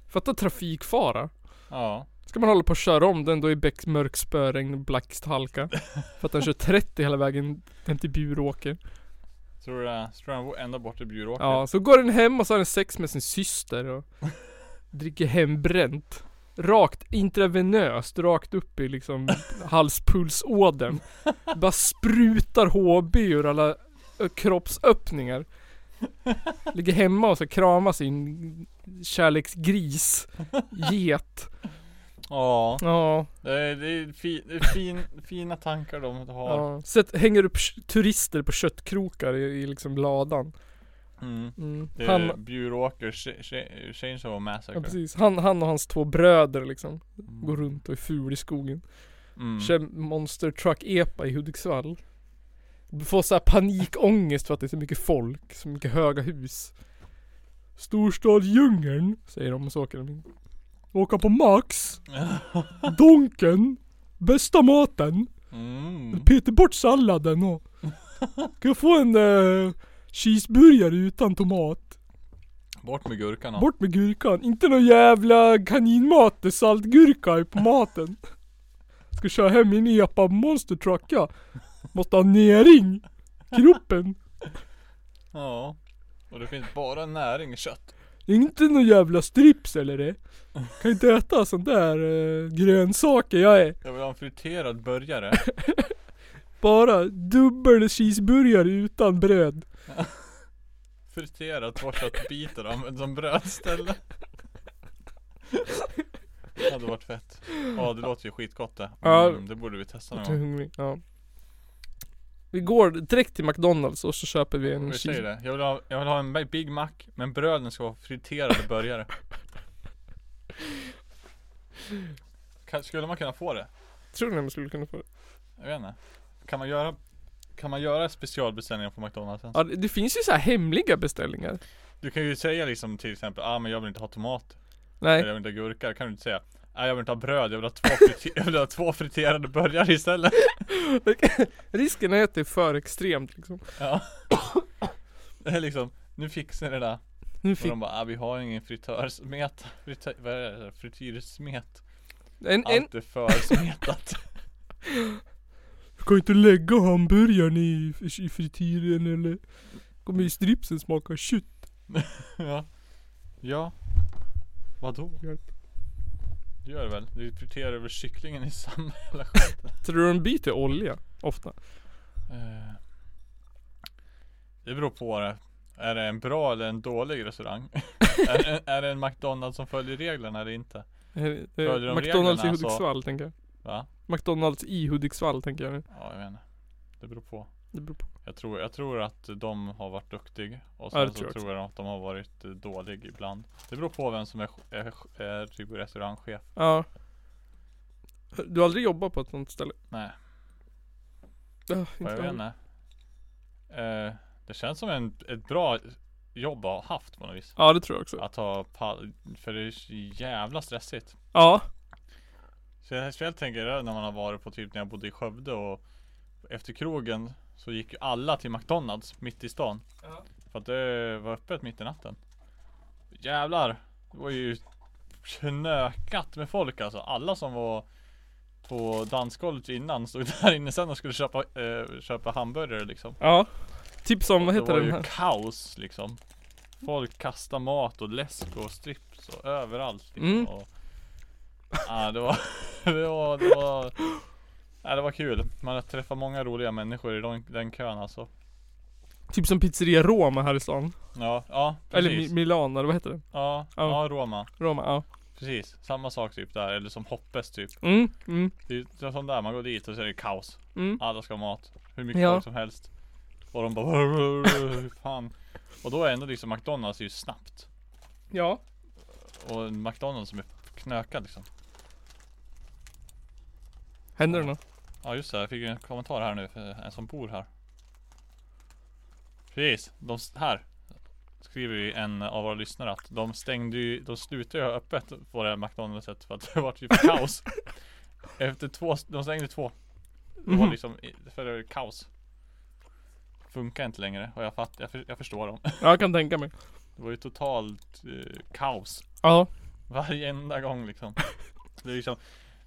[SPEAKER 1] Fatta trafikfara.
[SPEAKER 2] Ja.
[SPEAKER 1] Ska man hålla på och köra om den då i bäck, mörk spöregn och blixthalka. För att den kör 30 hela vägen hem till Bjuråker.
[SPEAKER 2] Tror du det? Tror du han bor ända bort till Bjuråker?
[SPEAKER 1] Ja, så går den hem och så har den sex med sin syster och dricker hembränt. Rakt intravenöst, rakt upp i liksom halspulsådern. Bara sprutar HB ur alla ö, kroppsöppningar. Ligger hemma och så kramar sin kärleksgris, get.
[SPEAKER 2] Ja.
[SPEAKER 1] Ja,
[SPEAKER 2] Det är, det är, fi, det är fin, fina tankar de har.
[SPEAKER 1] ja. Sätt, hänger upp sh- turister på köttkrokar i, i liksom ladan.
[SPEAKER 2] Mm.
[SPEAKER 1] Mm.
[SPEAKER 2] Det är
[SPEAKER 1] Han,
[SPEAKER 2] Bjuråker Ch- Ch- Chainsaw Massacre.
[SPEAKER 1] ja, precis. Han, han och hans två bröder liksom.
[SPEAKER 2] Mm.
[SPEAKER 1] Går runt och är ful i skogen.
[SPEAKER 2] Mm.
[SPEAKER 1] Kör Monster Truck Epa i Hudiksvall. Får så här panikångest för att det är så mycket folk, så mycket höga hus. Storstad djungeln, säger de och så åker de in. Åka på Max, Donken, bästa maten,
[SPEAKER 2] Mm.
[SPEAKER 1] peter bort salladen och... Kan jag få en eh, cheeseburgare utan tomat?
[SPEAKER 2] Bort med gurkan då.
[SPEAKER 1] Bort med gurkan, inte någon jävla kaninmat med saltgurka i på maten. Ska köra hem min epa monster truck ja. Måste ha näring. Kroppen.
[SPEAKER 2] Ja. Och det finns bara näring i kött.
[SPEAKER 1] Det är inte någon jävla strips eller det. Kan inte äta sånt där eh, grönsaker jag är.
[SPEAKER 2] Jag vill ha en friterad burgare.
[SPEAKER 1] Bara dubbel cheeseburgare utan bröd.
[SPEAKER 2] Friterad två köttbitar och använd som brödställe. Det hade varit fett. Ja det låter ju skitgott det.
[SPEAKER 1] Ja.
[SPEAKER 2] Mm, det borde vi testa
[SPEAKER 1] Jag
[SPEAKER 2] någon
[SPEAKER 1] är
[SPEAKER 2] gång.
[SPEAKER 1] hungrig. Ja. Vi går direkt till McDonalds och så köper vi en
[SPEAKER 2] Vi säger
[SPEAKER 1] cheese...
[SPEAKER 2] det. Jag vill, ha, jag vill ha en Big Mac men bröden ska vara friterade burgare. Kan, skulle man kunna få det?
[SPEAKER 1] Tror ni man skulle kunna få det?
[SPEAKER 2] Jag vet inte. Kan man göra kan man göra specialbeställningar på McDonalds? ens?
[SPEAKER 1] Ja, det, det finns ju så här hemliga beställningar.
[SPEAKER 2] Du kan ju säga liksom till exempel, ah men jag vill inte ha tomat,
[SPEAKER 1] Nej.
[SPEAKER 2] eller jag vill inte ha gurka, kan du inte säga Nej jag vill inte ha bröd, jag vill ha två, frite- jag vill ha två friterade burgare istället
[SPEAKER 1] Risken är att det är för extremt liksom.
[SPEAKER 2] Ja Det är liksom, nu fixar ni det där
[SPEAKER 1] Nu
[SPEAKER 2] Och
[SPEAKER 1] fick
[SPEAKER 2] de bara, ah, vi har ingen fritörsmet Frite- Vad är det? Frityrsmet
[SPEAKER 1] en, en...
[SPEAKER 2] Allt är för smetat
[SPEAKER 1] Du kan inte lägga hamburgaren i, i frityren eller... Kommer ju stripsen smaka kött.
[SPEAKER 2] Ja Ja Vadå?
[SPEAKER 1] Hjälp.
[SPEAKER 2] Det gör det väl? Du friterar över kycklingen i samma jävla skit
[SPEAKER 1] Tror du den byter olja? Ofta.
[SPEAKER 2] Eh, Det beror på det. Är det en bra eller en dålig restaurang? är, det, är det en McDonalds som följer reglerna eller inte?
[SPEAKER 1] Eh, eh,
[SPEAKER 2] Följer de
[SPEAKER 1] McDonalds i
[SPEAKER 2] reglerna, alltså? så-
[SPEAKER 1] Hudiksvall tänker jag.
[SPEAKER 2] Va?
[SPEAKER 1] McDonalds i Hudiksvall tänker jag nu.
[SPEAKER 2] Ja, jag menar. Det beror på.
[SPEAKER 1] Det beror på.
[SPEAKER 2] Jag tror, jag tror att de har varit duktig och
[SPEAKER 1] Ja, det
[SPEAKER 2] sen så
[SPEAKER 1] tror jag
[SPEAKER 2] tror jag att de har varit eh, dålig ibland. Det beror på vem som är, ch- är, ch- är typ restaurangchef.
[SPEAKER 1] Ja. Du har aldrig jobbat på ett sånt ställe?
[SPEAKER 2] Nej,
[SPEAKER 1] Ah,
[SPEAKER 2] vad jag
[SPEAKER 1] aldrig.
[SPEAKER 2] vet inte. Eh, det känns som en, ett bra jobb att ha haft på något vis.
[SPEAKER 1] Ja det tror jag också.
[SPEAKER 2] Att ha pall, för det är så jävla stressigt.
[SPEAKER 1] Ja.
[SPEAKER 2] Så jag speciellt tänker jag när man har varit på typ när jag bodde i Skövde och efter krogen så gick ju alla till McDonalds mitt i stan. För att det var öppet mitt i natten. Jävlar! Det var ju knökat med folk alltså. Alla som var på dansgolvet innan stod där inne sen och skulle köpa, eh, köpa hamburgare liksom.
[SPEAKER 1] Ja. Typ som, vad
[SPEAKER 2] det
[SPEAKER 1] heter
[SPEAKER 2] var
[SPEAKER 1] den
[SPEAKER 2] ju
[SPEAKER 1] här?
[SPEAKER 2] kaos liksom. Folk kastade mat och läsk och strips och överallt. Liksom.
[SPEAKER 1] Mm.
[SPEAKER 2] Och, ja, det var, det var, det var, ja, det var kul. Man har träffat många roliga människor i den, den kön alltså.
[SPEAKER 1] Typ som pizzeria Roma här i stan.
[SPEAKER 2] Ja, ja
[SPEAKER 1] Eller
[SPEAKER 2] precis.
[SPEAKER 1] Mi- Milano, eller vad heter det?
[SPEAKER 2] ja,
[SPEAKER 1] ja.
[SPEAKER 2] ja, Roma.
[SPEAKER 1] Roma, ja.
[SPEAKER 2] Precis, samma sak typ där. Eller som Hoppes typ.
[SPEAKER 1] Mm, mm,
[SPEAKER 2] Det är ju som där, man går dit och så är det kaos.
[SPEAKER 1] mm.
[SPEAKER 2] Alla ska ha mat. Hur mycket
[SPEAKER 1] Ja.
[SPEAKER 2] folk som helst. Och de bara fan. Och då är ändå liksom McDonalds ju snabbt.
[SPEAKER 1] Ja.
[SPEAKER 2] Och en McDonalds som är knökad liksom.
[SPEAKER 1] Händer det något?
[SPEAKER 2] Ja just det, jag fick ju en kommentar här nu för en som bor här. Precis, de s- här skriver ju en av våra lyssnare att de stängde ju, de slutade ju ha öppet på det här McDonaldset för att det vart ju kaos. Efter två, de stängde två. Det var
[SPEAKER 1] Mhm.
[SPEAKER 2] liksom, i- för det var kaos. Funkar inte längre och jag fattar, jag, för, jag förstår dem.
[SPEAKER 1] Ja, jag kan tänka mig.
[SPEAKER 2] Det var ju totalt eh, kaos.
[SPEAKER 1] Ja.
[SPEAKER 2] Varenda gång liksom. Det är liksom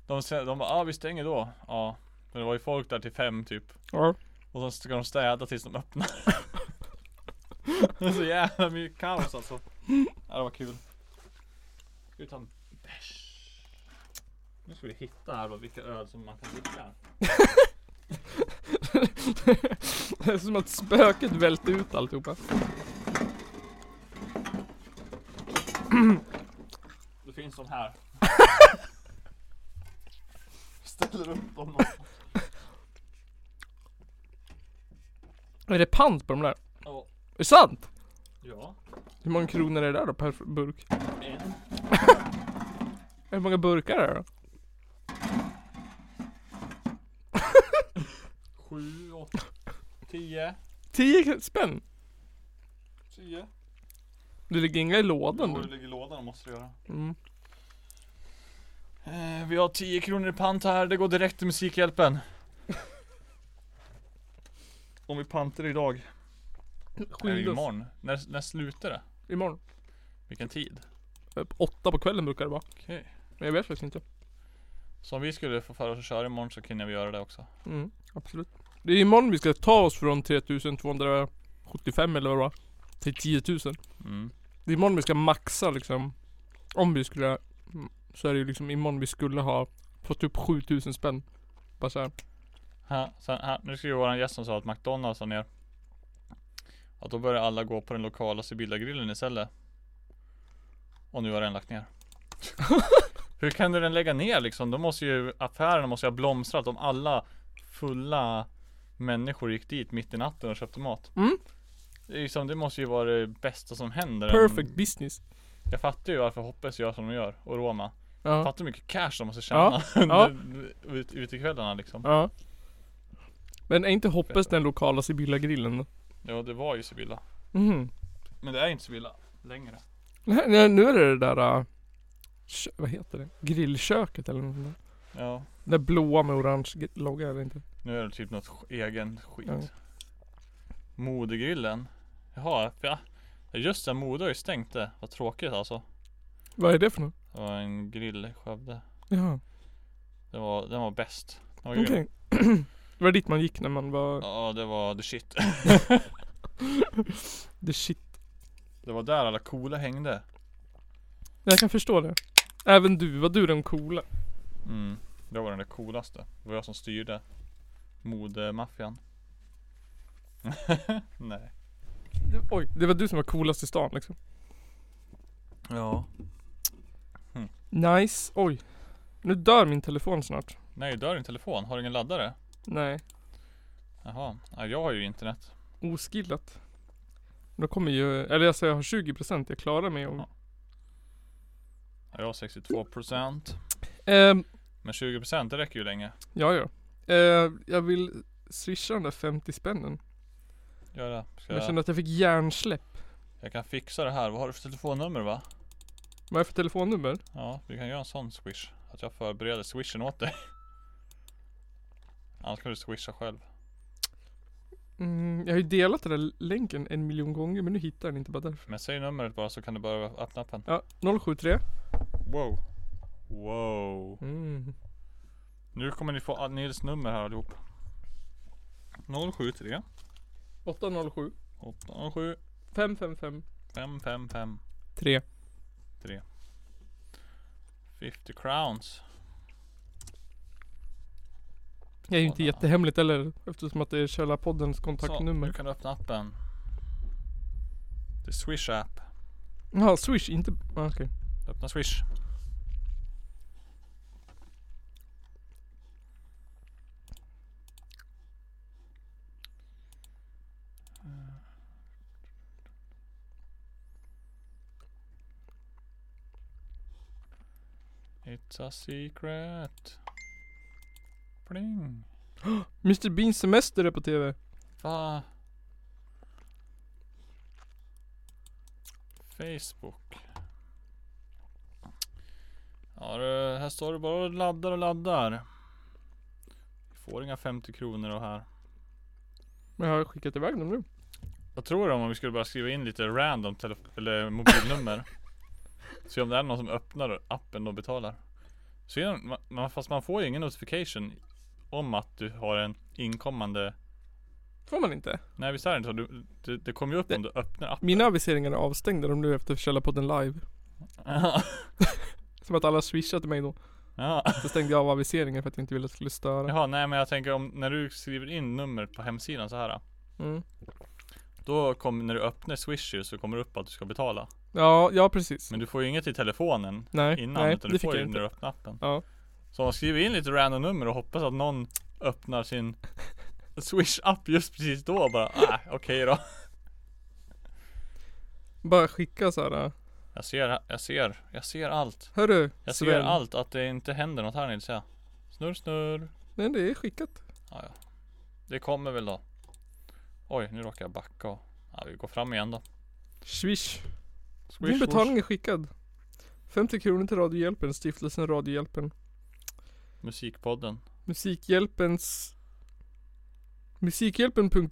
[SPEAKER 2] de, sä- de bara, ah, vi stänger då. Ja. Men det var ju folk där till fem typ.
[SPEAKER 1] Ja.
[SPEAKER 2] Och så ska de städa tills de öppnar. det är så jävla mycket kaos alltså. Ja, det var kul. Ska vi ta en bärs? Nu ska vi hitta här då vilka öl som man kan dricka.
[SPEAKER 1] det är som att spöket välte ut alltihopa.
[SPEAKER 2] Det finns de här. Ställer upp dem.
[SPEAKER 1] Är det pant på de där?
[SPEAKER 2] Ja.
[SPEAKER 1] Är det sant?
[SPEAKER 2] Ja,
[SPEAKER 1] Hur många kronor är det där då per burk?
[SPEAKER 2] en.
[SPEAKER 1] Hur många burkar är det då?
[SPEAKER 2] Sju, åtta, tio.
[SPEAKER 1] 10 spänn?
[SPEAKER 2] Tio.
[SPEAKER 1] Det ligger inga i lådan
[SPEAKER 2] Jo, det
[SPEAKER 1] nu.
[SPEAKER 2] ligger i lådan måste du göra.
[SPEAKER 1] Mm.
[SPEAKER 2] Eh, vi har 10 kronor i pant här, det går direkt till Musikhjälpen. Om vi pantar idag. Eller
[SPEAKER 1] Skynda oss.
[SPEAKER 2] imorgon. När, när slutar det?
[SPEAKER 1] Imorgon.
[SPEAKER 2] Vilken tid?
[SPEAKER 1] Typ Åtta på kvällen brukar det vara.
[SPEAKER 2] Okej.
[SPEAKER 1] Men jag vet faktiskt inte.
[SPEAKER 2] Så om vi skulle få för oss att köra imorgon så kunde vi göra det också.
[SPEAKER 1] Mm, absolut. Det är imorgon vi ska ta oss från 3275 eller vad det var. Till 10 000.
[SPEAKER 2] Mm.
[SPEAKER 1] Det är imorgon vi ska maxa liksom. Om vi skulle, mm, så är det ju liksom imorgon vi skulle ha fått upp 7000 spänn. Bara såhär.
[SPEAKER 2] Här, sen, här, nu skriver våran gäst som sa att McDonalds har ner. Att då börjar alla gå på den lokala Sibylla-grillen istället. Och nu har den lagt ner. Hur kan du den lägga ner liksom? De måste ju, affärerna måste ju ha blomstrat om alla fulla människor gick dit mitt i natten och köpte mat.
[SPEAKER 1] Mm.
[SPEAKER 2] Det, är liksom, det måste ju vara det bästa som händer. Mm.
[SPEAKER 1] Perfect business.
[SPEAKER 2] Jag fattar ju varför Hoppes gör som de gör, och Roma.
[SPEAKER 1] Ja.
[SPEAKER 2] Fattar hur mycket cash de måste
[SPEAKER 1] Ja,
[SPEAKER 2] tjäna under ut, utekvällarna liksom.
[SPEAKER 1] Ja. Men är inte Hoppes den lokala Sibylla-grillen då?
[SPEAKER 2] Ja, det var ju Sibylla.
[SPEAKER 1] Mhm.
[SPEAKER 2] Men det är inte Sibylla längre.
[SPEAKER 1] Nej, nej, nu är det det där... äh, kö- vad heter det? Grillköket eller något sånt där.
[SPEAKER 2] Ja.
[SPEAKER 1] Det där blåa med orange gr- logga eller inte.
[SPEAKER 2] Nu är det typ något sk- egen skit.
[SPEAKER 1] Ja.
[SPEAKER 2] Modegrillen. Jaha, ja. Just det, Mode har ju stängt det. Vad tråkigt alltså.
[SPEAKER 1] Vad är det för något?
[SPEAKER 2] Det var en grill i Skövde.
[SPEAKER 1] Jaha.
[SPEAKER 2] Den var, den var bäst. Den var
[SPEAKER 1] Okej.
[SPEAKER 2] grym.
[SPEAKER 1] det var dit man gick när man var
[SPEAKER 2] Ja, det var the shit.
[SPEAKER 1] the shit.
[SPEAKER 2] Det var där alla coola hängde.
[SPEAKER 1] Jag kan förstå det. Även du, var du den coola?
[SPEAKER 2] Mm. Det var den där coolaste. Det var jag som styrde. Modemaffian. Nej.
[SPEAKER 1] Det, oj, det var du som var coolast i stan liksom.
[SPEAKER 2] Ja.
[SPEAKER 1] Nice. Oj. Nu dör min telefon snart.
[SPEAKER 2] Nej, dör din telefon. Har du ingen laddare?
[SPEAKER 1] Nej.
[SPEAKER 2] Jaha. Ja, jag har ju internet.
[SPEAKER 1] Oskillat. Då kommer ju, eller alltså jag har 20% jag klarar mig om.
[SPEAKER 2] Ja. Ja, Jag har 62%.
[SPEAKER 1] Ehm,
[SPEAKER 2] Men 20% det räcker ju länge.
[SPEAKER 1] ja ja. Ehm, jag vill swisha den där 50 spännen.
[SPEAKER 2] Gör det. Ska
[SPEAKER 1] Jag
[SPEAKER 2] jag,
[SPEAKER 1] kände att jag fick hjärnsläpp.
[SPEAKER 2] jag kan fixa det här. Vad har du för telefonnummer va?
[SPEAKER 1] Vad är det för telefonnummer?
[SPEAKER 2] Ja, vi kan göra en sån swish. Att jag förbereder swishen åt dig. Annars kan du swisha själv.
[SPEAKER 1] Mm, jag har ju delat den där länken en miljon gånger men nu hittar jag den inte bara därför.
[SPEAKER 2] Men säg numret bara så kan du börja öppna appen.
[SPEAKER 1] Ja, 073
[SPEAKER 2] Wow. Wow.
[SPEAKER 1] Mm.
[SPEAKER 2] Nu kommer ni få Nils nummer här allihop. 073
[SPEAKER 1] 807
[SPEAKER 2] 807
[SPEAKER 1] 555
[SPEAKER 2] 555
[SPEAKER 1] 3.
[SPEAKER 2] 50 crowns.
[SPEAKER 1] Det är ju inte
[SPEAKER 2] Sådana.
[SPEAKER 1] jättehemligt heller eftersom att det är Källarpoddens
[SPEAKER 2] Så, nu
[SPEAKER 1] kontaktnummer.
[SPEAKER 2] kan du öppna appen. Det är Swish app.
[SPEAKER 1] Jaha, Swish inte... ah, Okej.
[SPEAKER 2] Öppna Swish. It's a secret. Pling.
[SPEAKER 1] Mr Beans semester är på TV.
[SPEAKER 2] Va? Facebook. Ja du, här står det bara och laddar och laddar. Vi får inga 50 kronor och här.
[SPEAKER 1] Men jag har skickat iväg dem nu.
[SPEAKER 2] Vad tror du om vi skulle bara skriva in lite random telef- eller mobilnummer? Se om det är någon som öppnar appen och betalar. Så är det- man, fast man får ju ingen notification om att du har en inkommande
[SPEAKER 1] Får man inte?
[SPEAKER 2] Nej visst är det inte så? Du, det, det kommer ju upp om du öppnar appen.
[SPEAKER 1] Mina aviseringar är avstängda de nu efter Källarpodden live. Som att alla swishade till mig då.
[SPEAKER 2] Ja.
[SPEAKER 1] Så stängde jag av aviseringen för att jag inte ville att det skulle störa.
[SPEAKER 2] Jaha, nej men jag tänker om när du skriver in numret på hemsidan så här.
[SPEAKER 1] Mm.
[SPEAKER 2] Då kommer, när du öppnar swish ju så kommer det upp att du ska betala.
[SPEAKER 1] Ja, ja precis.
[SPEAKER 2] Men du får ju inget i telefonen
[SPEAKER 1] nej,
[SPEAKER 2] innan.
[SPEAKER 1] nej
[SPEAKER 2] utan
[SPEAKER 1] det
[SPEAKER 2] du
[SPEAKER 1] fick
[SPEAKER 2] får
[SPEAKER 1] jag
[SPEAKER 2] ju när
[SPEAKER 1] inte.
[SPEAKER 2] du öppnar appen.
[SPEAKER 1] Ja.
[SPEAKER 2] Så man skriver in lite random nummer och hoppas att någon öppnar sin swish app just precis då och bara, ah, okej då.
[SPEAKER 1] Bara skicka såhär.
[SPEAKER 2] Jag ser, jag ser, jag ser allt.
[SPEAKER 1] Hörru
[SPEAKER 2] Jag ser
[SPEAKER 1] Sven.
[SPEAKER 2] allt att det inte händer något här Nils ja. Snurr snurr.
[SPEAKER 1] Nej det är skickat.
[SPEAKER 2] Ja, ja. Det kommer väl då. Oj, nu råkar jag backa och... Ja, vi går fram igen då.
[SPEAKER 1] Swish.
[SPEAKER 2] Swish,
[SPEAKER 1] Din betalning är skickad. 50 kronor till Radiohjälpen, stiftelsen Radiohjälpen.
[SPEAKER 2] swish. Musikpodden.
[SPEAKER 1] Musikhjälpens...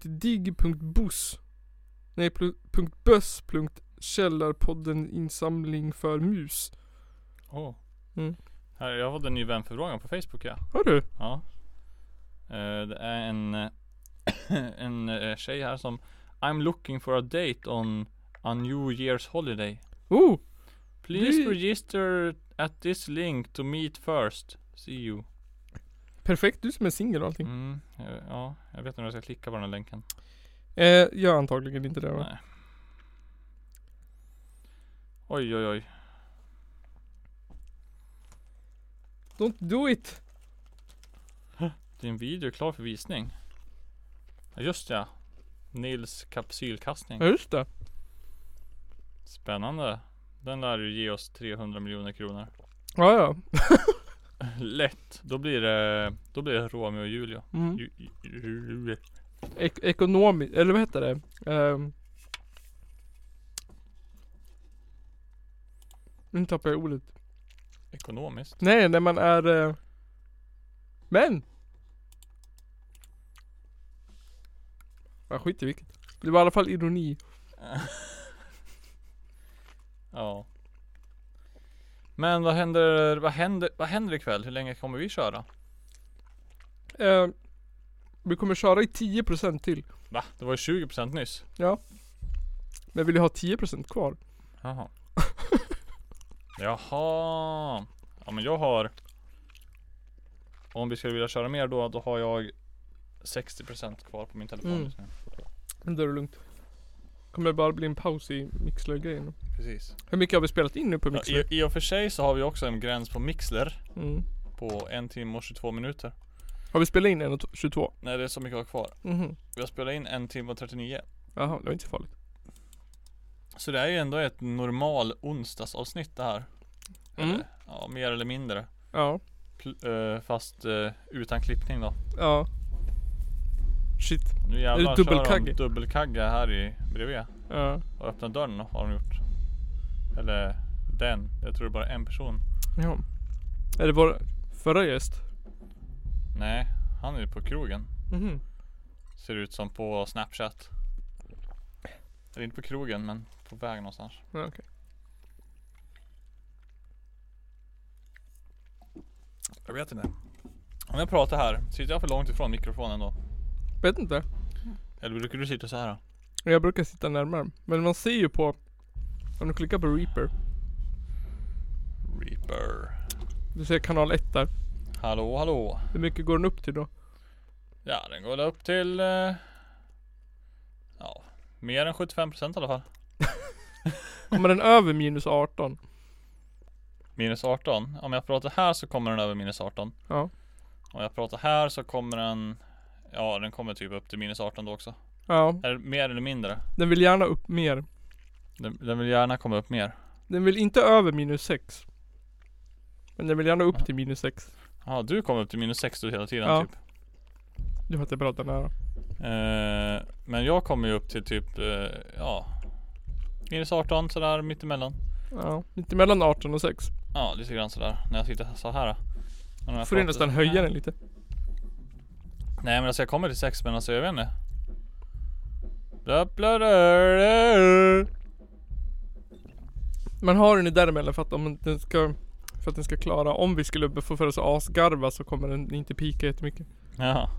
[SPEAKER 1] Musikhjälpen.dig.bus Nej, plu- punkt .böss. punkt Källarpodden insamling för mus.
[SPEAKER 2] Åh.
[SPEAKER 1] Mm.
[SPEAKER 2] Här, jag fått en ny vänförfrågan på Facebook ja.
[SPEAKER 1] Hör du?
[SPEAKER 2] ja. Eh, det är en, eh, en eh, tjej här som I'm looking for a date on a new year's holiday.
[SPEAKER 1] Oh!
[SPEAKER 2] Please
[SPEAKER 1] Det-
[SPEAKER 2] register at this link to meet first. See you.
[SPEAKER 1] Perfekt, du som är singel och allting.
[SPEAKER 2] Mm, jag- ja, jag vet inte om jag ska klicka på den här länken.
[SPEAKER 1] Eh, jag antagligen inte det va?
[SPEAKER 2] Nej. Oj oj oj.
[SPEAKER 1] Don't do it!
[SPEAKER 2] Din video är klar för visning. Ja, Just ja. Nils kapsylkastning.
[SPEAKER 1] Ja just det.
[SPEAKER 2] Spännande. Den lär ju ge oss 300 miljoner kronor.
[SPEAKER 1] Ja ja.
[SPEAKER 2] Lätt. Då blir det, då blir det Romeo och Julia.
[SPEAKER 1] Mm.
[SPEAKER 2] Ju, ju- ju,
[SPEAKER 1] Ek- ekonomiskt, eller vad heter det? Ehm. Nu tappar jag ordet.
[SPEAKER 2] ekonomiskt.
[SPEAKER 1] Nej, när man är... eh, Men! Jag skit i vilket. Det var i alla fall ironi.
[SPEAKER 2] Ja. Men vad händer, vad händer, vad händer ikväll? Hur länge kommer vi köra?
[SPEAKER 1] Eh, vi kommer köra i 10% till.
[SPEAKER 2] Va? Det var ju 20% nyss.
[SPEAKER 1] Men vill jag ha 10% kvar?
[SPEAKER 2] Jaha. Jaha. Ja men jag har. Om vi skulle vilja köra mer då, då har jag 60% kvar på min telefon
[SPEAKER 1] Mm.
[SPEAKER 2] just nu.
[SPEAKER 1] Men då är det lugnt. Kommer det bara bli en paus i Mixler-grejen.
[SPEAKER 2] Precis.
[SPEAKER 1] Hur mycket har vi spelat in nu på
[SPEAKER 2] Ja,
[SPEAKER 1] Mixler?
[SPEAKER 2] i, I och för sig så har vi också en gräns på Mixler
[SPEAKER 1] Mm.
[SPEAKER 2] på en timme och 22 minuter.
[SPEAKER 1] Har vi spelat in 1.22?
[SPEAKER 2] Nej det är så mycket jag har kvar.
[SPEAKER 1] Mhm.
[SPEAKER 2] Jag spelar in en timme och 39.
[SPEAKER 1] Jaha, det var inte så farligt.
[SPEAKER 2] Så det är ju ändå ett normal onsdagsavsnitt det här.
[SPEAKER 1] Mm.
[SPEAKER 2] Eller, ja, mer eller mindre.
[SPEAKER 1] Ja.
[SPEAKER 2] Pl- eh, fast eh, utan klippning då.
[SPEAKER 1] Ja. Shit.
[SPEAKER 2] Nu jävlar kör de
[SPEAKER 1] dubbelkagge?
[SPEAKER 2] dubbelkagge här i bredvid.
[SPEAKER 1] Ja.
[SPEAKER 2] Och öppnat dörren har de gjort. Eller den. Jag tror det är bara en person.
[SPEAKER 1] ja. Är det vår förra gäst?
[SPEAKER 2] Nej, han är ju på krogen.
[SPEAKER 1] Mhm.
[SPEAKER 2] Ser ut som på snapchat. Eller inte på krogen men på väg någonstans.
[SPEAKER 1] Ja, okej.
[SPEAKER 2] Jag vet inte. Om jag pratar här, sitter jag för långt ifrån mikrofonen då?
[SPEAKER 1] Vet inte.
[SPEAKER 2] Eller brukar du sitta så här? Då?
[SPEAKER 1] Jag brukar sitta närmare. Men man ser ju på... Om du klickar på Reaper.
[SPEAKER 2] Reaper.
[SPEAKER 1] Du ser kanal 1 där.
[SPEAKER 2] Hallå, hallå.
[SPEAKER 1] Hur mycket går den upp till då?
[SPEAKER 2] Ja, den går upp till... Eh, ja, mer än 75% i alla fall.
[SPEAKER 1] Kommer den över minus 18?
[SPEAKER 2] Minus 18. Om jag pratar här så kommer den över minus 18.
[SPEAKER 1] Ja.
[SPEAKER 2] Om jag pratar här så kommer den... Ja, den kommer typ upp till minus 18 då också.
[SPEAKER 1] Ja,
[SPEAKER 2] Eller mer eller mindre.
[SPEAKER 1] den vill gärna upp mer.
[SPEAKER 2] Den, den vill gärna komma upp mer.
[SPEAKER 1] Den vill inte över minus 6. Men den vill gärna upp till minus 6.
[SPEAKER 2] Ja, du kommer upp till minus 60 hela tiden
[SPEAKER 1] Ja.
[SPEAKER 2] typ.
[SPEAKER 1] Du har inte pratat nära.
[SPEAKER 2] Eh, men jag kommer ju upp till typ, eh, ja. Minus 18 sådär mittemellan.
[SPEAKER 1] Ja, lite mellan 18 och 6.
[SPEAKER 2] Ja, lite grann sådär. När jag sitter så här. då. Men om jag
[SPEAKER 1] Får du
[SPEAKER 2] pratar-
[SPEAKER 1] nästan höja den lite.
[SPEAKER 2] Nej men alltså jag kommer till 6 men alltså jag vet inte. Bla, bla, bla, bla.
[SPEAKER 1] Man har den ju däremellan för att om den ska... För att den ska klara. Om vi skulle få för oss att asgarva så kommer den inte pika jättemycket.
[SPEAKER 2] Jaha.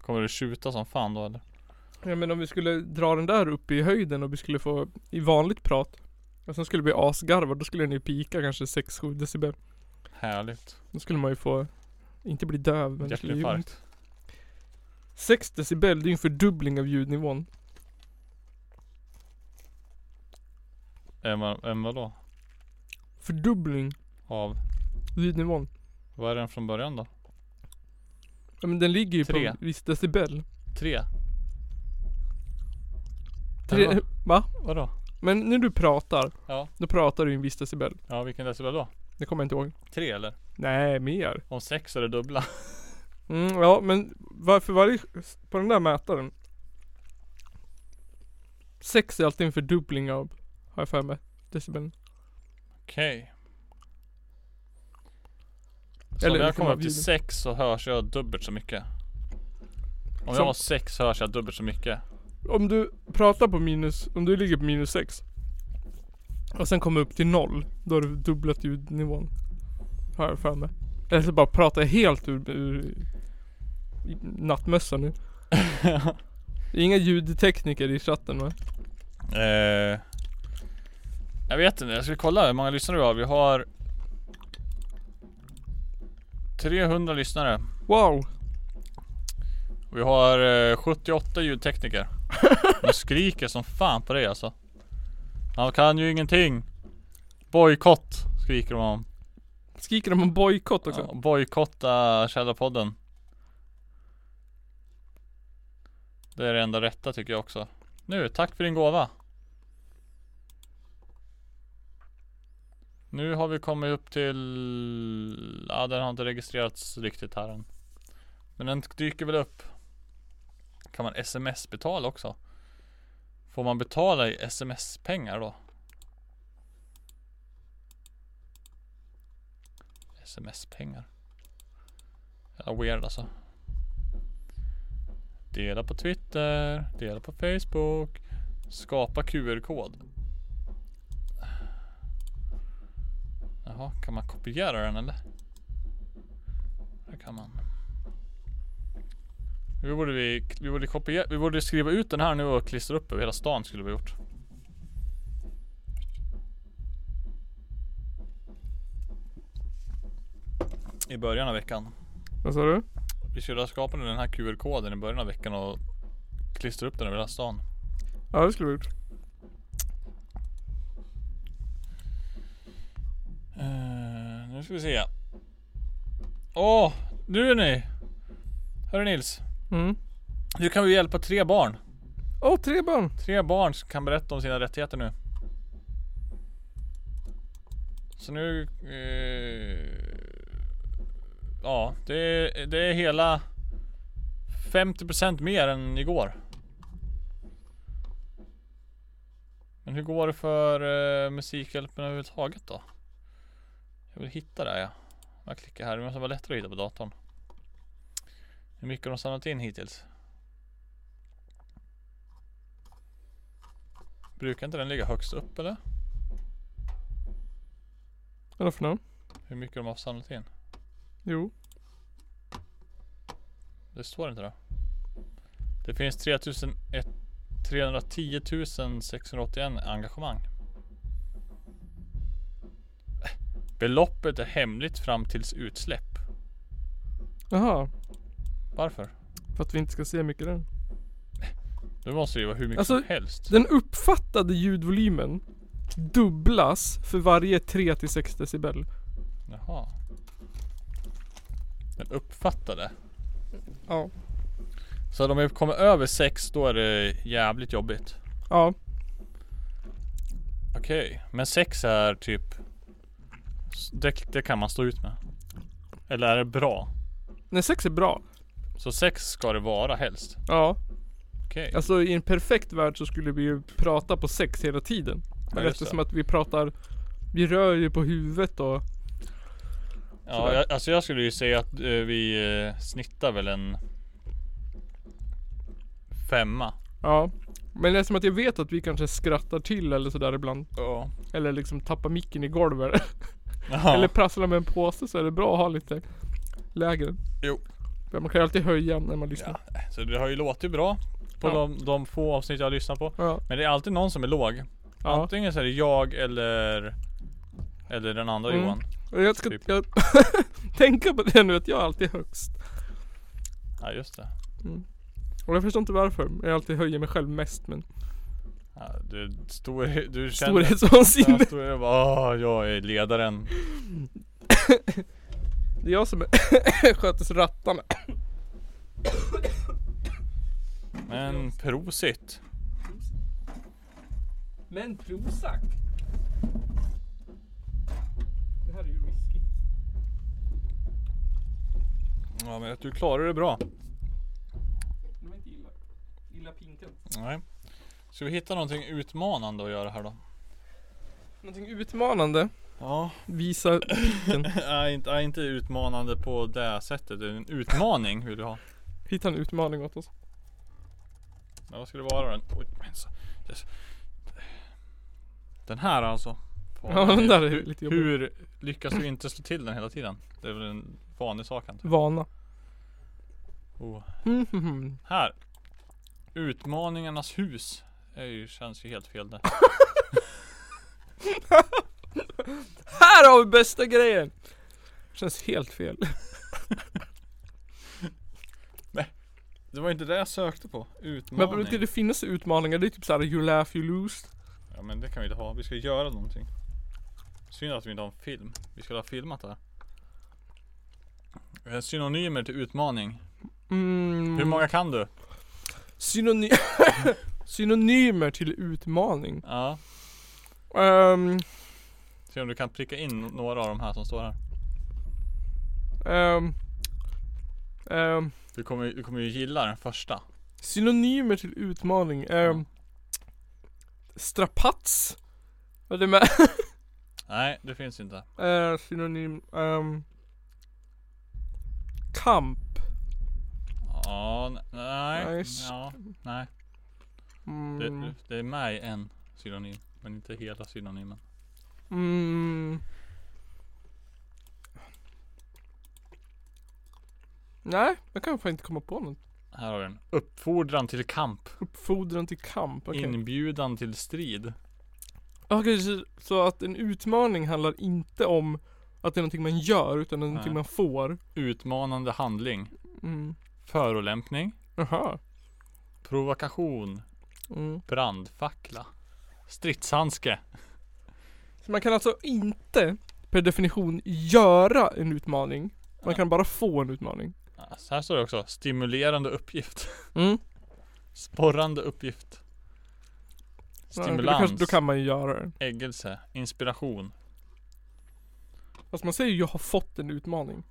[SPEAKER 2] Kommer du tjuta som fan då eller?
[SPEAKER 1] Ja men om vi skulle dra den där upp i höjden och vi skulle få i vanligt prat. Och sen skulle vi asgarva då skulle den ju pika kanske 6-7 decibel.
[SPEAKER 2] Härligt.
[SPEAKER 1] Då skulle man ju få Inte bli döv men det skulle ju
[SPEAKER 2] Hjärtinfarkt.
[SPEAKER 1] 6 decibel det är ju en fördubbling av ljudnivån.
[SPEAKER 2] Än vad- än vadå?
[SPEAKER 1] Fördubbling
[SPEAKER 2] Av,
[SPEAKER 1] ljudnivån.
[SPEAKER 2] vad är den från början då?
[SPEAKER 1] Ja men den ligger ju på
[SPEAKER 2] Tre.
[SPEAKER 1] en viss decibel.
[SPEAKER 2] 3?
[SPEAKER 1] Tre, va?
[SPEAKER 2] Vadå?
[SPEAKER 1] Men när du pratar.
[SPEAKER 2] Ja.
[SPEAKER 1] Då pratar du ju en viss decibel.
[SPEAKER 2] Ja vilken decibel då?
[SPEAKER 1] Det kommer jag inte ihåg.
[SPEAKER 2] 3 eller?
[SPEAKER 1] Nej, mer.
[SPEAKER 2] Om 6 är det dubbla.
[SPEAKER 1] Mm, ja men varför varje, på den där mätaren. 6 är alltid en fördubbling av, har jag för mig, decibel.
[SPEAKER 2] Okej. Så
[SPEAKER 1] Eller
[SPEAKER 2] om
[SPEAKER 1] det
[SPEAKER 2] jag
[SPEAKER 1] kan
[SPEAKER 2] kommer
[SPEAKER 1] vara
[SPEAKER 2] upp till
[SPEAKER 1] ljud.
[SPEAKER 2] 6 så hörs jag dubbelt så mycket. Om jag
[SPEAKER 1] Som-
[SPEAKER 2] har 6 hörs jag dubbelt så mycket.
[SPEAKER 1] Om du pratar på minus, om du ligger på minus 6. Och sen kommer upp till noll. Då har du dubblat ljudnivån. Har jag för mig. Eller så bara pratar jag helt ur, ur i nattmössan nu. Det är inga ljudtekniker i chatten va?
[SPEAKER 2] eh, jag vet inte, jag ska kolla hur många lyssnare vi har. Vi har 300 lyssnare.
[SPEAKER 1] Wow!
[SPEAKER 2] Vi har eh, 78 ljudtekniker. De skriker som fan på dig alltså. Han kan ju ingenting. Bojkott skriker de om.
[SPEAKER 1] Skriker de om bojkott också?
[SPEAKER 2] Ja, bojkotta Källarpodden. Det är det enda rätta tycker jag också. Nu, tack för din gåva. Nu har vi kommit upp till... Ja, den har inte registrerats riktigt här än. Men den dyker väl upp. Kan man sms-betala också? Får man betala i sms-pengar då? sms-pengar. Jävla weird alltså. Dela på Twitter, dela på Facebook, skapa QR-kod. Jaha, kan man kopiera den eller? Det kan man. Vi borde, vi, vi, borde kopiera, vi borde skriva ut den här nu och klistra upp över hela stan skulle vi ha gjort. I början av veckan.
[SPEAKER 1] Vad sa du?
[SPEAKER 2] Vi skulle ha skapat den här QR-koden i början av veckan och klistra upp den över hela stan.
[SPEAKER 1] Ja det skulle vi ha gjort.
[SPEAKER 2] Eh, nu ska vi se. Åh, nu är ni! Hörru Nils,
[SPEAKER 1] Mm.
[SPEAKER 2] nu kan vi hjälpa tre barn.
[SPEAKER 1] Åh, tre barn!
[SPEAKER 2] Tre barn som kan berätta om sina rättigheter nu. Så nu... Eh, ja, det, är- det är hela 50% mer än igår. Men hur går det för eh, Musikhjälpen överhuvudtaget då? Jag vill hitta det här ja. Jag klickar här, det måste vara lättare att hitta på datorn. Hur mycket har de samlat in hittills? Brukar inte den ligga högst upp eller?
[SPEAKER 1] Vadå för någon?
[SPEAKER 2] Hur mycket de har samlat in?
[SPEAKER 1] Jo.
[SPEAKER 2] Det står inte det. Det finns 31 310 681 engagemang. Beloppet är hemligt fram tills utsläpp.
[SPEAKER 1] Jaha,
[SPEAKER 2] Varför?
[SPEAKER 1] för att vi inte ska se mycket där.
[SPEAKER 2] Det måste ju vara hur mycket
[SPEAKER 1] Alltså,
[SPEAKER 2] som helst.
[SPEAKER 1] Den uppfattade ljudvolymen dubblas för varje 3-6 decibel.
[SPEAKER 2] Jaha. Den uppfattade.
[SPEAKER 1] Ja.
[SPEAKER 2] Så om jag kommer över 6 då är det jävligt jobbigt.
[SPEAKER 1] Ja,
[SPEAKER 2] Okej, men 6 är typ s- det, det kan man stå ut med. Eller är det bra?
[SPEAKER 1] när 6 är bra.
[SPEAKER 2] Så 6 ska det vara helst.
[SPEAKER 1] Ja,
[SPEAKER 2] Okej.
[SPEAKER 1] alltså i en perfekt värld så skulle vi ju prata på sex hela tiden. Men
[SPEAKER 2] just det.
[SPEAKER 1] eftersom att vi pratar, vi rör ju på huvudet och
[SPEAKER 2] Ja,
[SPEAKER 1] sådär.
[SPEAKER 2] jag, alltså jag skulle ju säga att eh, vi eh, snittar väl en femma.
[SPEAKER 1] ja. Men eftersom att jag vet att vi kanske skrattar till eller sådär ibland.
[SPEAKER 2] Ja.
[SPEAKER 1] Eller liksom tappar micken i golvet.
[SPEAKER 2] ja.
[SPEAKER 1] Eller prasslar med en påse så är det bra att ha lite lägre.
[SPEAKER 2] Jo.
[SPEAKER 1] För man kan ju alltid höja när man lyssnar.
[SPEAKER 2] Så det har ju låtit bra på
[SPEAKER 1] Ja.
[SPEAKER 2] de, de få avsnitt jag har lyssnat på.
[SPEAKER 1] Ja.
[SPEAKER 2] Men det är alltid någon som är låg.
[SPEAKER 1] ja.
[SPEAKER 2] Antingen så är det jag eller eller den andra
[SPEAKER 1] Mm.
[SPEAKER 2] Johan.
[SPEAKER 1] Och jag ska
[SPEAKER 2] Typ.
[SPEAKER 1] jag, tänka på det nu att jag är alltid högst.
[SPEAKER 2] Ja just det.
[SPEAKER 1] Och jag förstår inte varför. Jag alltid höjer mig själv mest men
[SPEAKER 2] Ja, du, stor, du känner Ja,
[SPEAKER 1] storhetsvansinne.
[SPEAKER 2] stor, jag, bara, "Åh, jag är ledaren.
[SPEAKER 1] Det är jag som sköter rattarna.
[SPEAKER 2] Men prosit.
[SPEAKER 1] Men Prozac. Det här är ju whisky.
[SPEAKER 2] Ja men att du klarar det bra.
[SPEAKER 1] Det var inte illa. Illa pinkat.
[SPEAKER 2] Nej. Ska vi hitta någonting utmanande att göra här då?
[SPEAKER 1] Någonting utmanande.
[SPEAKER 2] Ja.
[SPEAKER 1] Visa piken.
[SPEAKER 2] Nej inte, nej, inte utmanande på det sättet. Det är En utmaning vill du ha.
[SPEAKER 1] Hitta en utmaning åt oss.
[SPEAKER 2] Men vad ska det vara då? Oj, men så- det- Den här alltså. Fan,
[SPEAKER 1] Ja den där är lite jobbig.
[SPEAKER 2] Hur lyckas du inte slå till den hela tiden? Det är väl en vanlig sak antar
[SPEAKER 1] Vana.
[SPEAKER 2] jag. Oh.
[SPEAKER 1] Mm, mm, mm.
[SPEAKER 2] Här. Utmaningarnas hus. Det är ju, känns ju helt fel det.
[SPEAKER 1] Här har vi bästa grejen! Känns helt fel.
[SPEAKER 2] Det var inte det jag sökte på.
[SPEAKER 1] Men
[SPEAKER 2] Utmaning.
[SPEAKER 1] brukar det finnas utmaningar? Det är typ såhär you laugh you lose.
[SPEAKER 2] Ja men det kan vi inte ha. Vi ska göra någonting. Synd att vi inte har en film. Vi skulle ha filmat det här. Eh, Synonymer till utmaning.
[SPEAKER 1] Mm.
[SPEAKER 2] Hur många kan du?
[SPEAKER 1] Synony Synonymer till utmaning.
[SPEAKER 2] Ja.
[SPEAKER 1] Ehm,
[SPEAKER 2] Se om du kan pricka in några av de här som står här.
[SPEAKER 1] ehm, ehm,
[SPEAKER 2] Du kommer, ju- du kommer ju gilla den första.
[SPEAKER 1] synonymer till utmaning. Um, strapats. Är det med?
[SPEAKER 2] Nej, det finns inte.
[SPEAKER 1] Eh, synonym. ehm, kamp.
[SPEAKER 2] Ja, n- nej.
[SPEAKER 1] Nice.
[SPEAKER 2] Ja, nej.
[SPEAKER 1] Mm,
[SPEAKER 2] Det, det är med i en synonym. Men inte hela synonymen.
[SPEAKER 1] mm. Nej, jag kan fan inte komma på något.
[SPEAKER 2] Här har vi den. Uppfordran till kamp.
[SPEAKER 1] Uppfordran till kamp. okej.
[SPEAKER 2] Inbjudan till strid.
[SPEAKER 1] Okej, så- så att en utmaning handlar inte om att det är någonting man gör utan det är någonting
[SPEAKER 2] Nej.
[SPEAKER 1] man får.
[SPEAKER 2] Utmanande handling.
[SPEAKER 1] Mm.
[SPEAKER 2] Förolämpning.
[SPEAKER 1] Jaha.
[SPEAKER 2] Provokation.
[SPEAKER 1] Mm.
[SPEAKER 2] Brandfackla. Stridshandske.
[SPEAKER 1] Så man kan alltså inte per definition göra en utmaning. Man kan bara få en utmaning.
[SPEAKER 2] Ja, Så här står det också. Stimulerande uppgift.
[SPEAKER 1] Mm.
[SPEAKER 2] Sporrande uppgift.
[SPEAKER 1] Då,
[SPEAKER 2] Stimulans.
[SPEAKER 1] kanske, då kan man ju göra den.
[SPEAKER 2] Äggelse. Inspiration.
[SPEAKER 1] Fast man säger ju jag har fått en utmaning.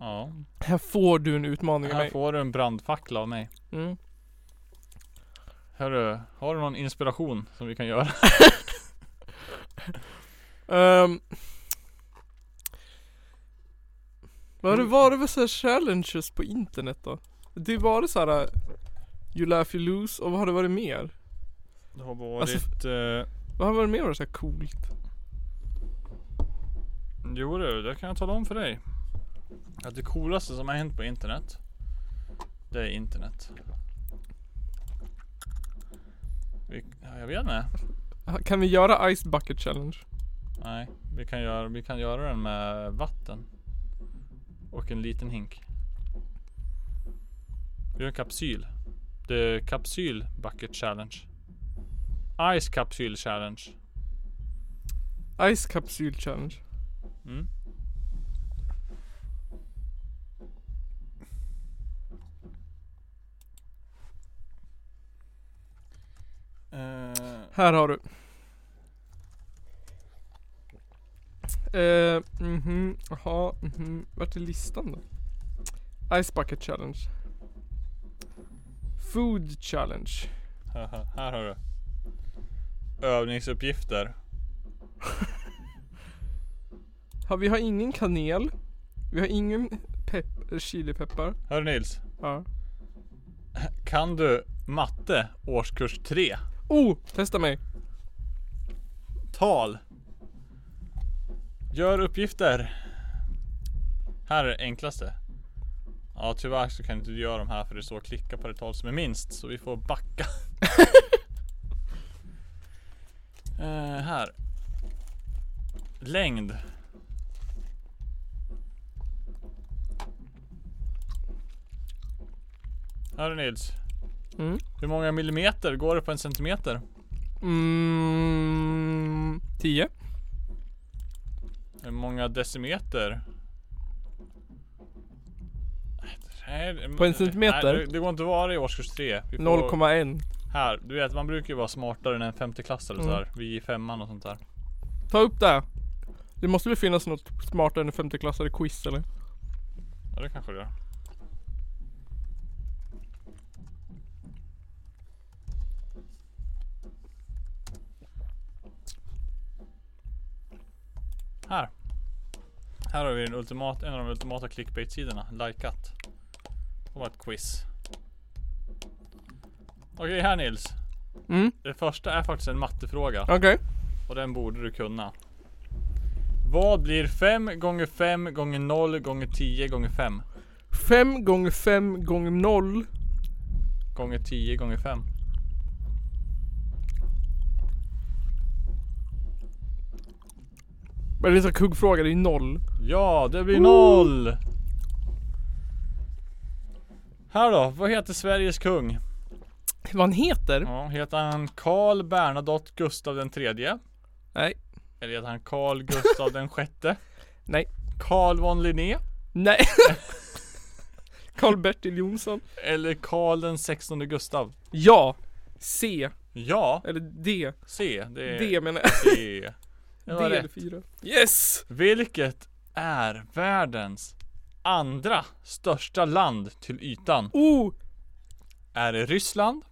[SPEAKER 2] Ja.
[SPEAKER 1] Här får du en utmaning av
[SPEAKER 2] Här
[SPEAKER 1] mig.
[SPEAKER 2] får du en brandfackla av mig.
[SPEAKER 1] Mm.
[SPEAKER 2] Hörru, har du någon inspiration som vi kan göra?
[SPEAKER 1] Um, vad det var det för så här challenges på internet då? Det var det såhär uh, You laugh you lose och vad har det varit mer?
[SPEAKER 2] Det har eh,
[SPEAKER 1] Alltså, Vad har det varit mer var så här coolt?
[SPEAKER 2] Jo du, det kan jag tala om för dig. Ja, det coolaste som har hänt på internet. Det är internet. Vi, ja, jag vet inte.
[SPEAKER 1] Kan vi göra Ice Bucket Challenge?
[SPEAKER 2] Nej, vi kan, göra, vi kan göra den med vatten. Och en liten hink. Vi gör en kapsyl. Det är kapsyl bucket challenge. Ice kapsyl challenge.
[SPEAKER 1] Ice Capsule Challenge.
[SPEAKER 2] Mm. Eh,
[SPEAKER 1] Här har du. Eh, mhm, jaha, mhm. Vart är listan då? Ice Bucket Challenge. Food Challenge.
[SPEAKER 2] Haha, här har du. Övningsuppgifter.
[SPEAKER 1] Ha, vi har ingen kanel. Vi har ingen pepp- chilipeppar.
[SPEAKER 2] Hör Nils.
[SPEAKER 1] Ja.
[SPEAKER 2] Kan du matte årskurs 3?
[SPEAKER 1] Oh! Testa mig.
[SPEAKER 2] Tal. Gör uppgifter. Här är det enklaste. Ja tyvärr så kan inte du göra de här för det står klicka på det tal som är minst så vi får backa. Eh, här. Längd. Hörru Nils.
[SPEAKER 1] Mm.
[SPEAKER 2] Hur många millimeter går det på en centimeter?
[SPEAKER 1] Mm, 10.
[SPEAKER 2] Hur många decimeter? Nej, det här-
[SPEAKER 1] På en centimeter?
[SPEAKER 2] Nej, det- det går inte att vara i årskurs 3. Vi får-
[SPEAKER 1] 0,1.
[SPEAKER 2] Här, du vet man brukar ju vara smartare än en femteklassare
[SPEAKER 1] Mm.
[SPEAKER 2] mm. sådär. Vi i femman och sånt där.
[SPEAKER 1] Ta upp det. här. Det måste väl finnas något smartare än femteklassare quiz eller?
[SPEAKER 2] Ja det kanske det gör. Här. Här har vi den ultimat, en av de ultimata clickbait-sidorna, Likeat. Det var ett quiz. Okej här Nils.
[SPEAKER 1] Mm,
[SPEAKER 2] Det första är faktiskt en mattefråga.
[SPEAKER 1] okej.
[SPEAKER 2] Och den borde du kunna. Vad blir 5 gånger 5 gånger 0 gånger 10 gånger 5?
[SPEAKER 1] 5 gånger 5 gånger 0.
[SPEAKER 2] Gånger 10 gånger 5.
[SPEAKER 1] Men det är en sån här kuggfråga, det är 0.
[SPEAKER 2] Ja, det blir noll! Här då, vad heter Sveriges kung?
[SPEAKER 1] Vad han heter?
[SPEAKER 2] Ja, heter han Karl Bernadotte Gustav den tredje?
[SPEAKER 1] Nej.
[SPEAKER 2] Eller heter han Karl Gustav den sjätte?
[SPEAKER 1] Nej.
[SPEAKER 2] Karl von Linné?
[SPEAKER 1] Nej. Karl-Bertil Jonsson.
[SPEAKER 2] Eller Karl den sextonde Gustav?
[SPEAKER 1] Ja. C.
[SPEAKER 2] Ja,
[SPEAKER 1] Eller D.
[SPEAKER 2] C. Det är
[SPEAKER 1] D menar jag.
[SPEAKER 2] D. Det var
[SPEAKER 1] D
[SPEAKER 2] rätt.
[SPEAKER 1] eller 4. Yes!
[SPEAKER 2] Vilket är världens andra största land till ytan?
[SPEAKER 1] Oh!
[SPEAKER 2] Är det Ryssland,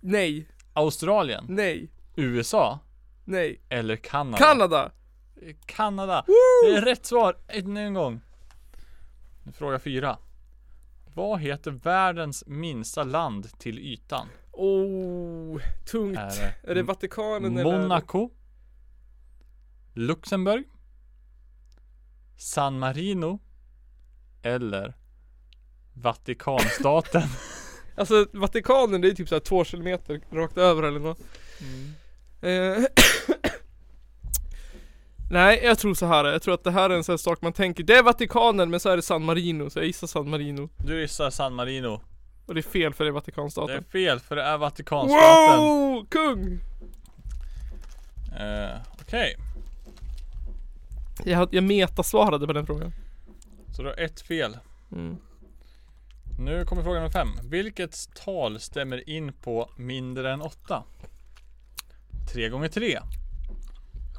[SPEAKER 1] Nej.
[SPEAKER 2] Australien,
[SPEAKER 1] Nej.
[SPEAKER 2] USA
[SPEAKER 1] Nej.
[SPEAKER 2] eller Kanada?
[SPEAKER 1] Kanada!
[SPEAKER 2] Kanada! Det
[SPEAKER 1] Woo!
[SPEAKER 2] är rätt svar ännu en gång. Nu Fråga fyra. Vad heter världens minsta land till ytan?
[SPEAKER 1] Oh. Tungt.
[SPEAKER 2] Är det
[SPEAKER 1] Är det Vatikanen eller?
[SPEAKER 2] Äh, Monaco? Luxemburg? San Marino? Eller Vatikanstaten?
[SPEAKER 1] Alltså Vatikanen det är typ såhär två kilometer rakt över eller något.
[SPEAKER 2] Mm.
[SPEAKER 1] Eh, Nej jag tror så här. jag tror att det här är en sån här sak man tänker Det är Vatikanen men så är det San Marino så jag gissar San Marino
[SPEAKER 2] Du gissar San Marino.
[SPEAKER 1] Och det är fel för det är
[SPEAKER 2] Det är
[SPEAKER 1] Vatikanstaten
[SPEAKER 2] fel för det är Vatikanstaten.
[SPEAKER 1] Wow! Kung!
[SPEAKER 2] Eh, Okej,
[SPEAKER 1] Jag, hade- jag metasvarade på den frågan
[SPEAKER 2] så du har ett fel.
[SPEAKER 1] mm.
[SPEAKER 2] Nu kommer fråga nummer fem. Vilket tal stämmer in på mindre än åtta? Tre gånger tre.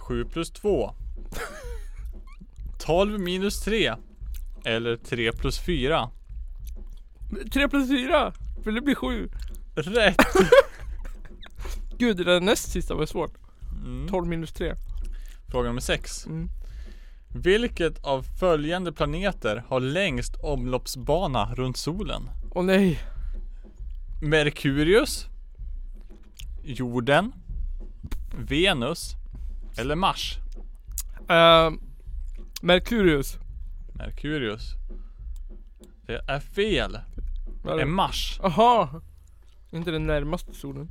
[SPEAKER 2] Sju plus två. Tolv minus tre. Eller tre plus fyra.
[SPEAKER 1] 3 plus 4! För det blir 7
[SPEAKER 2] Rätt!
[SPEAKER 1] Gud det där näst sista var svårt
[SPEAKER 2] Mm.
[SPEAKER 1] 12 minus 3
[SPEAKER 2] Fråga nummer sex.
[SPEAKER 1] mm.
[SPEAKER 2] Vilket av följande planeter har längst omloppsbana runt solen?
[SPEAKER 1] Åh nej
[SPEAKER 2] Merkurius Jorden Venus Eller Mars
[SPEAKER 1] uh, Eh, Merkurius
[SPEAKER 2] Merkurius Det är fel.
[SPEAKER 1] Vad
[SPEAKER 2] Det
[SPEAKER 1] är
[SPEAKER 2] är
[SPEAKER 1] det?
[SPEAKER 2] Mars.
[SPEAKER 1] Aha! Är Inte den närmaste solen.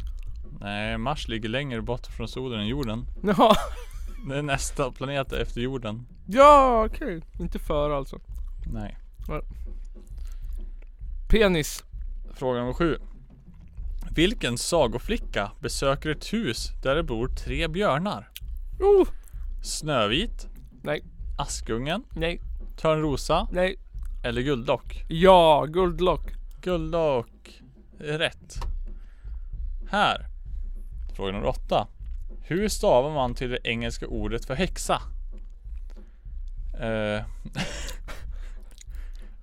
[SPEAKER 2] Nej, Mars ligger längre bort från solen än jorden.
[SPEAKER 1] Jaha.
[SPEAKER 2] Det är nästa planet efter jorden.
[SPEAKER 1] Ja, okej. Inte före alltså.
[SPEAKER 2] Nej.
[SPEAKER 1] Penis.
[SPEAKER 2] Fråga nummer sju. Vilken sagoflicka besöker ett hus där det bor tre björnar?
[SPEAKER 1] Oh!
[SPEAKER 2] Snövit?
[SPEAKER 1] Nej.
[SPEAKER 2] Askungen?
[SPEAKER 1] Nej,
[SPEAKER 2] Törnrosa?
[SPEAKER 1] nej.
[SPEAKER 2] Eller Guldlock?
[SPEAKER 1] Ja, guldlock.
[SPEAKER 2] Guldlock är rätt. Här. Fråga nummer åtta. Hur stavar man till det engelska ordet för häxa? Eh,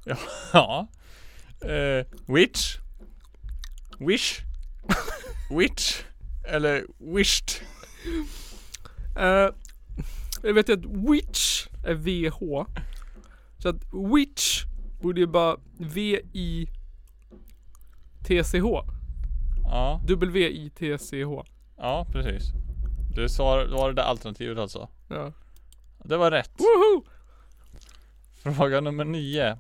[SPEAKER 2] ja. ja. Eh, witch. Wish. Witch. Eller wished.
[SPEAKER 1] Eh, jag vet ju att witch är VH. Så att witch borde ju bara V-I-T-C-H.
[SPEAKER 2] Ja,
[SPEAKER 1] W-I-T-C-H.
[SPEAKER 2] ja precis. Du svarade det var det där alternativet alltså.
[SPEAKER 1] Ja.
[SPEAKER 2] Det var rätt.
[SPEAKER 1] Woho!
[SPEAKER 2] Fråga nummer nio.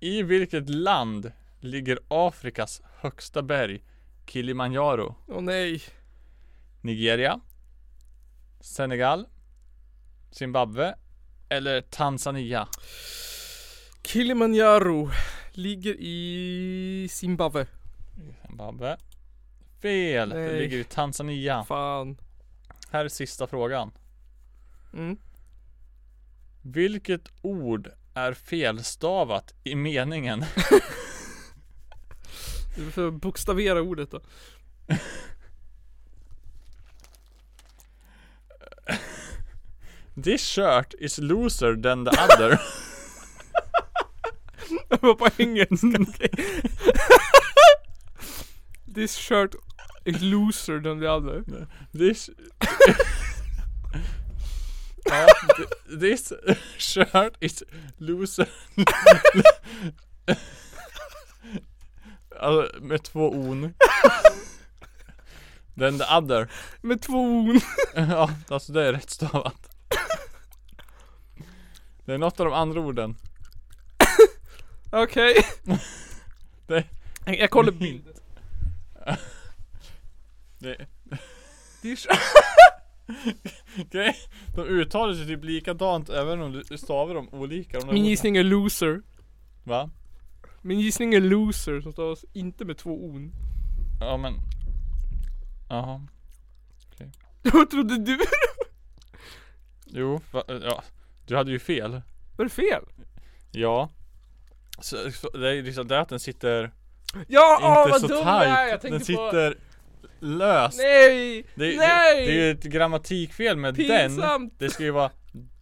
[SPEAKER 2] I vilket land ligger Afrikas högsta berg Kilimanjaro?
[SPEAKER 1] Åh nej.
[SPEAKER 2] Nigeria? Senegal? Zimbabwe? Eller Tanzania?
[SPEAKER 1] Kilimanjaro ligger i Zimbabwe.
[SPEAKER 2] Zimbabwe. Fel! Det
[SPEAKER 1] Nej.
[SPEAKER 2] ligger i Tanzania.
[SPEAKER 1] Fan.
[SPEAKER 2] Här är sista frågan.
[SPEAKER 1] Mm.
[SPEAKER 2] Vilket ord är felstavat i meningen?
[SPEAKER 1] Du får bokstavera ordet då.
[SPEAKER 2] This shirt is looser than the other.
[SPEAKER 1] Det var på engelska. This shirt is looser than the other.
[SPEAKER 2] This... ja, th- this shirt is loser... alltså, med två on. Then the other.
[SPEAKER 1] Med två on.
[SPEAKER 2] ja, alltså det är rätt stavat. Det är något av de andra orden.
[SPEAKER 1] Okej.
[SPEAKER 2] Det-
[SPEAKER 1] Jag- Jag kollar bilden.
[SPEAKER 2] Det,
[SPEAKER 1] This
[SPEAKER 2] okay. De uttalar sig typ likadant även om du stavar dem olika. De där
[SPEAKER 1] Min
[SPEAKER 2] orden.
[SPEAKER 1] gissning är loser.
[SPEAKER 2] Va?
[SPEAKER 1] Min gissning är loser som stavas inte med två on.
[SPEAKER 2] Ja men... Jaha.
[SPEAKER 1] Vad trodde du?
[SPEAKER 2] Jo, va, eh, ja. Du hade ju fel.
[SPEAKER 1] Var det fel?
[SPEAKER 2] Ja. Så, så, det är liksom det att den sitter
[SPEAKER 1] Ja, åh,
[SPEAKER 2] inte
[SPEAKER 1] vad
[SPEAKER 2] så
[SPEAKER 1] dum jag är! Jag
[SPEAKER 2] tight. Den
[SPEAKER 1] tänkte på...
[SPEAKER 2] sitter löst.
[SPEAKER 1] Nej!
[SPEAKER 2] det, det,
[SPEAKER 1] nej!
[SPEAKER 2] det är ju ett grammatikfel med den.
[SPEAKER 1] Pinsamt! Ah!
[SPEAKER 2] Det ska ju vara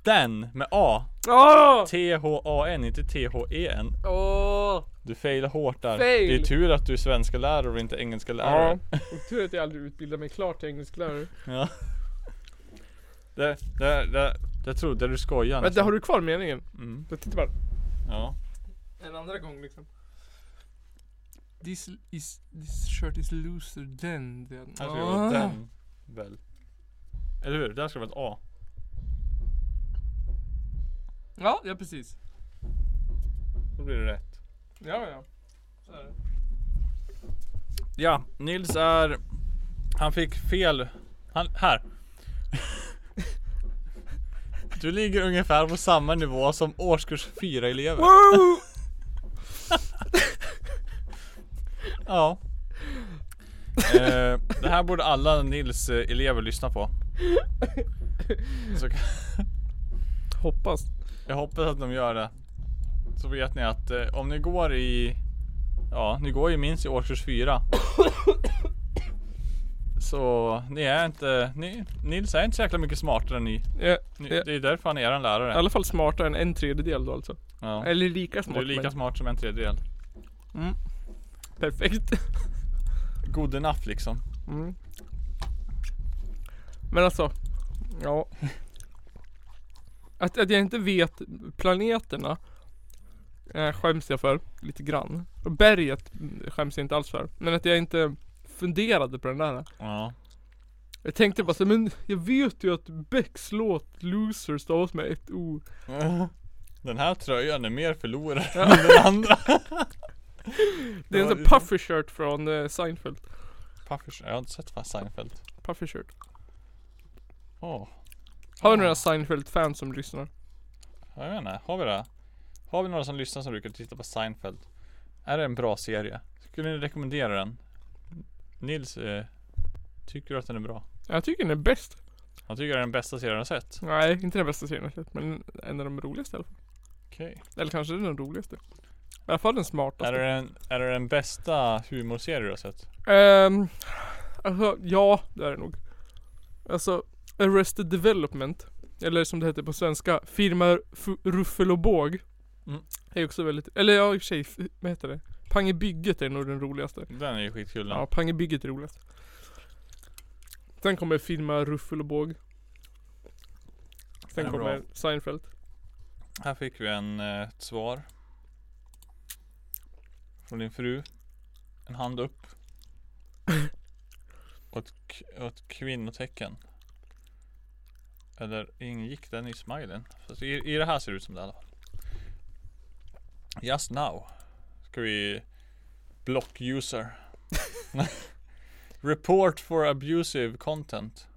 [SPEAKER 2] den med A.
[SPEAKER 1] Åh!
[SPEAKER 2] T-H-A-N, inte T-H-E-N.
[SPEAKER 1] Åh!
[SPEAKER 2] Du failar hårt där.
[SPEAKER 1] Fail.
[SPEAKER 2] Det är tur att du är svenska lärare och inte engelska
[SPEAKER 1] Ja.
[SPEAKER 2] lärare.
[SPEAKER 1] Och Tur att jag aldrig utbildade mig klart till engelsklärare.
[SPEAKER 2] Ja. Det, det, det, det trodde du skojade.
[SPEAKER 1] Vänta, har du kvar meningen?
[SPEAKER 2] Mm,
[SPEAKER 1] Jag tittar bara.
[SPEAKER 2] ja.
[SPEAKER 1] En andra gång liksom. This, is, this shirt is looser than Ah. the...
[SPEAKER 2] Här ska det vara den väl? Eller hur? Där ska det vara ett A.
[SPEAKER 1] Ja, ja precis.
[SPEAKER 2] Då blir det rätt.
[SPEAKER 1] Ja, ja. Så är det.
[SPEAKER 2] Ja, Nils är... Han fick fel. Han, här. Du ligger ungefär på samma nivå som årskurs 4 elever.
[SPEAKER 1] Woo!
[SPEAKER 2] Ja. Eh, det här borde alla Nils eh, elever lyssna på. Så, kan-
[SPEAKER 1] Hoppas.
[SPEAKER 2] jag hoppas att de gör det. Så vet ni att eh, om ni går i... Ja, ni går ju minst i årskurs 4. Så ni är inte... Ni, Nils är inte så jäkla mycket smartare än ni.
[SPEAKER 1] Ja,
[SPEAKER 2] ni
[SPEAKER 1] Ja.
[SPEAKER 2] Det är därför han är eran
[SPEAKER 1] I
[SPEAKER 2] lärare.
[SPEAKER 1] alla fall smartare än en tredjedel då alltså.
[SPEAKER 2] Ja.
[SPEAKER 1] Eller lika smart.
[SPEAKER 2] Du är lika
[SPEAKER 1] men-
[SPEAKER 2] smart som en tredjedel.
[SPEAKER 1] Perfekt.
[SPEAKER 2] Good enough liksom.
[SPEAKER 1] Mm. Men alltså. Ja. Att, att jag inte vet planeterna. Eh, skäms jag för. Lite grann. Och berget mm, skäms jag inte alls för. Men att jag inte funderade på den där.
[SPEAKER 2] Ja.
[SPEAKER 1] Jag tänkte bara så, men jag vet ju att Becks låt Loser stavas med ett O.
[SPEAKER 2] Den här tröjan är mer förlorare än den andra.
[SPEAKER 1] Det är en
[SPEAKER 2] Ja,
[SPEAKER 1] sån här puffy shirt från eh, Seinfeld.
[SPEAKER 2] Puffers, jag har inte sett fan Seinfeld.
[SPEAKER 1] Puffy shirt.
[SPEAKER 2] Åh,
[SPEAKER 1] Har vi några Seinfeld-fans som lyssnar?
[SPEAKER 2] jag vet inte, har vi det? Har vi några som lyssnar som brukar titta på Seinfeld? Är det en bra serie? Skulle ni rekommendera den? Nils, eh, tycker du att den är bra?
[SPEAKER 1] Jag tycker den är bäst.
[SPEAKER 2] Han tycker det är den bästa serien han har sett.
[SPEAKER 1] Nej, inte den bästa serien jag sett, men en av de roligaste i alla fall.
[SPEAKER 2] Okej.
[SPEAKER 1] Eller kanske den roligaste. I alla fall den
[SPEAKER 2] Är,
[SPEAKER 1] smartaste.
[SPEAKER 2] det den- är det den bästa humorserien du har sett?
[SPEAKER 1] Ehm, alltså, ja, det är det nog. Alltså, Arrested Development, eller som det heter på svenska, Firma F- Ruffel och Båg.
[SPEAKER 2] Mm.
[SPEAKER 1] Är också väldigt, eller ja i och för sig, f- vad heter det? Pang i bygget är nog den roligaste.
[SPEAKER 2] Den är ju skitkul den.
[SPEAKER 1] Ja, Pang i bygget är roligast. Sen kommer Firma Ruffel och Båg.
[SPEAKER 2] Den
[SPEAKER 1] Sen
[SPEAKER 2] är bra.
[SPEAKER 1] kommer Seinfeld.
[SPEAKER 2] Här fick vi en, eh, ett svar. Från din fru. En hand upp. Och ett, k- och ett kvinnotecken. Eller ingick den i smilen? Fast i, I det här ser det ut som det i alla fall. Just now. Ska vi block user. Report for abusive content.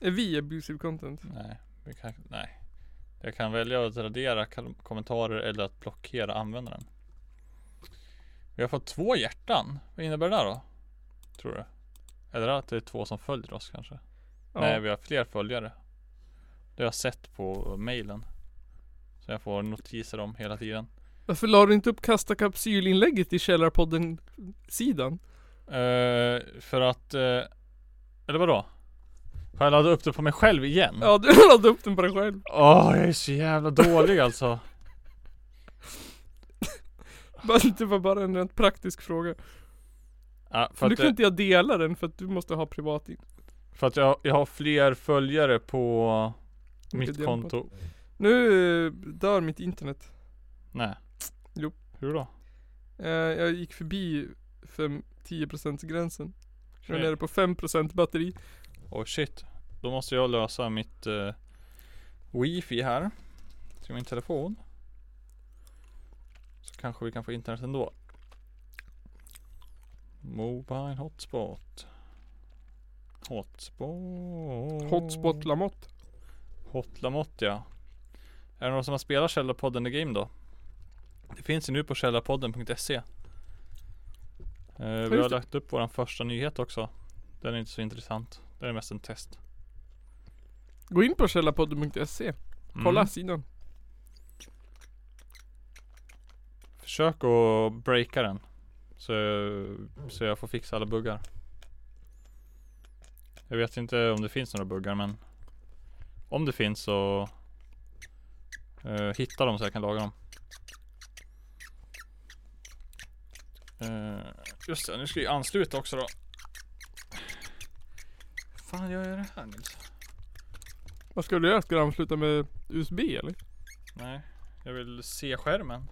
[SPEAKER 1] Är vi abusive content?
[SPEAKER 2] Nej, vi kan, nej. Jag kan välja att radera kal- kommentarer eller att blockera användaren. Vi har fått två hjärtan. Vad innebär det där då? Tror du? Eller att det är två som följer oss kanske?
[SPEAKER 1] Ja.
[SPEAKER 2] Nej, vi har fler följare. Det har jag sett på mejlen. Så jag får notiser om hela tiden.
[SPEAKER 1] Varför la du inte upp Kasta Kapsyl-inlägget i
[SPEAKER 2] Mm.
[SPEAKER 1] Källarpodden-sidan?
[SPEAKER 2] Eh, för att... eh, eller vadå? Har jag laddat upp det på mig själv igen?
[SPEAKER 1] Ja, du laddade upp den på dig själv.
[SPEAKER 2] Åh, jag är så jävla dålig alltså.
[SPEAKER 1] Bara- Det var bara en rent praktisk fråga.
[SPEAKER 2] Ja, för
[SPEAKER 1] För nu
[SPEAKER 2] att
[SPEAKER 1] kan
[SPEAKER 2] det-
[SPEAKER 1] inte jag dela den för att du måste ha privat in.
[SPEAKER 2] För att jag, jag har fler följare på
[SPEAKER 1] Vilket
[SPEAKER 2] mitt
[SPEAKER 1] jävla-
[SPEAKER 2] konto.
[SPEAKER 1] Nu eh, dör mitt internet.
[SPEAKER 2] Nej.
[SPEAKER 1] Jo.
[SPEAKER 2] Hur då?
[SPEAKER 1] Eh, Jag gick förbi 10% gränsen. Jag är
[SPEAKER 2] Okej.
[SPEAKER 1] nere på 5% batteri.
[SPEAKER 2] Oh shit. Då måste jag lösa mitt eh, wifi här. Till min telefon. Så kanske vi kan få internet ändå. Mobile hotspot. Hotspot.
[SPEAKER 1] Hotspot Lamotte.
[SPEAKER 2] Hotlamott ja. Är det någon som har spelat Källarpodden The Game då? Det finns ju nu på källarpodden.se eh, Vi har
[SPEAKER 1] just det.
[SPEAKER 2] lagt upp våran första nyhet också. Den är inte så intressant. Den är mest en test.
[SPEAKER 1] Gå in på källarpodden.se. Kolla
[SPEAKER 2] Mm.
[SPEAKER 1] sidan.
[SPEAKER 2] Försök att breaka den. Så, så jag får fixa alla buggar. Jag vet inte om det finns några buggar men om det finns så eh, hitta dem så jag kan laga dem. Eh, just det, nu ska jag ansluta också då. Fan gör jag det här Nils?
[SPEAKER 1] Vad ska du göra? Ska du ansluta med USB eller?
[SPEAKER 2] Nej, jag vill se skärmen.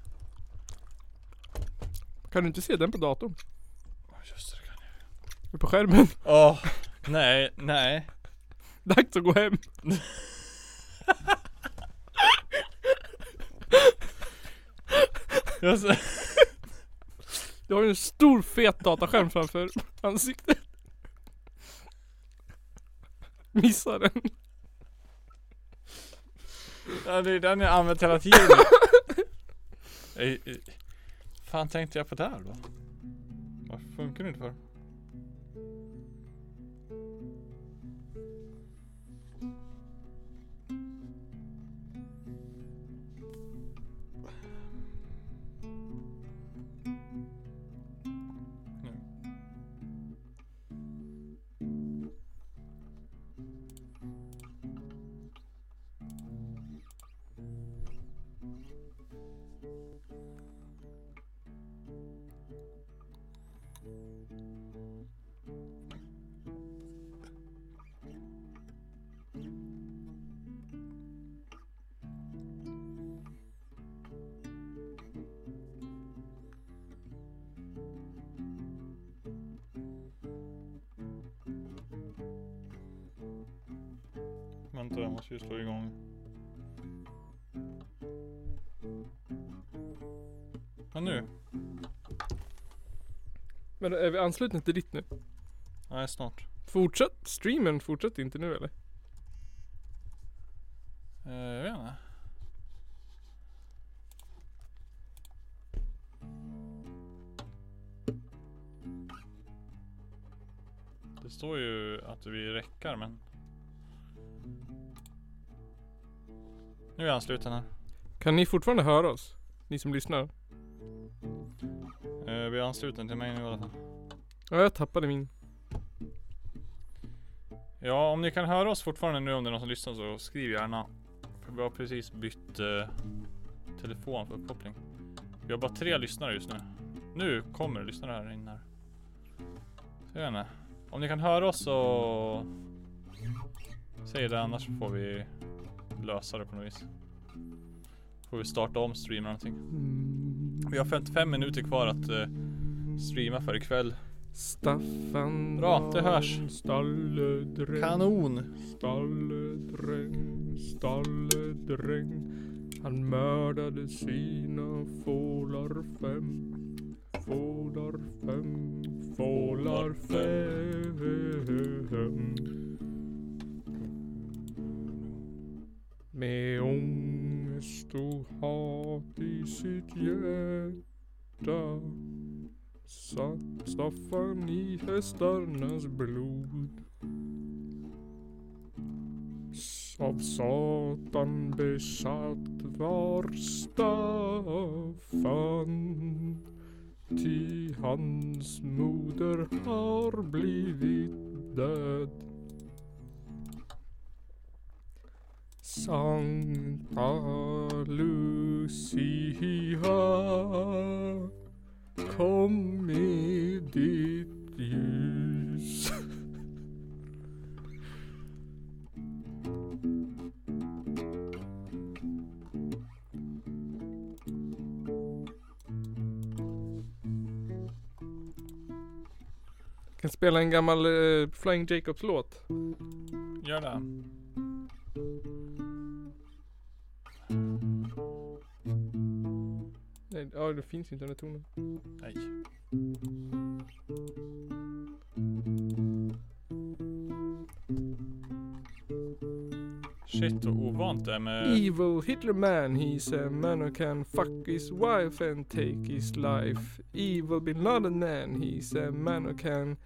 [SPEAKER 1] Kan du inte se den på datorn?
[SPEAKER 2] Just det, det kan jag.
[SPEAKER 1] På skärmen?
[SPEAKER 2] Åh, nej, nej.
[SPEAKER 1] Dags att gå hem.
[SPEAKER 2] Jag ser-
[SPEAKER 1] Jag har ju en stor fet dataskärm framför ansiktet. Missar den.
[SPEAKER 2] Ja, det är den jag använt hela tiden. Ej, ej. Fan tänkte jag på där då? Varför funkar det inte för? Nu. Vänta, jag måste ju slå igång. Ja nu.
[SPEAKER 1] Men är vi anslutna till ditt nu?
[SPEAKER 2] Nej snart.
[SPEAKER 1] Fortsätt, streamen fortsätter inte nu eller?
[SPEAKER 2] Eh, jag vet inte. Det står ju att vi räckar men. Nu är jag ansluten här.
[SPEAKER 1] Kan ni fortfarande höra oss? Ni som lyssnar?
[SPEAKER 2] Eh, vi är ansluten till mig nu i alla fall.
[SPEAKER 1] Ja, jag tappade min.
[SPEAKER 2] Ja, om ni kan höra oss fortfarande nu om det är någon som lyssnar så skriv gärna. För vi har precis bytt eh, telefon för uppkoppling. Vi har bara tre lyssnare just nu. Nu kommer det lyssnare här inne. här. Så jag vet inte. Om ni kan höra oss så säg det annars får vi lösa det på något vis. Får vi starta om streamen eller någonting. Vi har 55 minuter kvar att eh, streama för ikväll.
[SPEAKER 1] Staffan
[SPEAKER 2] Bra, det hörs.
[SPEAKER 1] Stalledräng,
[SPEAKER 2] Kanon!
[SPEAKER 1] stalledräng, stalledräng. Han mördade sina fålar fem. Fålar fem, fålar fem. Med ångest och hat i sitt hjärta satt Staffan i hästarnas blod. S- Av Satan besatt var Staffan. Ty hans moder har blivit död. Sankta Lucia Kom i ditt ljus. kan spela en gammal eh, Flying Jacobs låt.
[SPEAKER 2] Gör det.
[SPEAKER 1] Nej, ja det finns ju inte den här tonen.
[SPEAKER 2] Nej. Shit vad ovant det är med...
[SPEAKER 1] Evil Hitler man he's a man who can fuck his wife and take his life. Evil bin Laden man he's a man who can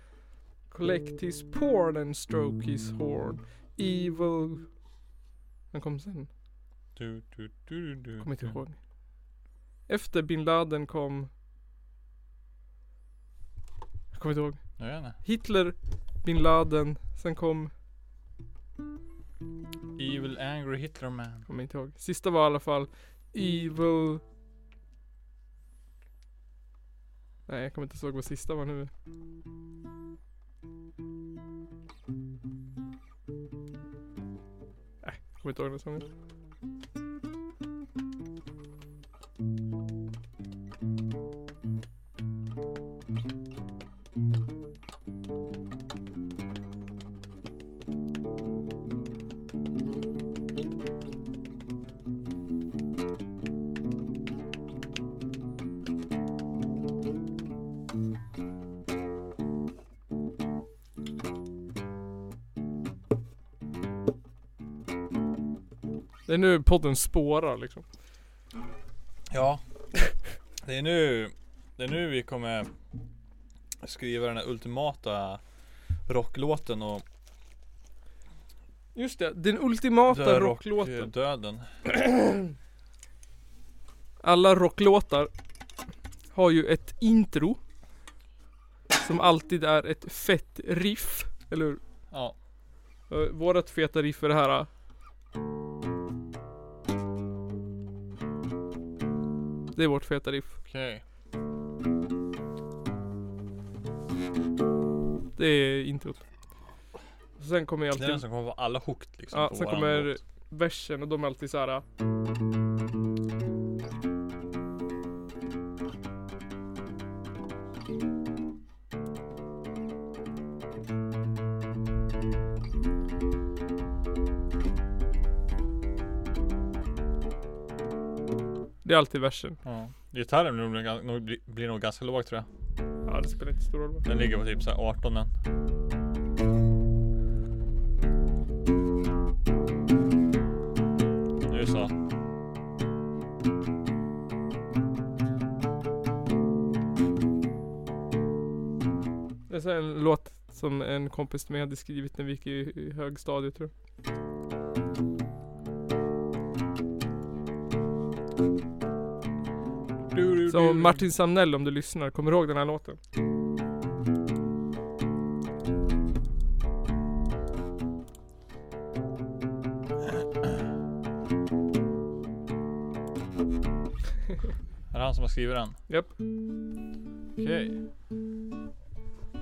[SPEAKER 1] collect his porn and stroke his horn. Evil... Den kom sen.
[SPEAKER 2] Du, du, du, du, du.
[SPEAKER 1] Kommer inte ihåg. Efter bin Laden kom... Jag kommer inte ihåg.
[SPEAKER 2] Jag vet inte.
[SPEAKER 1] Hitler, bin Laden, sen kom...
[SPEAKER 2] Evil Angry Hitler Man.
[SPEAKER 1] Kommer inte ihåg. Sista var i alla fall Evil... Nej, jag kommer inte ihåg vad sista var nu. Nej, jag kommer inte ihåg den sången. Det är nu podden spårar liksom.
[SPEAKER 2] Ja. Det är nu... Det är nu vi kommer skriva den här ultimata rocklåten och
[SPEAKER 1] Just det, den ultimata
[SPEAKER 2] dö- eh.
[SPEAKER 1] rocklåten.
[SPEAKER 2] döden.
[SPEAKER 1] Alla rocklåtar har ju ett intro. Som alltid är ett fett riff. Eller hur?
[SPEAKER 2] Ja.
[SPEAKER 1] Eh, Vårat feta riff är det här. eh. Det är vårt feta riff.
[SPEAKER 2] Okej.
[SPEAKER 1] Det är introt. Sen kommer ju
[SPEAKER 2] Det är den
[SPEAKER 1] alltid...
[SPEAKER 2] som kommer vara alla hooked liksom.
[SPEAKER 1] Ja,
[SPEAKER 2] på
[SPEAKER 1] sen
[SPEAKER 2] våran
[SPEAKER 1] kommer
[SPEAKER 2] låt.
[SPEAKER 1] versen och de är alltid så här. eh. Det är alltid versen.
[SPEAKER 2] Ja. Gitarren blir nog, gan- nog- blir nog ganska låg tror jag.
[SPEAKER 1] Ja, det spelar inte stor roll.
[SPEAKER 2] Den ligger på typ så här 18 men. Nu så.
[SPEAKER 1] Det är så här en låt som en kompis till mig hade skrivit när vi gick i, i högstadiet tror jag. Så Martin Samnell om du lyssnar, kommer du ihåg den här låten?
[SPEAKER 2] Är det han som har skrivit den?
[SPEAKER 1] Japp.
[SPEAKER 2] Okej.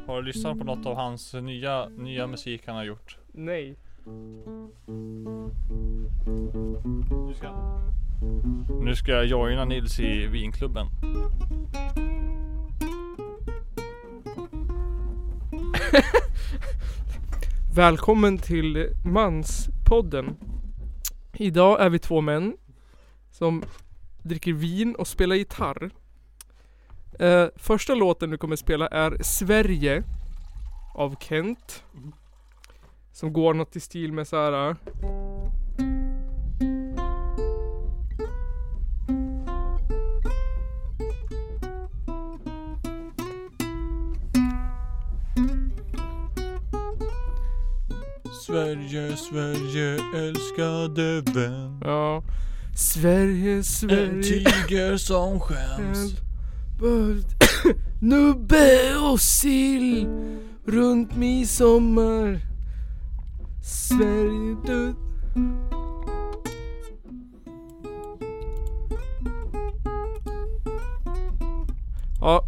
[SPEAKER 2] Har du lyssnat på något av hans nya, nya musik han har gjort?
[SPEAKER 1] Nej.
[SPEAKER 2] Nu ska, nu ska jag joina Nils i vinklubben.
[SPEAKER 1] Välkommen till Manspodden. Idag är vi två män som dricker vin och spelar gitarr. Eh, första låten du kommer spela är Sverige av Kent. Som går något i stil med så här. eh,
[SPEAKER 2] Sverige, Sverige, älskade vän.
[SPEAKER 1] Ja. Sverige,
[SPEAKER 2] En
[SPEAKER 1] Sverige.
[SPEAKER 2] tiger som skäms.
[SPEAKER 1] Bult- Eh, Nubbe och sill runt midsommar. Sverige du. Ja,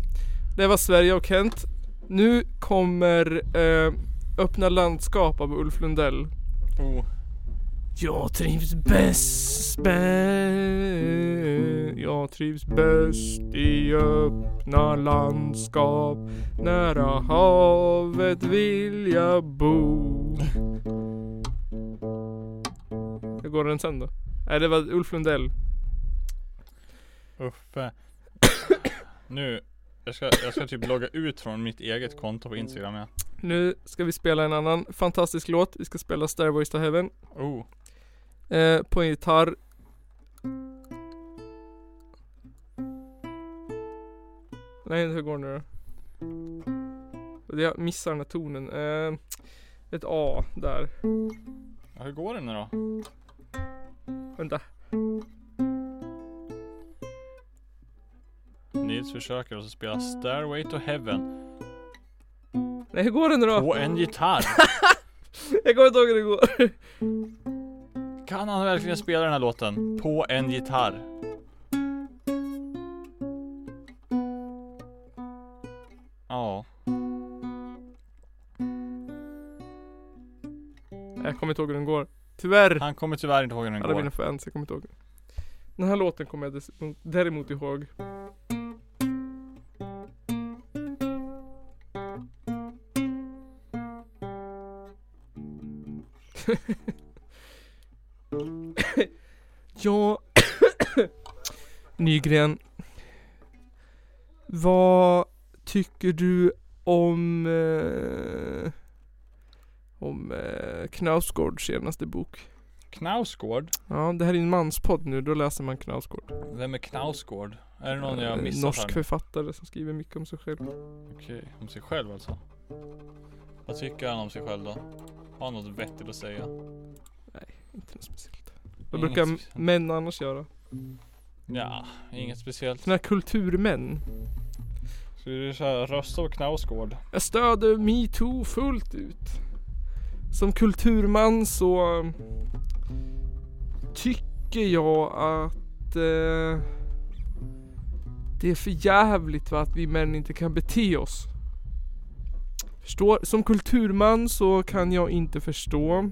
[SPEAKER 1] det var Sverige och Kent. Nu kommer eh, Öppna landskap av Ulf Lundell.
[SPEAKER 2] Oh.
[SPEAKER 1] Jag trivs bäst, bä- jag trivs bäst i öppna landskap. Nära havet vill jag bo. Hur går den sen då? Nej det var Ulf Lundell.
[SPEAKER 2] Uffe. Nu. Jag ska, jag ska typ logga ut från mitt eget konto på Instagram. Ja.
[SPEAKER 1] Nu ska vi spela en annan fantastisk låt. Vi ska spela Stairways to Heaven.
[SPEAKER 2] Oh.
[SPEAKER 1] Eh, på en gitarr. Nej, hur går det nu då? Jag missar den här tonen. Eh, ett A där.
[SPEAKER 2] Ja, hur går det nu då?
[SPEAKER 1] Vänta.
[SPEAKER 2] Nils försöker alltså spela Stairway to Heaven
[SPEAKER 1] Nej, hur går det nu då?
[SPEAKER 2] på en gitarr.
[SPEAKER 1] Jag kommer inte ihåg hur det går.
[SPEAKER 2] Kan han verkligen spela den här låten på en gitarr? Ja.
[SPEAKER 1] Nej, Jag kommer inte ihåg hur den går. Tyvärr.
[SPEAKER 2] Han kommer tyvärr inte ihåg hur den
[SPEAKER 1] Alla mina
[SPEAKER 2] går.
[SPEAKER 1] fans, jag kommer inte ihåg. Den här låten kommer jag dess- däremot ihåg. ja... Nygren. Vad tycker du om... Eh, om eh, Knausgårds senaste bok?
[SPEAKER 2] Knausgård?
[SPEAKER 1] Ja, det här är en manspodd nu, då läser man Knausgård.
[SPEAKER 2] Vem är Knausgård? Är det någon jag har
[SPEAKER 1] Eh,
[SPEAKER 2] missat
[SPEAKER 1] Norsk
[SPEAKER 2] här Mm. nu?
[SPEAKER 1] författare som skriver mycket om sig själv.
[SPEAKER 2] Okej, om sig själv alltså. Vad tycker han om sig själv då? Har han något vettigt att säga?
[SPEAKER 1] Inte något speciellt. Vad
[SPEAKER 2] Inget
[SPEAKER 1] brukar m-
[SPEAKER 2] speciellt.
[SPEAKER 1] män annars göra?
[SPEAKER 2] Ja, inget speciellt.
[SPEAKER 1] Såna här kulturmän.
[SPEAKER 2] Ska du så här, rösta på Knausgård?
[SPEAKER 1] Jag stöder metoo fullt ut. Som kulturman så eh, tycker jag att eh, det är för jävligt va, att vi män inte kan bete oss. Förstår? Som kulturman så kan jag inte förstå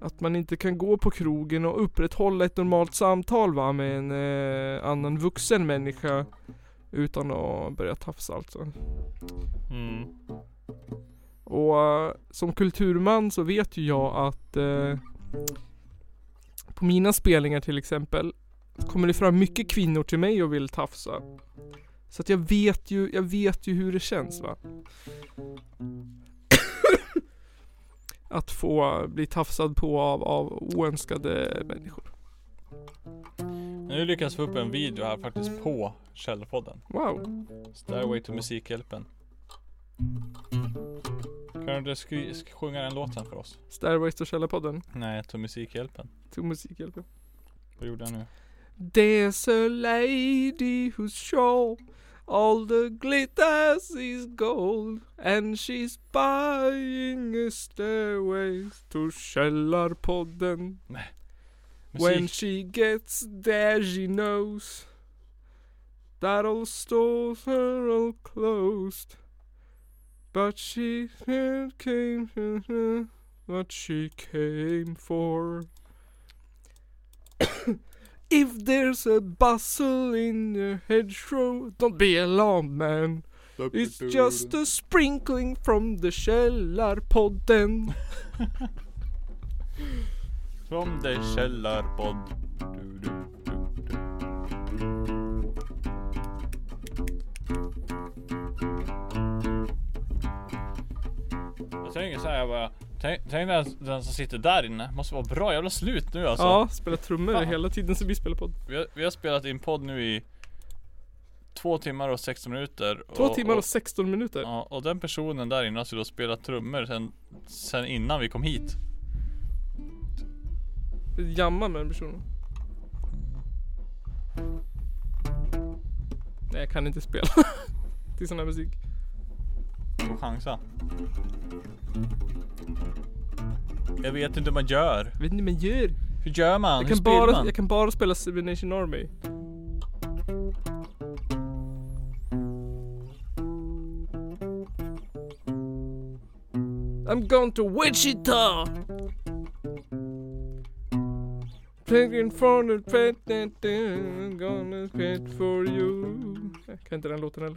[SPEAKER 1] att man inte kan gå på krogen och upprätthålla ett normalt samtal va, med en eh, annan vuxen människa utan att börja tafsa alltså.
[SPEAKER 2] Mm.
[SPEAKER 1] Och eh, som kulturman så vet ju jag att eh, på mina spelningar till exempel kommer det fram mycket kvinnor till mig och vill tafsa. Så att jag vet ju, jag vet ju hur det känns va. att få bli tafsad på av, av oönskade människor.
[SPEAKER 2] Nu lyckas få upp en video här faktiskt på Källpodden.
[SPEAKER 1] Wow.
[SPEAKER 2] Stairway to Musikhjälpen. Kan du skri- sk- sjunga den låten för oss?
[SPEAKER 1] Stairways to Källarpodden.
[SPEAKER 2] Nej, to Musikhjälpen.
[SPEAKER 1] Till Musikhjälpen.
[SPEAKER 2] Vad gjorde jag nu?
[SPEAKER 1] There's a lady who's sure all the glitters is gold and she's buying a stairways to Källarpodden. When
[SPEAKER 2] Musik.
[SPEAKER 1] she gets there she knows that all stores are all closed. But she came what she came for. If there's a bustle in the hedgerow, don't be alarmed, man. It's just a sprinkling from the Källarpodden.
[SPEAKER 2] From the Källarpodd. Du, du, du, du. Jag tänker såhär bara. Tänk, tänk den, den som sitter där inne. Måste vara bra jävla slut nu alltså.
[SPEAKER 1] Ja, spela trummor
[SPEAKER 2] Fan.
[SPEAKER 1] hela tiden som vi spelar podd.
[SPEAKER 2] Vi har, vi har spelat in podd nu i två timmar och 16 minuter.
[SPEAKER 1] Två timmar och 16 minuter.
[SPEAKER 2] Ja, och den personen där inne har alltså då spelat trummor sen, sen innan vi kom hit.
[SPEAKER 1] jamma med den personen. Nej jag kan inte spela till sån här musik.
[SPEAKER 2] Får chansa. Jag vet inte hur man gör.
[SPEAKER 1] Jag vet inte hur man gör.
[SPEAKER 2] Hur gör man?
[SPEAKER 1] Jag
[SPEAKER 2] hur
[SPEAKER 1] kan,
[SPEAKER 2] spelar
[SPEAKER 1] bara,
[SPEAKER 2] man?
[SPEAKER 1] jag kan bara spela Subination Army. I'm going to Wichita! Taking for the pet I'm gonna pet for you Jag kan inte den låten heller.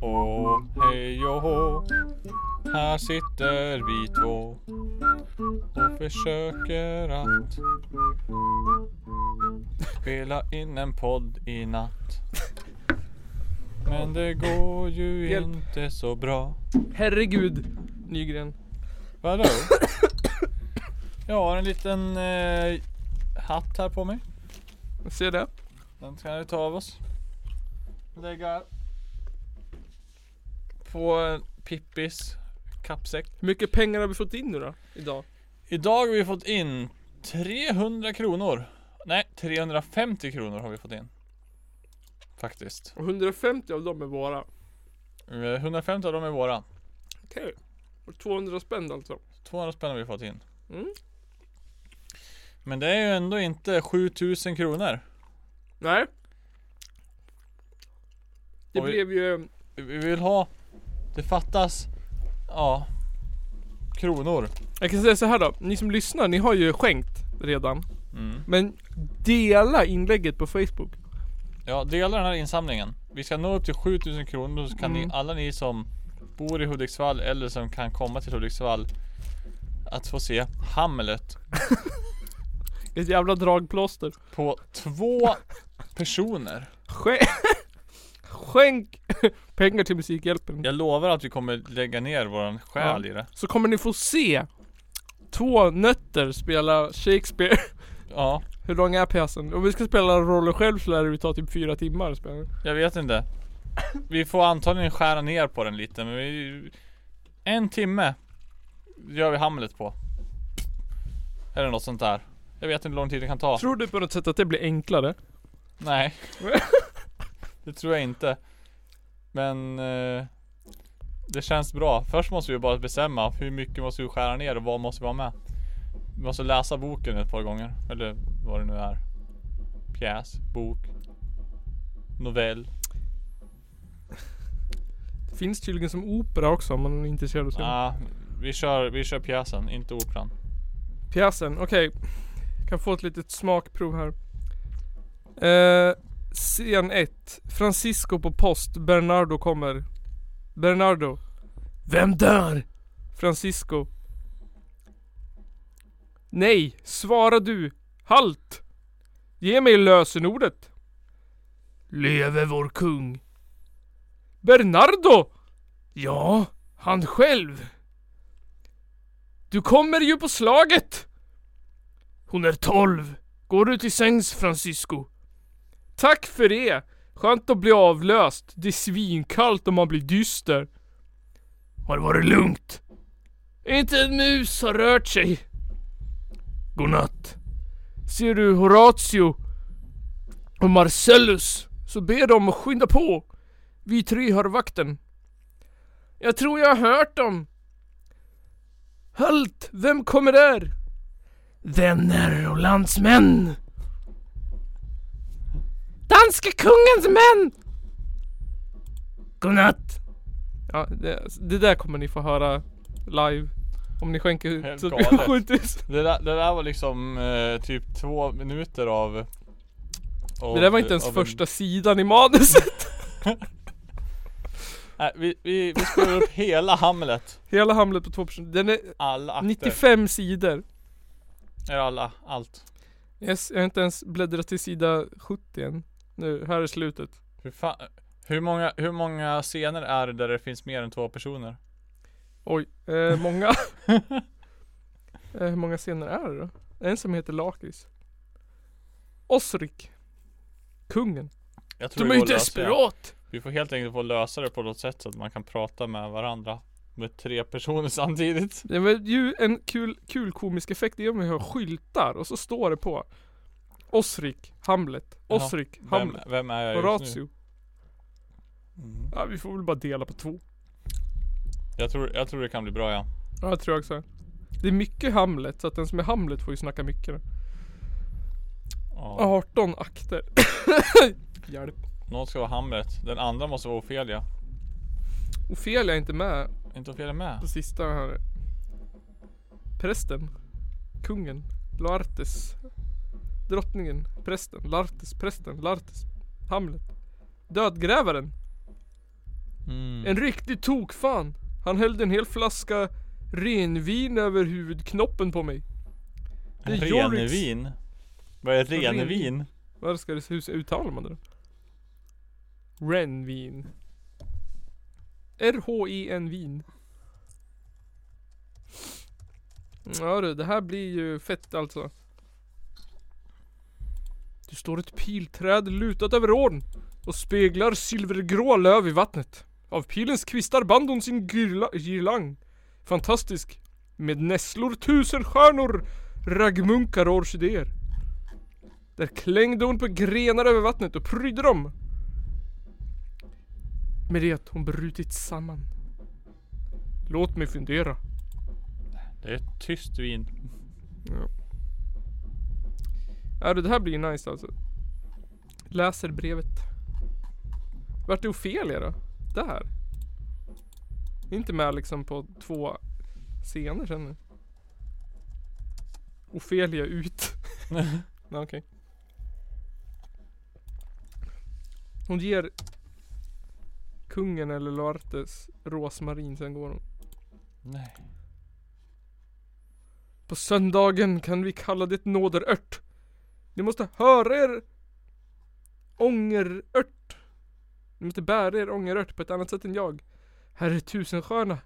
[SPEAKER 2] Åh, hej och hå. Här sitter vi två och försöker att spela in en podd i natt. Men det går ju
[SPEAKER 1] Hjälp.
[SPEAKER 2] inte så bra.
[SPEAKER 1] Herregud Nygren
[SPEAKER 2] Vadå? Jag har en liten eh, hatt här på mig.
[SPEAKER 1] Jag ser det
[SPEAKER 2] Den ska vi ta av oss. Lägga på en Pippis kappsäck.
[SPEAKER 1] Hur mycket pengar har vi fått in nu då? Idag?
[SPEAKER 2] Idag har vi fått in 300 kronor. Nej, 350 kronor har vi fått in. Faktiskt.
[SPEAKER 1] Och 150 av dem är våra
[SPEAKER 2] Eh, 150 av dem är våra.
[SPEAKER 1] Okej Och 200 spänn alltså
[SPEAKER 2] 200 spänn har vi fått in.
[SPEAKER 1] Mm.
[SPEAKER 2] Men det är ju ändå inte 7000 kronor.
[SPEAKER 1] Nej Det
[SPEAKER 2] Och vi-
[SPEAKER 1] blev ju
[SPEAKER 2] Vi vill ha... Det fattas... Ja. Kronor.
[SPEAKER 1] Jag kan säga så här då Ni som lyssnar, ni har ju skänkt redan
[SPEAKER 2] Mm.
[SPEAKER 1] Men dela inlägget på Facebook
[SPEAKER 2] Ja, dela den här insamlingen. Vi ska nå upp till 7000 kronor så kan ni,
[SPEAKER 1] Mm.
[SPEAKER 2] alla ni som bor i Hudiksvall eller som kan komma till Hudiksvall att få se Hamlet
[SPEAKER 1] Ett jävla dragplåster
[SPEAKER 2] på två personer.
[SPEAKER 1] Skänk, skänk pengar till Musikhjälpen.
[SPEAKER 2] Jag lovar att vi kommer lägga ner våran själ i det.
[SPEAKER 1] Så kommer ni få se två nötter spela Shakespeare.
[SPEAKER 2] Ja,
[SPEAKER 1] Hur lång är pjäsen? Om vi ska spela rollen själv så lär det ta typ fyra timmar att spela.
[SPEAKER 2] jag vet inte. Vi får antagligen skära ner på den lite men vi... En timme gör vi Hamlet på. Eller något sånt där. Jag vet inte hur lång tid det kan ta.
[SPEAKER 3] Tror du på något sätt att det blir enklare?
[SPEAKER 2] Nej. det tror jag inte. Men eh, det känns bra. Först måste vi bara bestämma hur mycket måste vi skära ner och vad måste vi ha med. Vi måste läsa boken ett par gånger. Eller vad det nu är. Pjäs, bok, novell.
[SPEAKER 1] Det finns tydligen som opera också om man är intresserad av sånt.
[SPEAKER 2] Ah, vi, kör, vi kör pjäsen, inte operan.
[SPEAKER 1] Pjäsen, okej. Kan få ett litet smakprov här. Eh, scen 1. Francisco på post. Bernardo kommer. Bernardo. Vem där? Francisco. Nej, svara du. Halt! Ge mig lösenordet. Leve vår kung. Bernardo! Ja, han själv. Du kommer ju på slaget! Hon är tolv. Går du till sängs, Francisco? Tack för det! Skönt att bli avlöst. Det är svinkallt om man blir dyster. Har det varit lugnt? Inte en mus har rört sig. Godnatt. Ser du Horatio och Marcellus så ber dem att skynda på. Vi tre har vakten. Jag tror jag har hört dem. Halt! Vem kommer där? Vänner och landsmän! Danske kungens män! Godnatt! Ja, det, det där kommer ni få höra live. Om ni skänker
[SPEAKER 2] Helt
[SPEAKER 1] så
[SPEAKER 2] galet.
[SPEAKER 1] 7000.
[SPEAKER 2] Det där, det där var liksom eh, typ två minuter av... av
[SPEAKER 1] Det där var inte ens
[SPEAKER 2] av en-
[SPEAKER 1] första sidan i manuset.
[SPEAKER 2] Nej, vi, vi, vi spelar upp hela Hamlet.
[SPEAKER 1] Hela Hamlet på 2%. Den är
[SPEAKER 2] Alla akter.
[SPEAKER 1] 95 sidor.
[SPEAKER 2] Eller alla, allt.
[SPEAKER 1] Yes, jag har inte ens bläddrat till sida 70 än. Nu, här är slutet.
[SPEAKER 2] Hur, fan, hur, många, hur många scener är det där det finns mer än två personer?
[SPEAKER 1] Oj, eh, många. eh, hur många scener är det då? En som heter Lakris. Osrik. Kungen.
[SPEAKER 2] Jag tror det går att lösa. Vi får helt enkelt få lösa det på något sätt så att man kan prata med varandra. Med tre personer samtidigt.
[SPEAKER 1] Det var ju en kul, kul komisk effekt. Det är om vi har skyltar och så står det på. Osrik, Hamlet.
[SPEAKER 2] Ja,
[SPEAKER 1] Osrik,
[SPEAKER 2] Vem,
[SPEAKER 1] Hamlet.
[SPEAKER 2] vem är jag just nu?
[SPEAKER 1] Horatio.
[SPEAKER 2] Mm.
[SPEAKER 1] Ja, vi får väl bara dela på två.
[SPEAKER 2] Jag tror, jag tror det kan bli bra ja.
[SPEAKER 1] Ja, jag tror jag också. Det är mycket Hamlet, så att den som är Hamlet får ju snacka mycket. då.
[SPEAKER 2] Ja.
[SPEAKER 1] 18 akter. Hjälp.
[SPEAKER 2] Någon ska vara Hamlet. Den andra måste vara Ofelia.
[SPEAKER 1] Ofelia är inte med
[SPEAKER 2] Är Inte Ofelia med?
[SPEAKER 1] på sista här. Prästen. Kungen. Laertes. Drottningen. Prästen. Laertes. Prästen. Laertes. Hamlet. Dödgrävaren.
[SPEAKER 2] Mm.
[SPEAKER 1] En riktig tokfan. Han hällde en hel flaska renvin över huvudknoppen på mig. det är Jorix.
[SPEAKER 2] Renevin? Vad är renevin?
[SPEAKER 1] Vad ska det, hur uttalar man det då? Renvin. E R-H-E-N-vin. Ja du, det här blir ju fett alltså. Det står ett pilträd lutat över ån och speglar silvergrå löv i vattnet. Av pilens kvistar band hon sin girla- girlang. Fantastisk. Med nässlor, tusen stjärnor, raggmunkar och orkidéer. Där klängde hon på grenar över vattnet och prydde dem. Med det att hon brutit samman. Låt mig fundera.
[SPEAKER 2] Det är ett tyst vin.
[SPEAKER 1] Är det det här blir ju nice alltså. Läser brevet. Vart är Ofelia då? Där. Är Inte med liksom på två scener känner Ofelia ut. Nej okej. Hon ger kungen eller Laertes rosmarin sen går hon.
[SPEAKER 2] Nej.
[SPEAKER 1] På söndagen kan vi kalla det nåderört. Ni måste höra er ångerört. Ni måste bära er ångerört på ett annat sätt än jag. Herre tusenstjärna.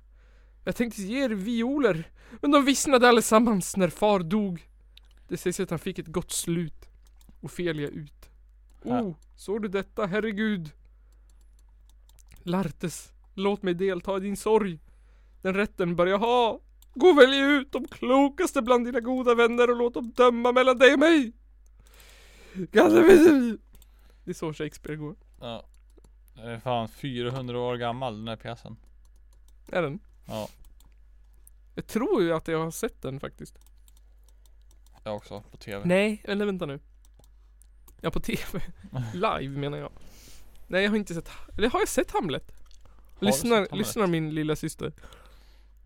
[SPEAKER 1] Jag tänkte ge er violer, men de vissnade allesammans när far dog. Det sägs att han fick ett gott slut. Ofelia ut. Oh, såg du detta, herregud? Lartes, låt mig delta i din sorg. Den rätten bör jag ha. Gå och välj ut de klokaste bland dina goda vänner och låt dem döma mellan dig och mig. Galle misery. Det är så Shakespeare går.
[SPEAKER 2] Ja. Den är fan 400 år gammal den här pjäsen.
[SPEAKER 1] Är den?
[SPEAKER 2] Ja,
[SPEAKER 1] Jag tror ju att jag har sett den faktiskt.
[SPEAKER 2] jag också på tv.
[SPEAKER 1] Nej, eller vänta nu. Ja, på TV. Live menar jag. Nej, jag har inte sett... Eller har jag sett Hamlet?
[SPEAKER 2] Har du sett
[SPEAKER 1] Lyssnar,
[SPEAKER 2] Hamlet?
[SPEAKER 1] lyssnar min lilla syster.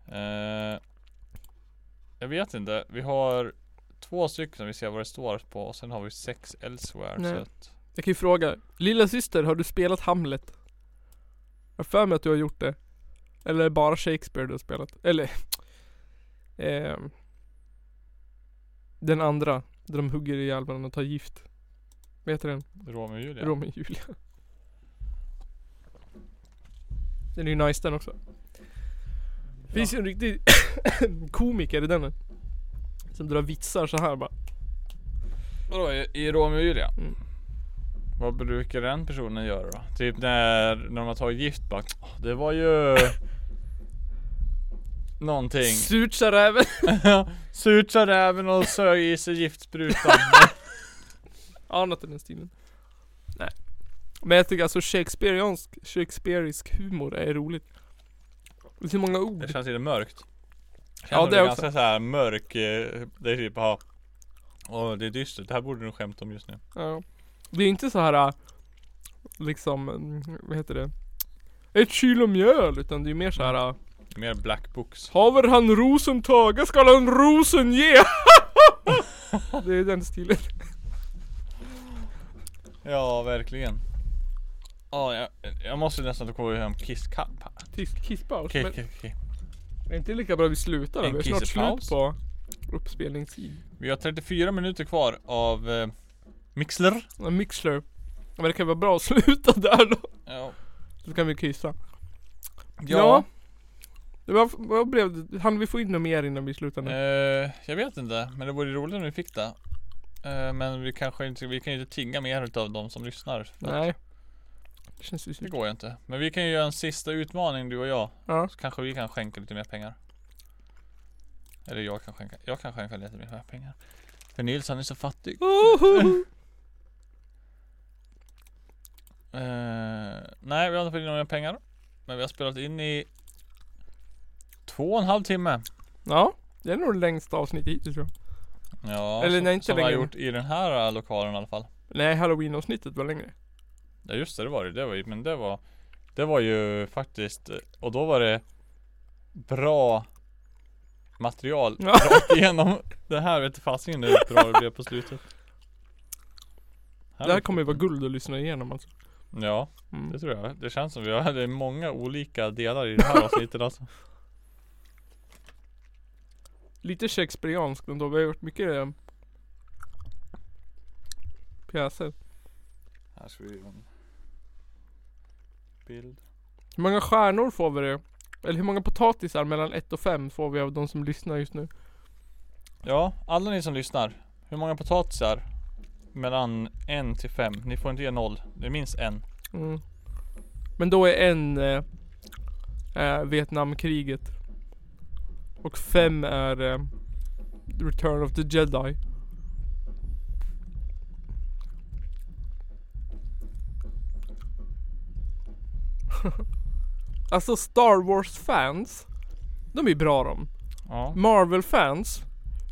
[SPEAKER 2] Eh, jag vet inte. Vi har två stycken vi ser vad det står på och sen har vi sex elsewhere.
[SPEAKER 1] Nej.
[SPEAKER 2] Så att,
[SPEAKER 1] Jag kan ju fråga. Lilla syster, har du spelat Hamlet? Jag har för mig att du har gjort det. Eller är det bara Shakespeare du har spelat. Eller... ehm, den andra. Där de hugger ihjäl varandra och tar gift. Vad heter den?
[SPEAKER 2] Romeo och Julia.
[SPEAKER 1] Romeo och Julia. Den är ju nice den också. Finns ju en riktig komiker i den. Som drar vitsar så här bara.
[SPEAKER 2] Vadå i, i Romeo och Julia?
[SPEAKER 1] Mm.
[SPEAKER 2] Vad brukar den personen göra då? Typ när, när de har tagit gift bara "Åh, Det var ju Någonting
[SPEAKER 1] Surt sa räven.
[SPEAKER 2] Surt sa räven och sög i sig giftsprutan
[SPEAKER 1] ja, något i den stilen. Nej. Men jag tycker alltså Shakespeareansk, Shakespeareisk humor är roligt. Det är så många ord.
[SPEAKER 2] Det känns lite mörkt känns
[SPEAKER 1] Ja,
[SPEAKER 2] som
[SPEAKER 1] det
[SPEAKER 2] är
[SPEAKER 1] också.
[SPEAKER 2] ganska så här mörk eh, Det är typ ha Åh det är dystert, det här borde du skämta om just nu
[SPEAKER 1] Ja. Det är inte så här äh, liksom, mm, vad heter det? Ett kilo mjöl, utan det är mer så här äh,
[SPEAKER 2] Mer black books
[SPEAKER 1] Haver han rosen taga skall han rosen ge! det är den stilen.
[SPEAKER 2] Ja verkligen Ja jag, jag måste nästan gå hem Kiss Cup
[SPEAKER 1] Kiss, kisspaus.
[SPEAKER 2] Okej
[SPEAKER 1] Men
[SPEAKER 2] okej okej
[SPEAKER 1] det är inte lika bra vi slutar då.
[SPEAKER 2] En
[SPEAKER 1] Vi har snart
[SPEAKER 2] kissepaus.
[SPEAKER 1] slut på uppspelningstid.
[SPEAKER 2] Vi har 34 minuter kvar av eh, Mixler
[SPEAKER 1] Ja, Mixler. Men det kan vara bra att sluta där då.
[SPEAKER 2] Ja.
[SPEAKER 1] Så kan vi kissa.
[SPEAKER 2] Ja.
[SPEAKER 1] Det var, vad blev det? Hann vi få in något mer innan vi slutar nu?
[SPEAKER 2] Eh, jag vet inte, men det vore roligt om vi fick det. Eh, men vi kanske inte, vi kan ju inte tinga mer utav de som lyssnar. för att
[SPEAKER 1] Nej. Det känns ju
[SPEAKER 2] Det
[SPEAKER 1] synd.
[SPEAKER 2] går ju inte. Men vi kan ju göra en sista utmaning du och jag.
[SPEAKER 1] Ja.
[SPEAKER 2] Så kanske vi kan skänka lite mer pengar. Eller jag kan skänka, jag kan skänka lite mer pengar. För Nils han är så fattig.
[SPEAKER 1] Oho.
[SPEAKER 2] Eh, nej, vi har inte fått in några pengar. Men vi har spelat in i två och en halv timme.
[SPEAKER 1] Ja. Det är nog det längsta avsnittet hittills tror jag.
[SPEAKER 2] Ja,
[SPEAKER 1] Eller
[SPEAKER 2] som,
[SPEAKER 1] nej, inte
[SPEAKER 2] som vi har
[SPEAKER 1] längre.
[SPEAKER 2] gjort i den här eh, lokalen i alla fall.
[SPEAKER 1] Nej, halloween-avsnittet var längre.
[SPEAKER 2] Ja just det, det var det. det var ju, men det var Det var ju faktiskt eh, Och då var det Bra Material
[SPEAKER 1] Ja.
[SPEAKER 2] rakt igenom Det här vet fasingen hur bra det blev på slutet
[SPEAKER 1] Det här kommer ju vara guld att lyssna igenom alltså.
[SPEAKER 2] Ja,
[SPEAKER 1] Mm.
[SPEAKER 2] det tror jag. Det känns som vi har det är många olika delar i det här avsnittet alltså.
[SPEAKER 1] Lite Shakespeareanskt ändå. Vi har gjort mycket eh, pjäser.
[SPEAKER 2] Här ska vi göra en bild.
[SPEAKER 1] Hur många stjärnor får vi det? Eller hur många potatisar mellan 1 och 5 får vi av de som lyssnar just nu?
[SPEAKER 2] Ja, alla ni som lyssnar. Hur många potatisar? Mellan en till fem. Ni får inte ge noll. Det är minst en.
[SPEAKER 1] Mm. Men då är en eh, eh, Vietnamkriget. Och fem är eh, Return of the Jedi. alltså Star Wars fans. De är ju bra de.
[SPEAKER 2] Ja.
[SPEAKER 1] Marvel-fans,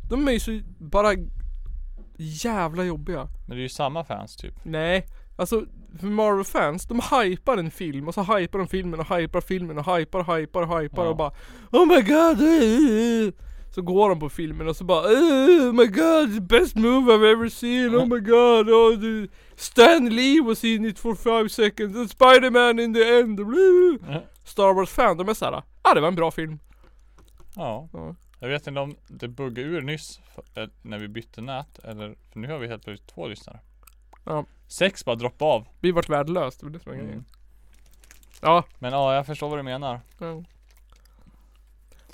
[SPEAKER 1] de är ju så bara jävla jobbiga.
[SPEAKER 2] Men det är ju samma fans typ.
[SPEAKER 1] Nej, alltså för Marvel-fans, de hypar en film och så hypar de filmen och hypar filmen och hypar, hypar, hypar
[SPEAKER 2] Ja.
[SPEAKER 1] och bara Oh my god! eh, eh, eh." Så går de på filmen och så bara eh, Oh my god! Best movie I've ever seen! Oh my god! Oh, the- Stan Lee was in it for five seconds and Spider-Man in the end! Blah.
[SPEAKER 2] Ja.
[SPEAKER 1] Star Wars-fan, de är såhär Ah det var en bra film!
[SPEAKER 2] Ja.
[SPEAKER 1] Ja.
[SPEAKER 2] Jag vet inte om det buggade ur nyss för, eh, när vi bytte nät eller för nu har vi helt plötsligt två lyssnare.
[SPEAKER 1] Ja.
[SPEAKER 2] Sex bara droppa av.
[SPEAKER 1] Vi vart värdelöst, det var det som var grejen.
[SPEAKER 2] Mm.
[SPEAKER 1] Ja,
[SPEAKER 2] Men ja, jag förstår vad du menar.
[SPEAKER 1] Ja.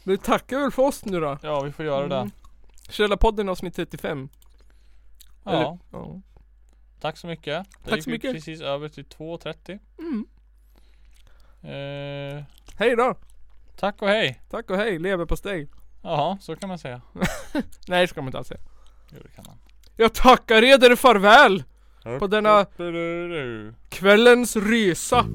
[SPEAKER 1] Vi tackar väl för oss nu då.
[SPEAKER 2] Ja, vi får göra
[SPEAKER 1] Mm.
[SPEAKER 2] det.
[SPEAKER 1] Källarpodden avsnitt 35.
[SPEAKER 2] Ja,
[SPEAKER 1] Eller- Ja.
[SPEAKER 2] tack så mycket. Det
[SPEAKER 1] Tack
[SPEAKER 2] gick
[SPEAKER 1] så
[SPEAKER 2] ju
[SPEAKER 1] mycket.
[SPEAKER 2] precis över till 2.30.
[SPEAKER 1] Mm.
[SPEAKER 2] Eh,
[SPEAKER 1] Hej då!
[SPEAKER 2] tack och hej.
[SPEAKER 1] Tack och hej, leverpastej.
[SPEAKER 2] Jaha, så kan man säga.
[SPEAKER 1] Nej det ska man inte alls säga.
[SPEAKER 2] Jo det kan man.
[SPEAKER 1] Jag tackar eder farväl på denna
[SPEAKER 2] Beruru.
[SPEAKER 1] kvällens resa.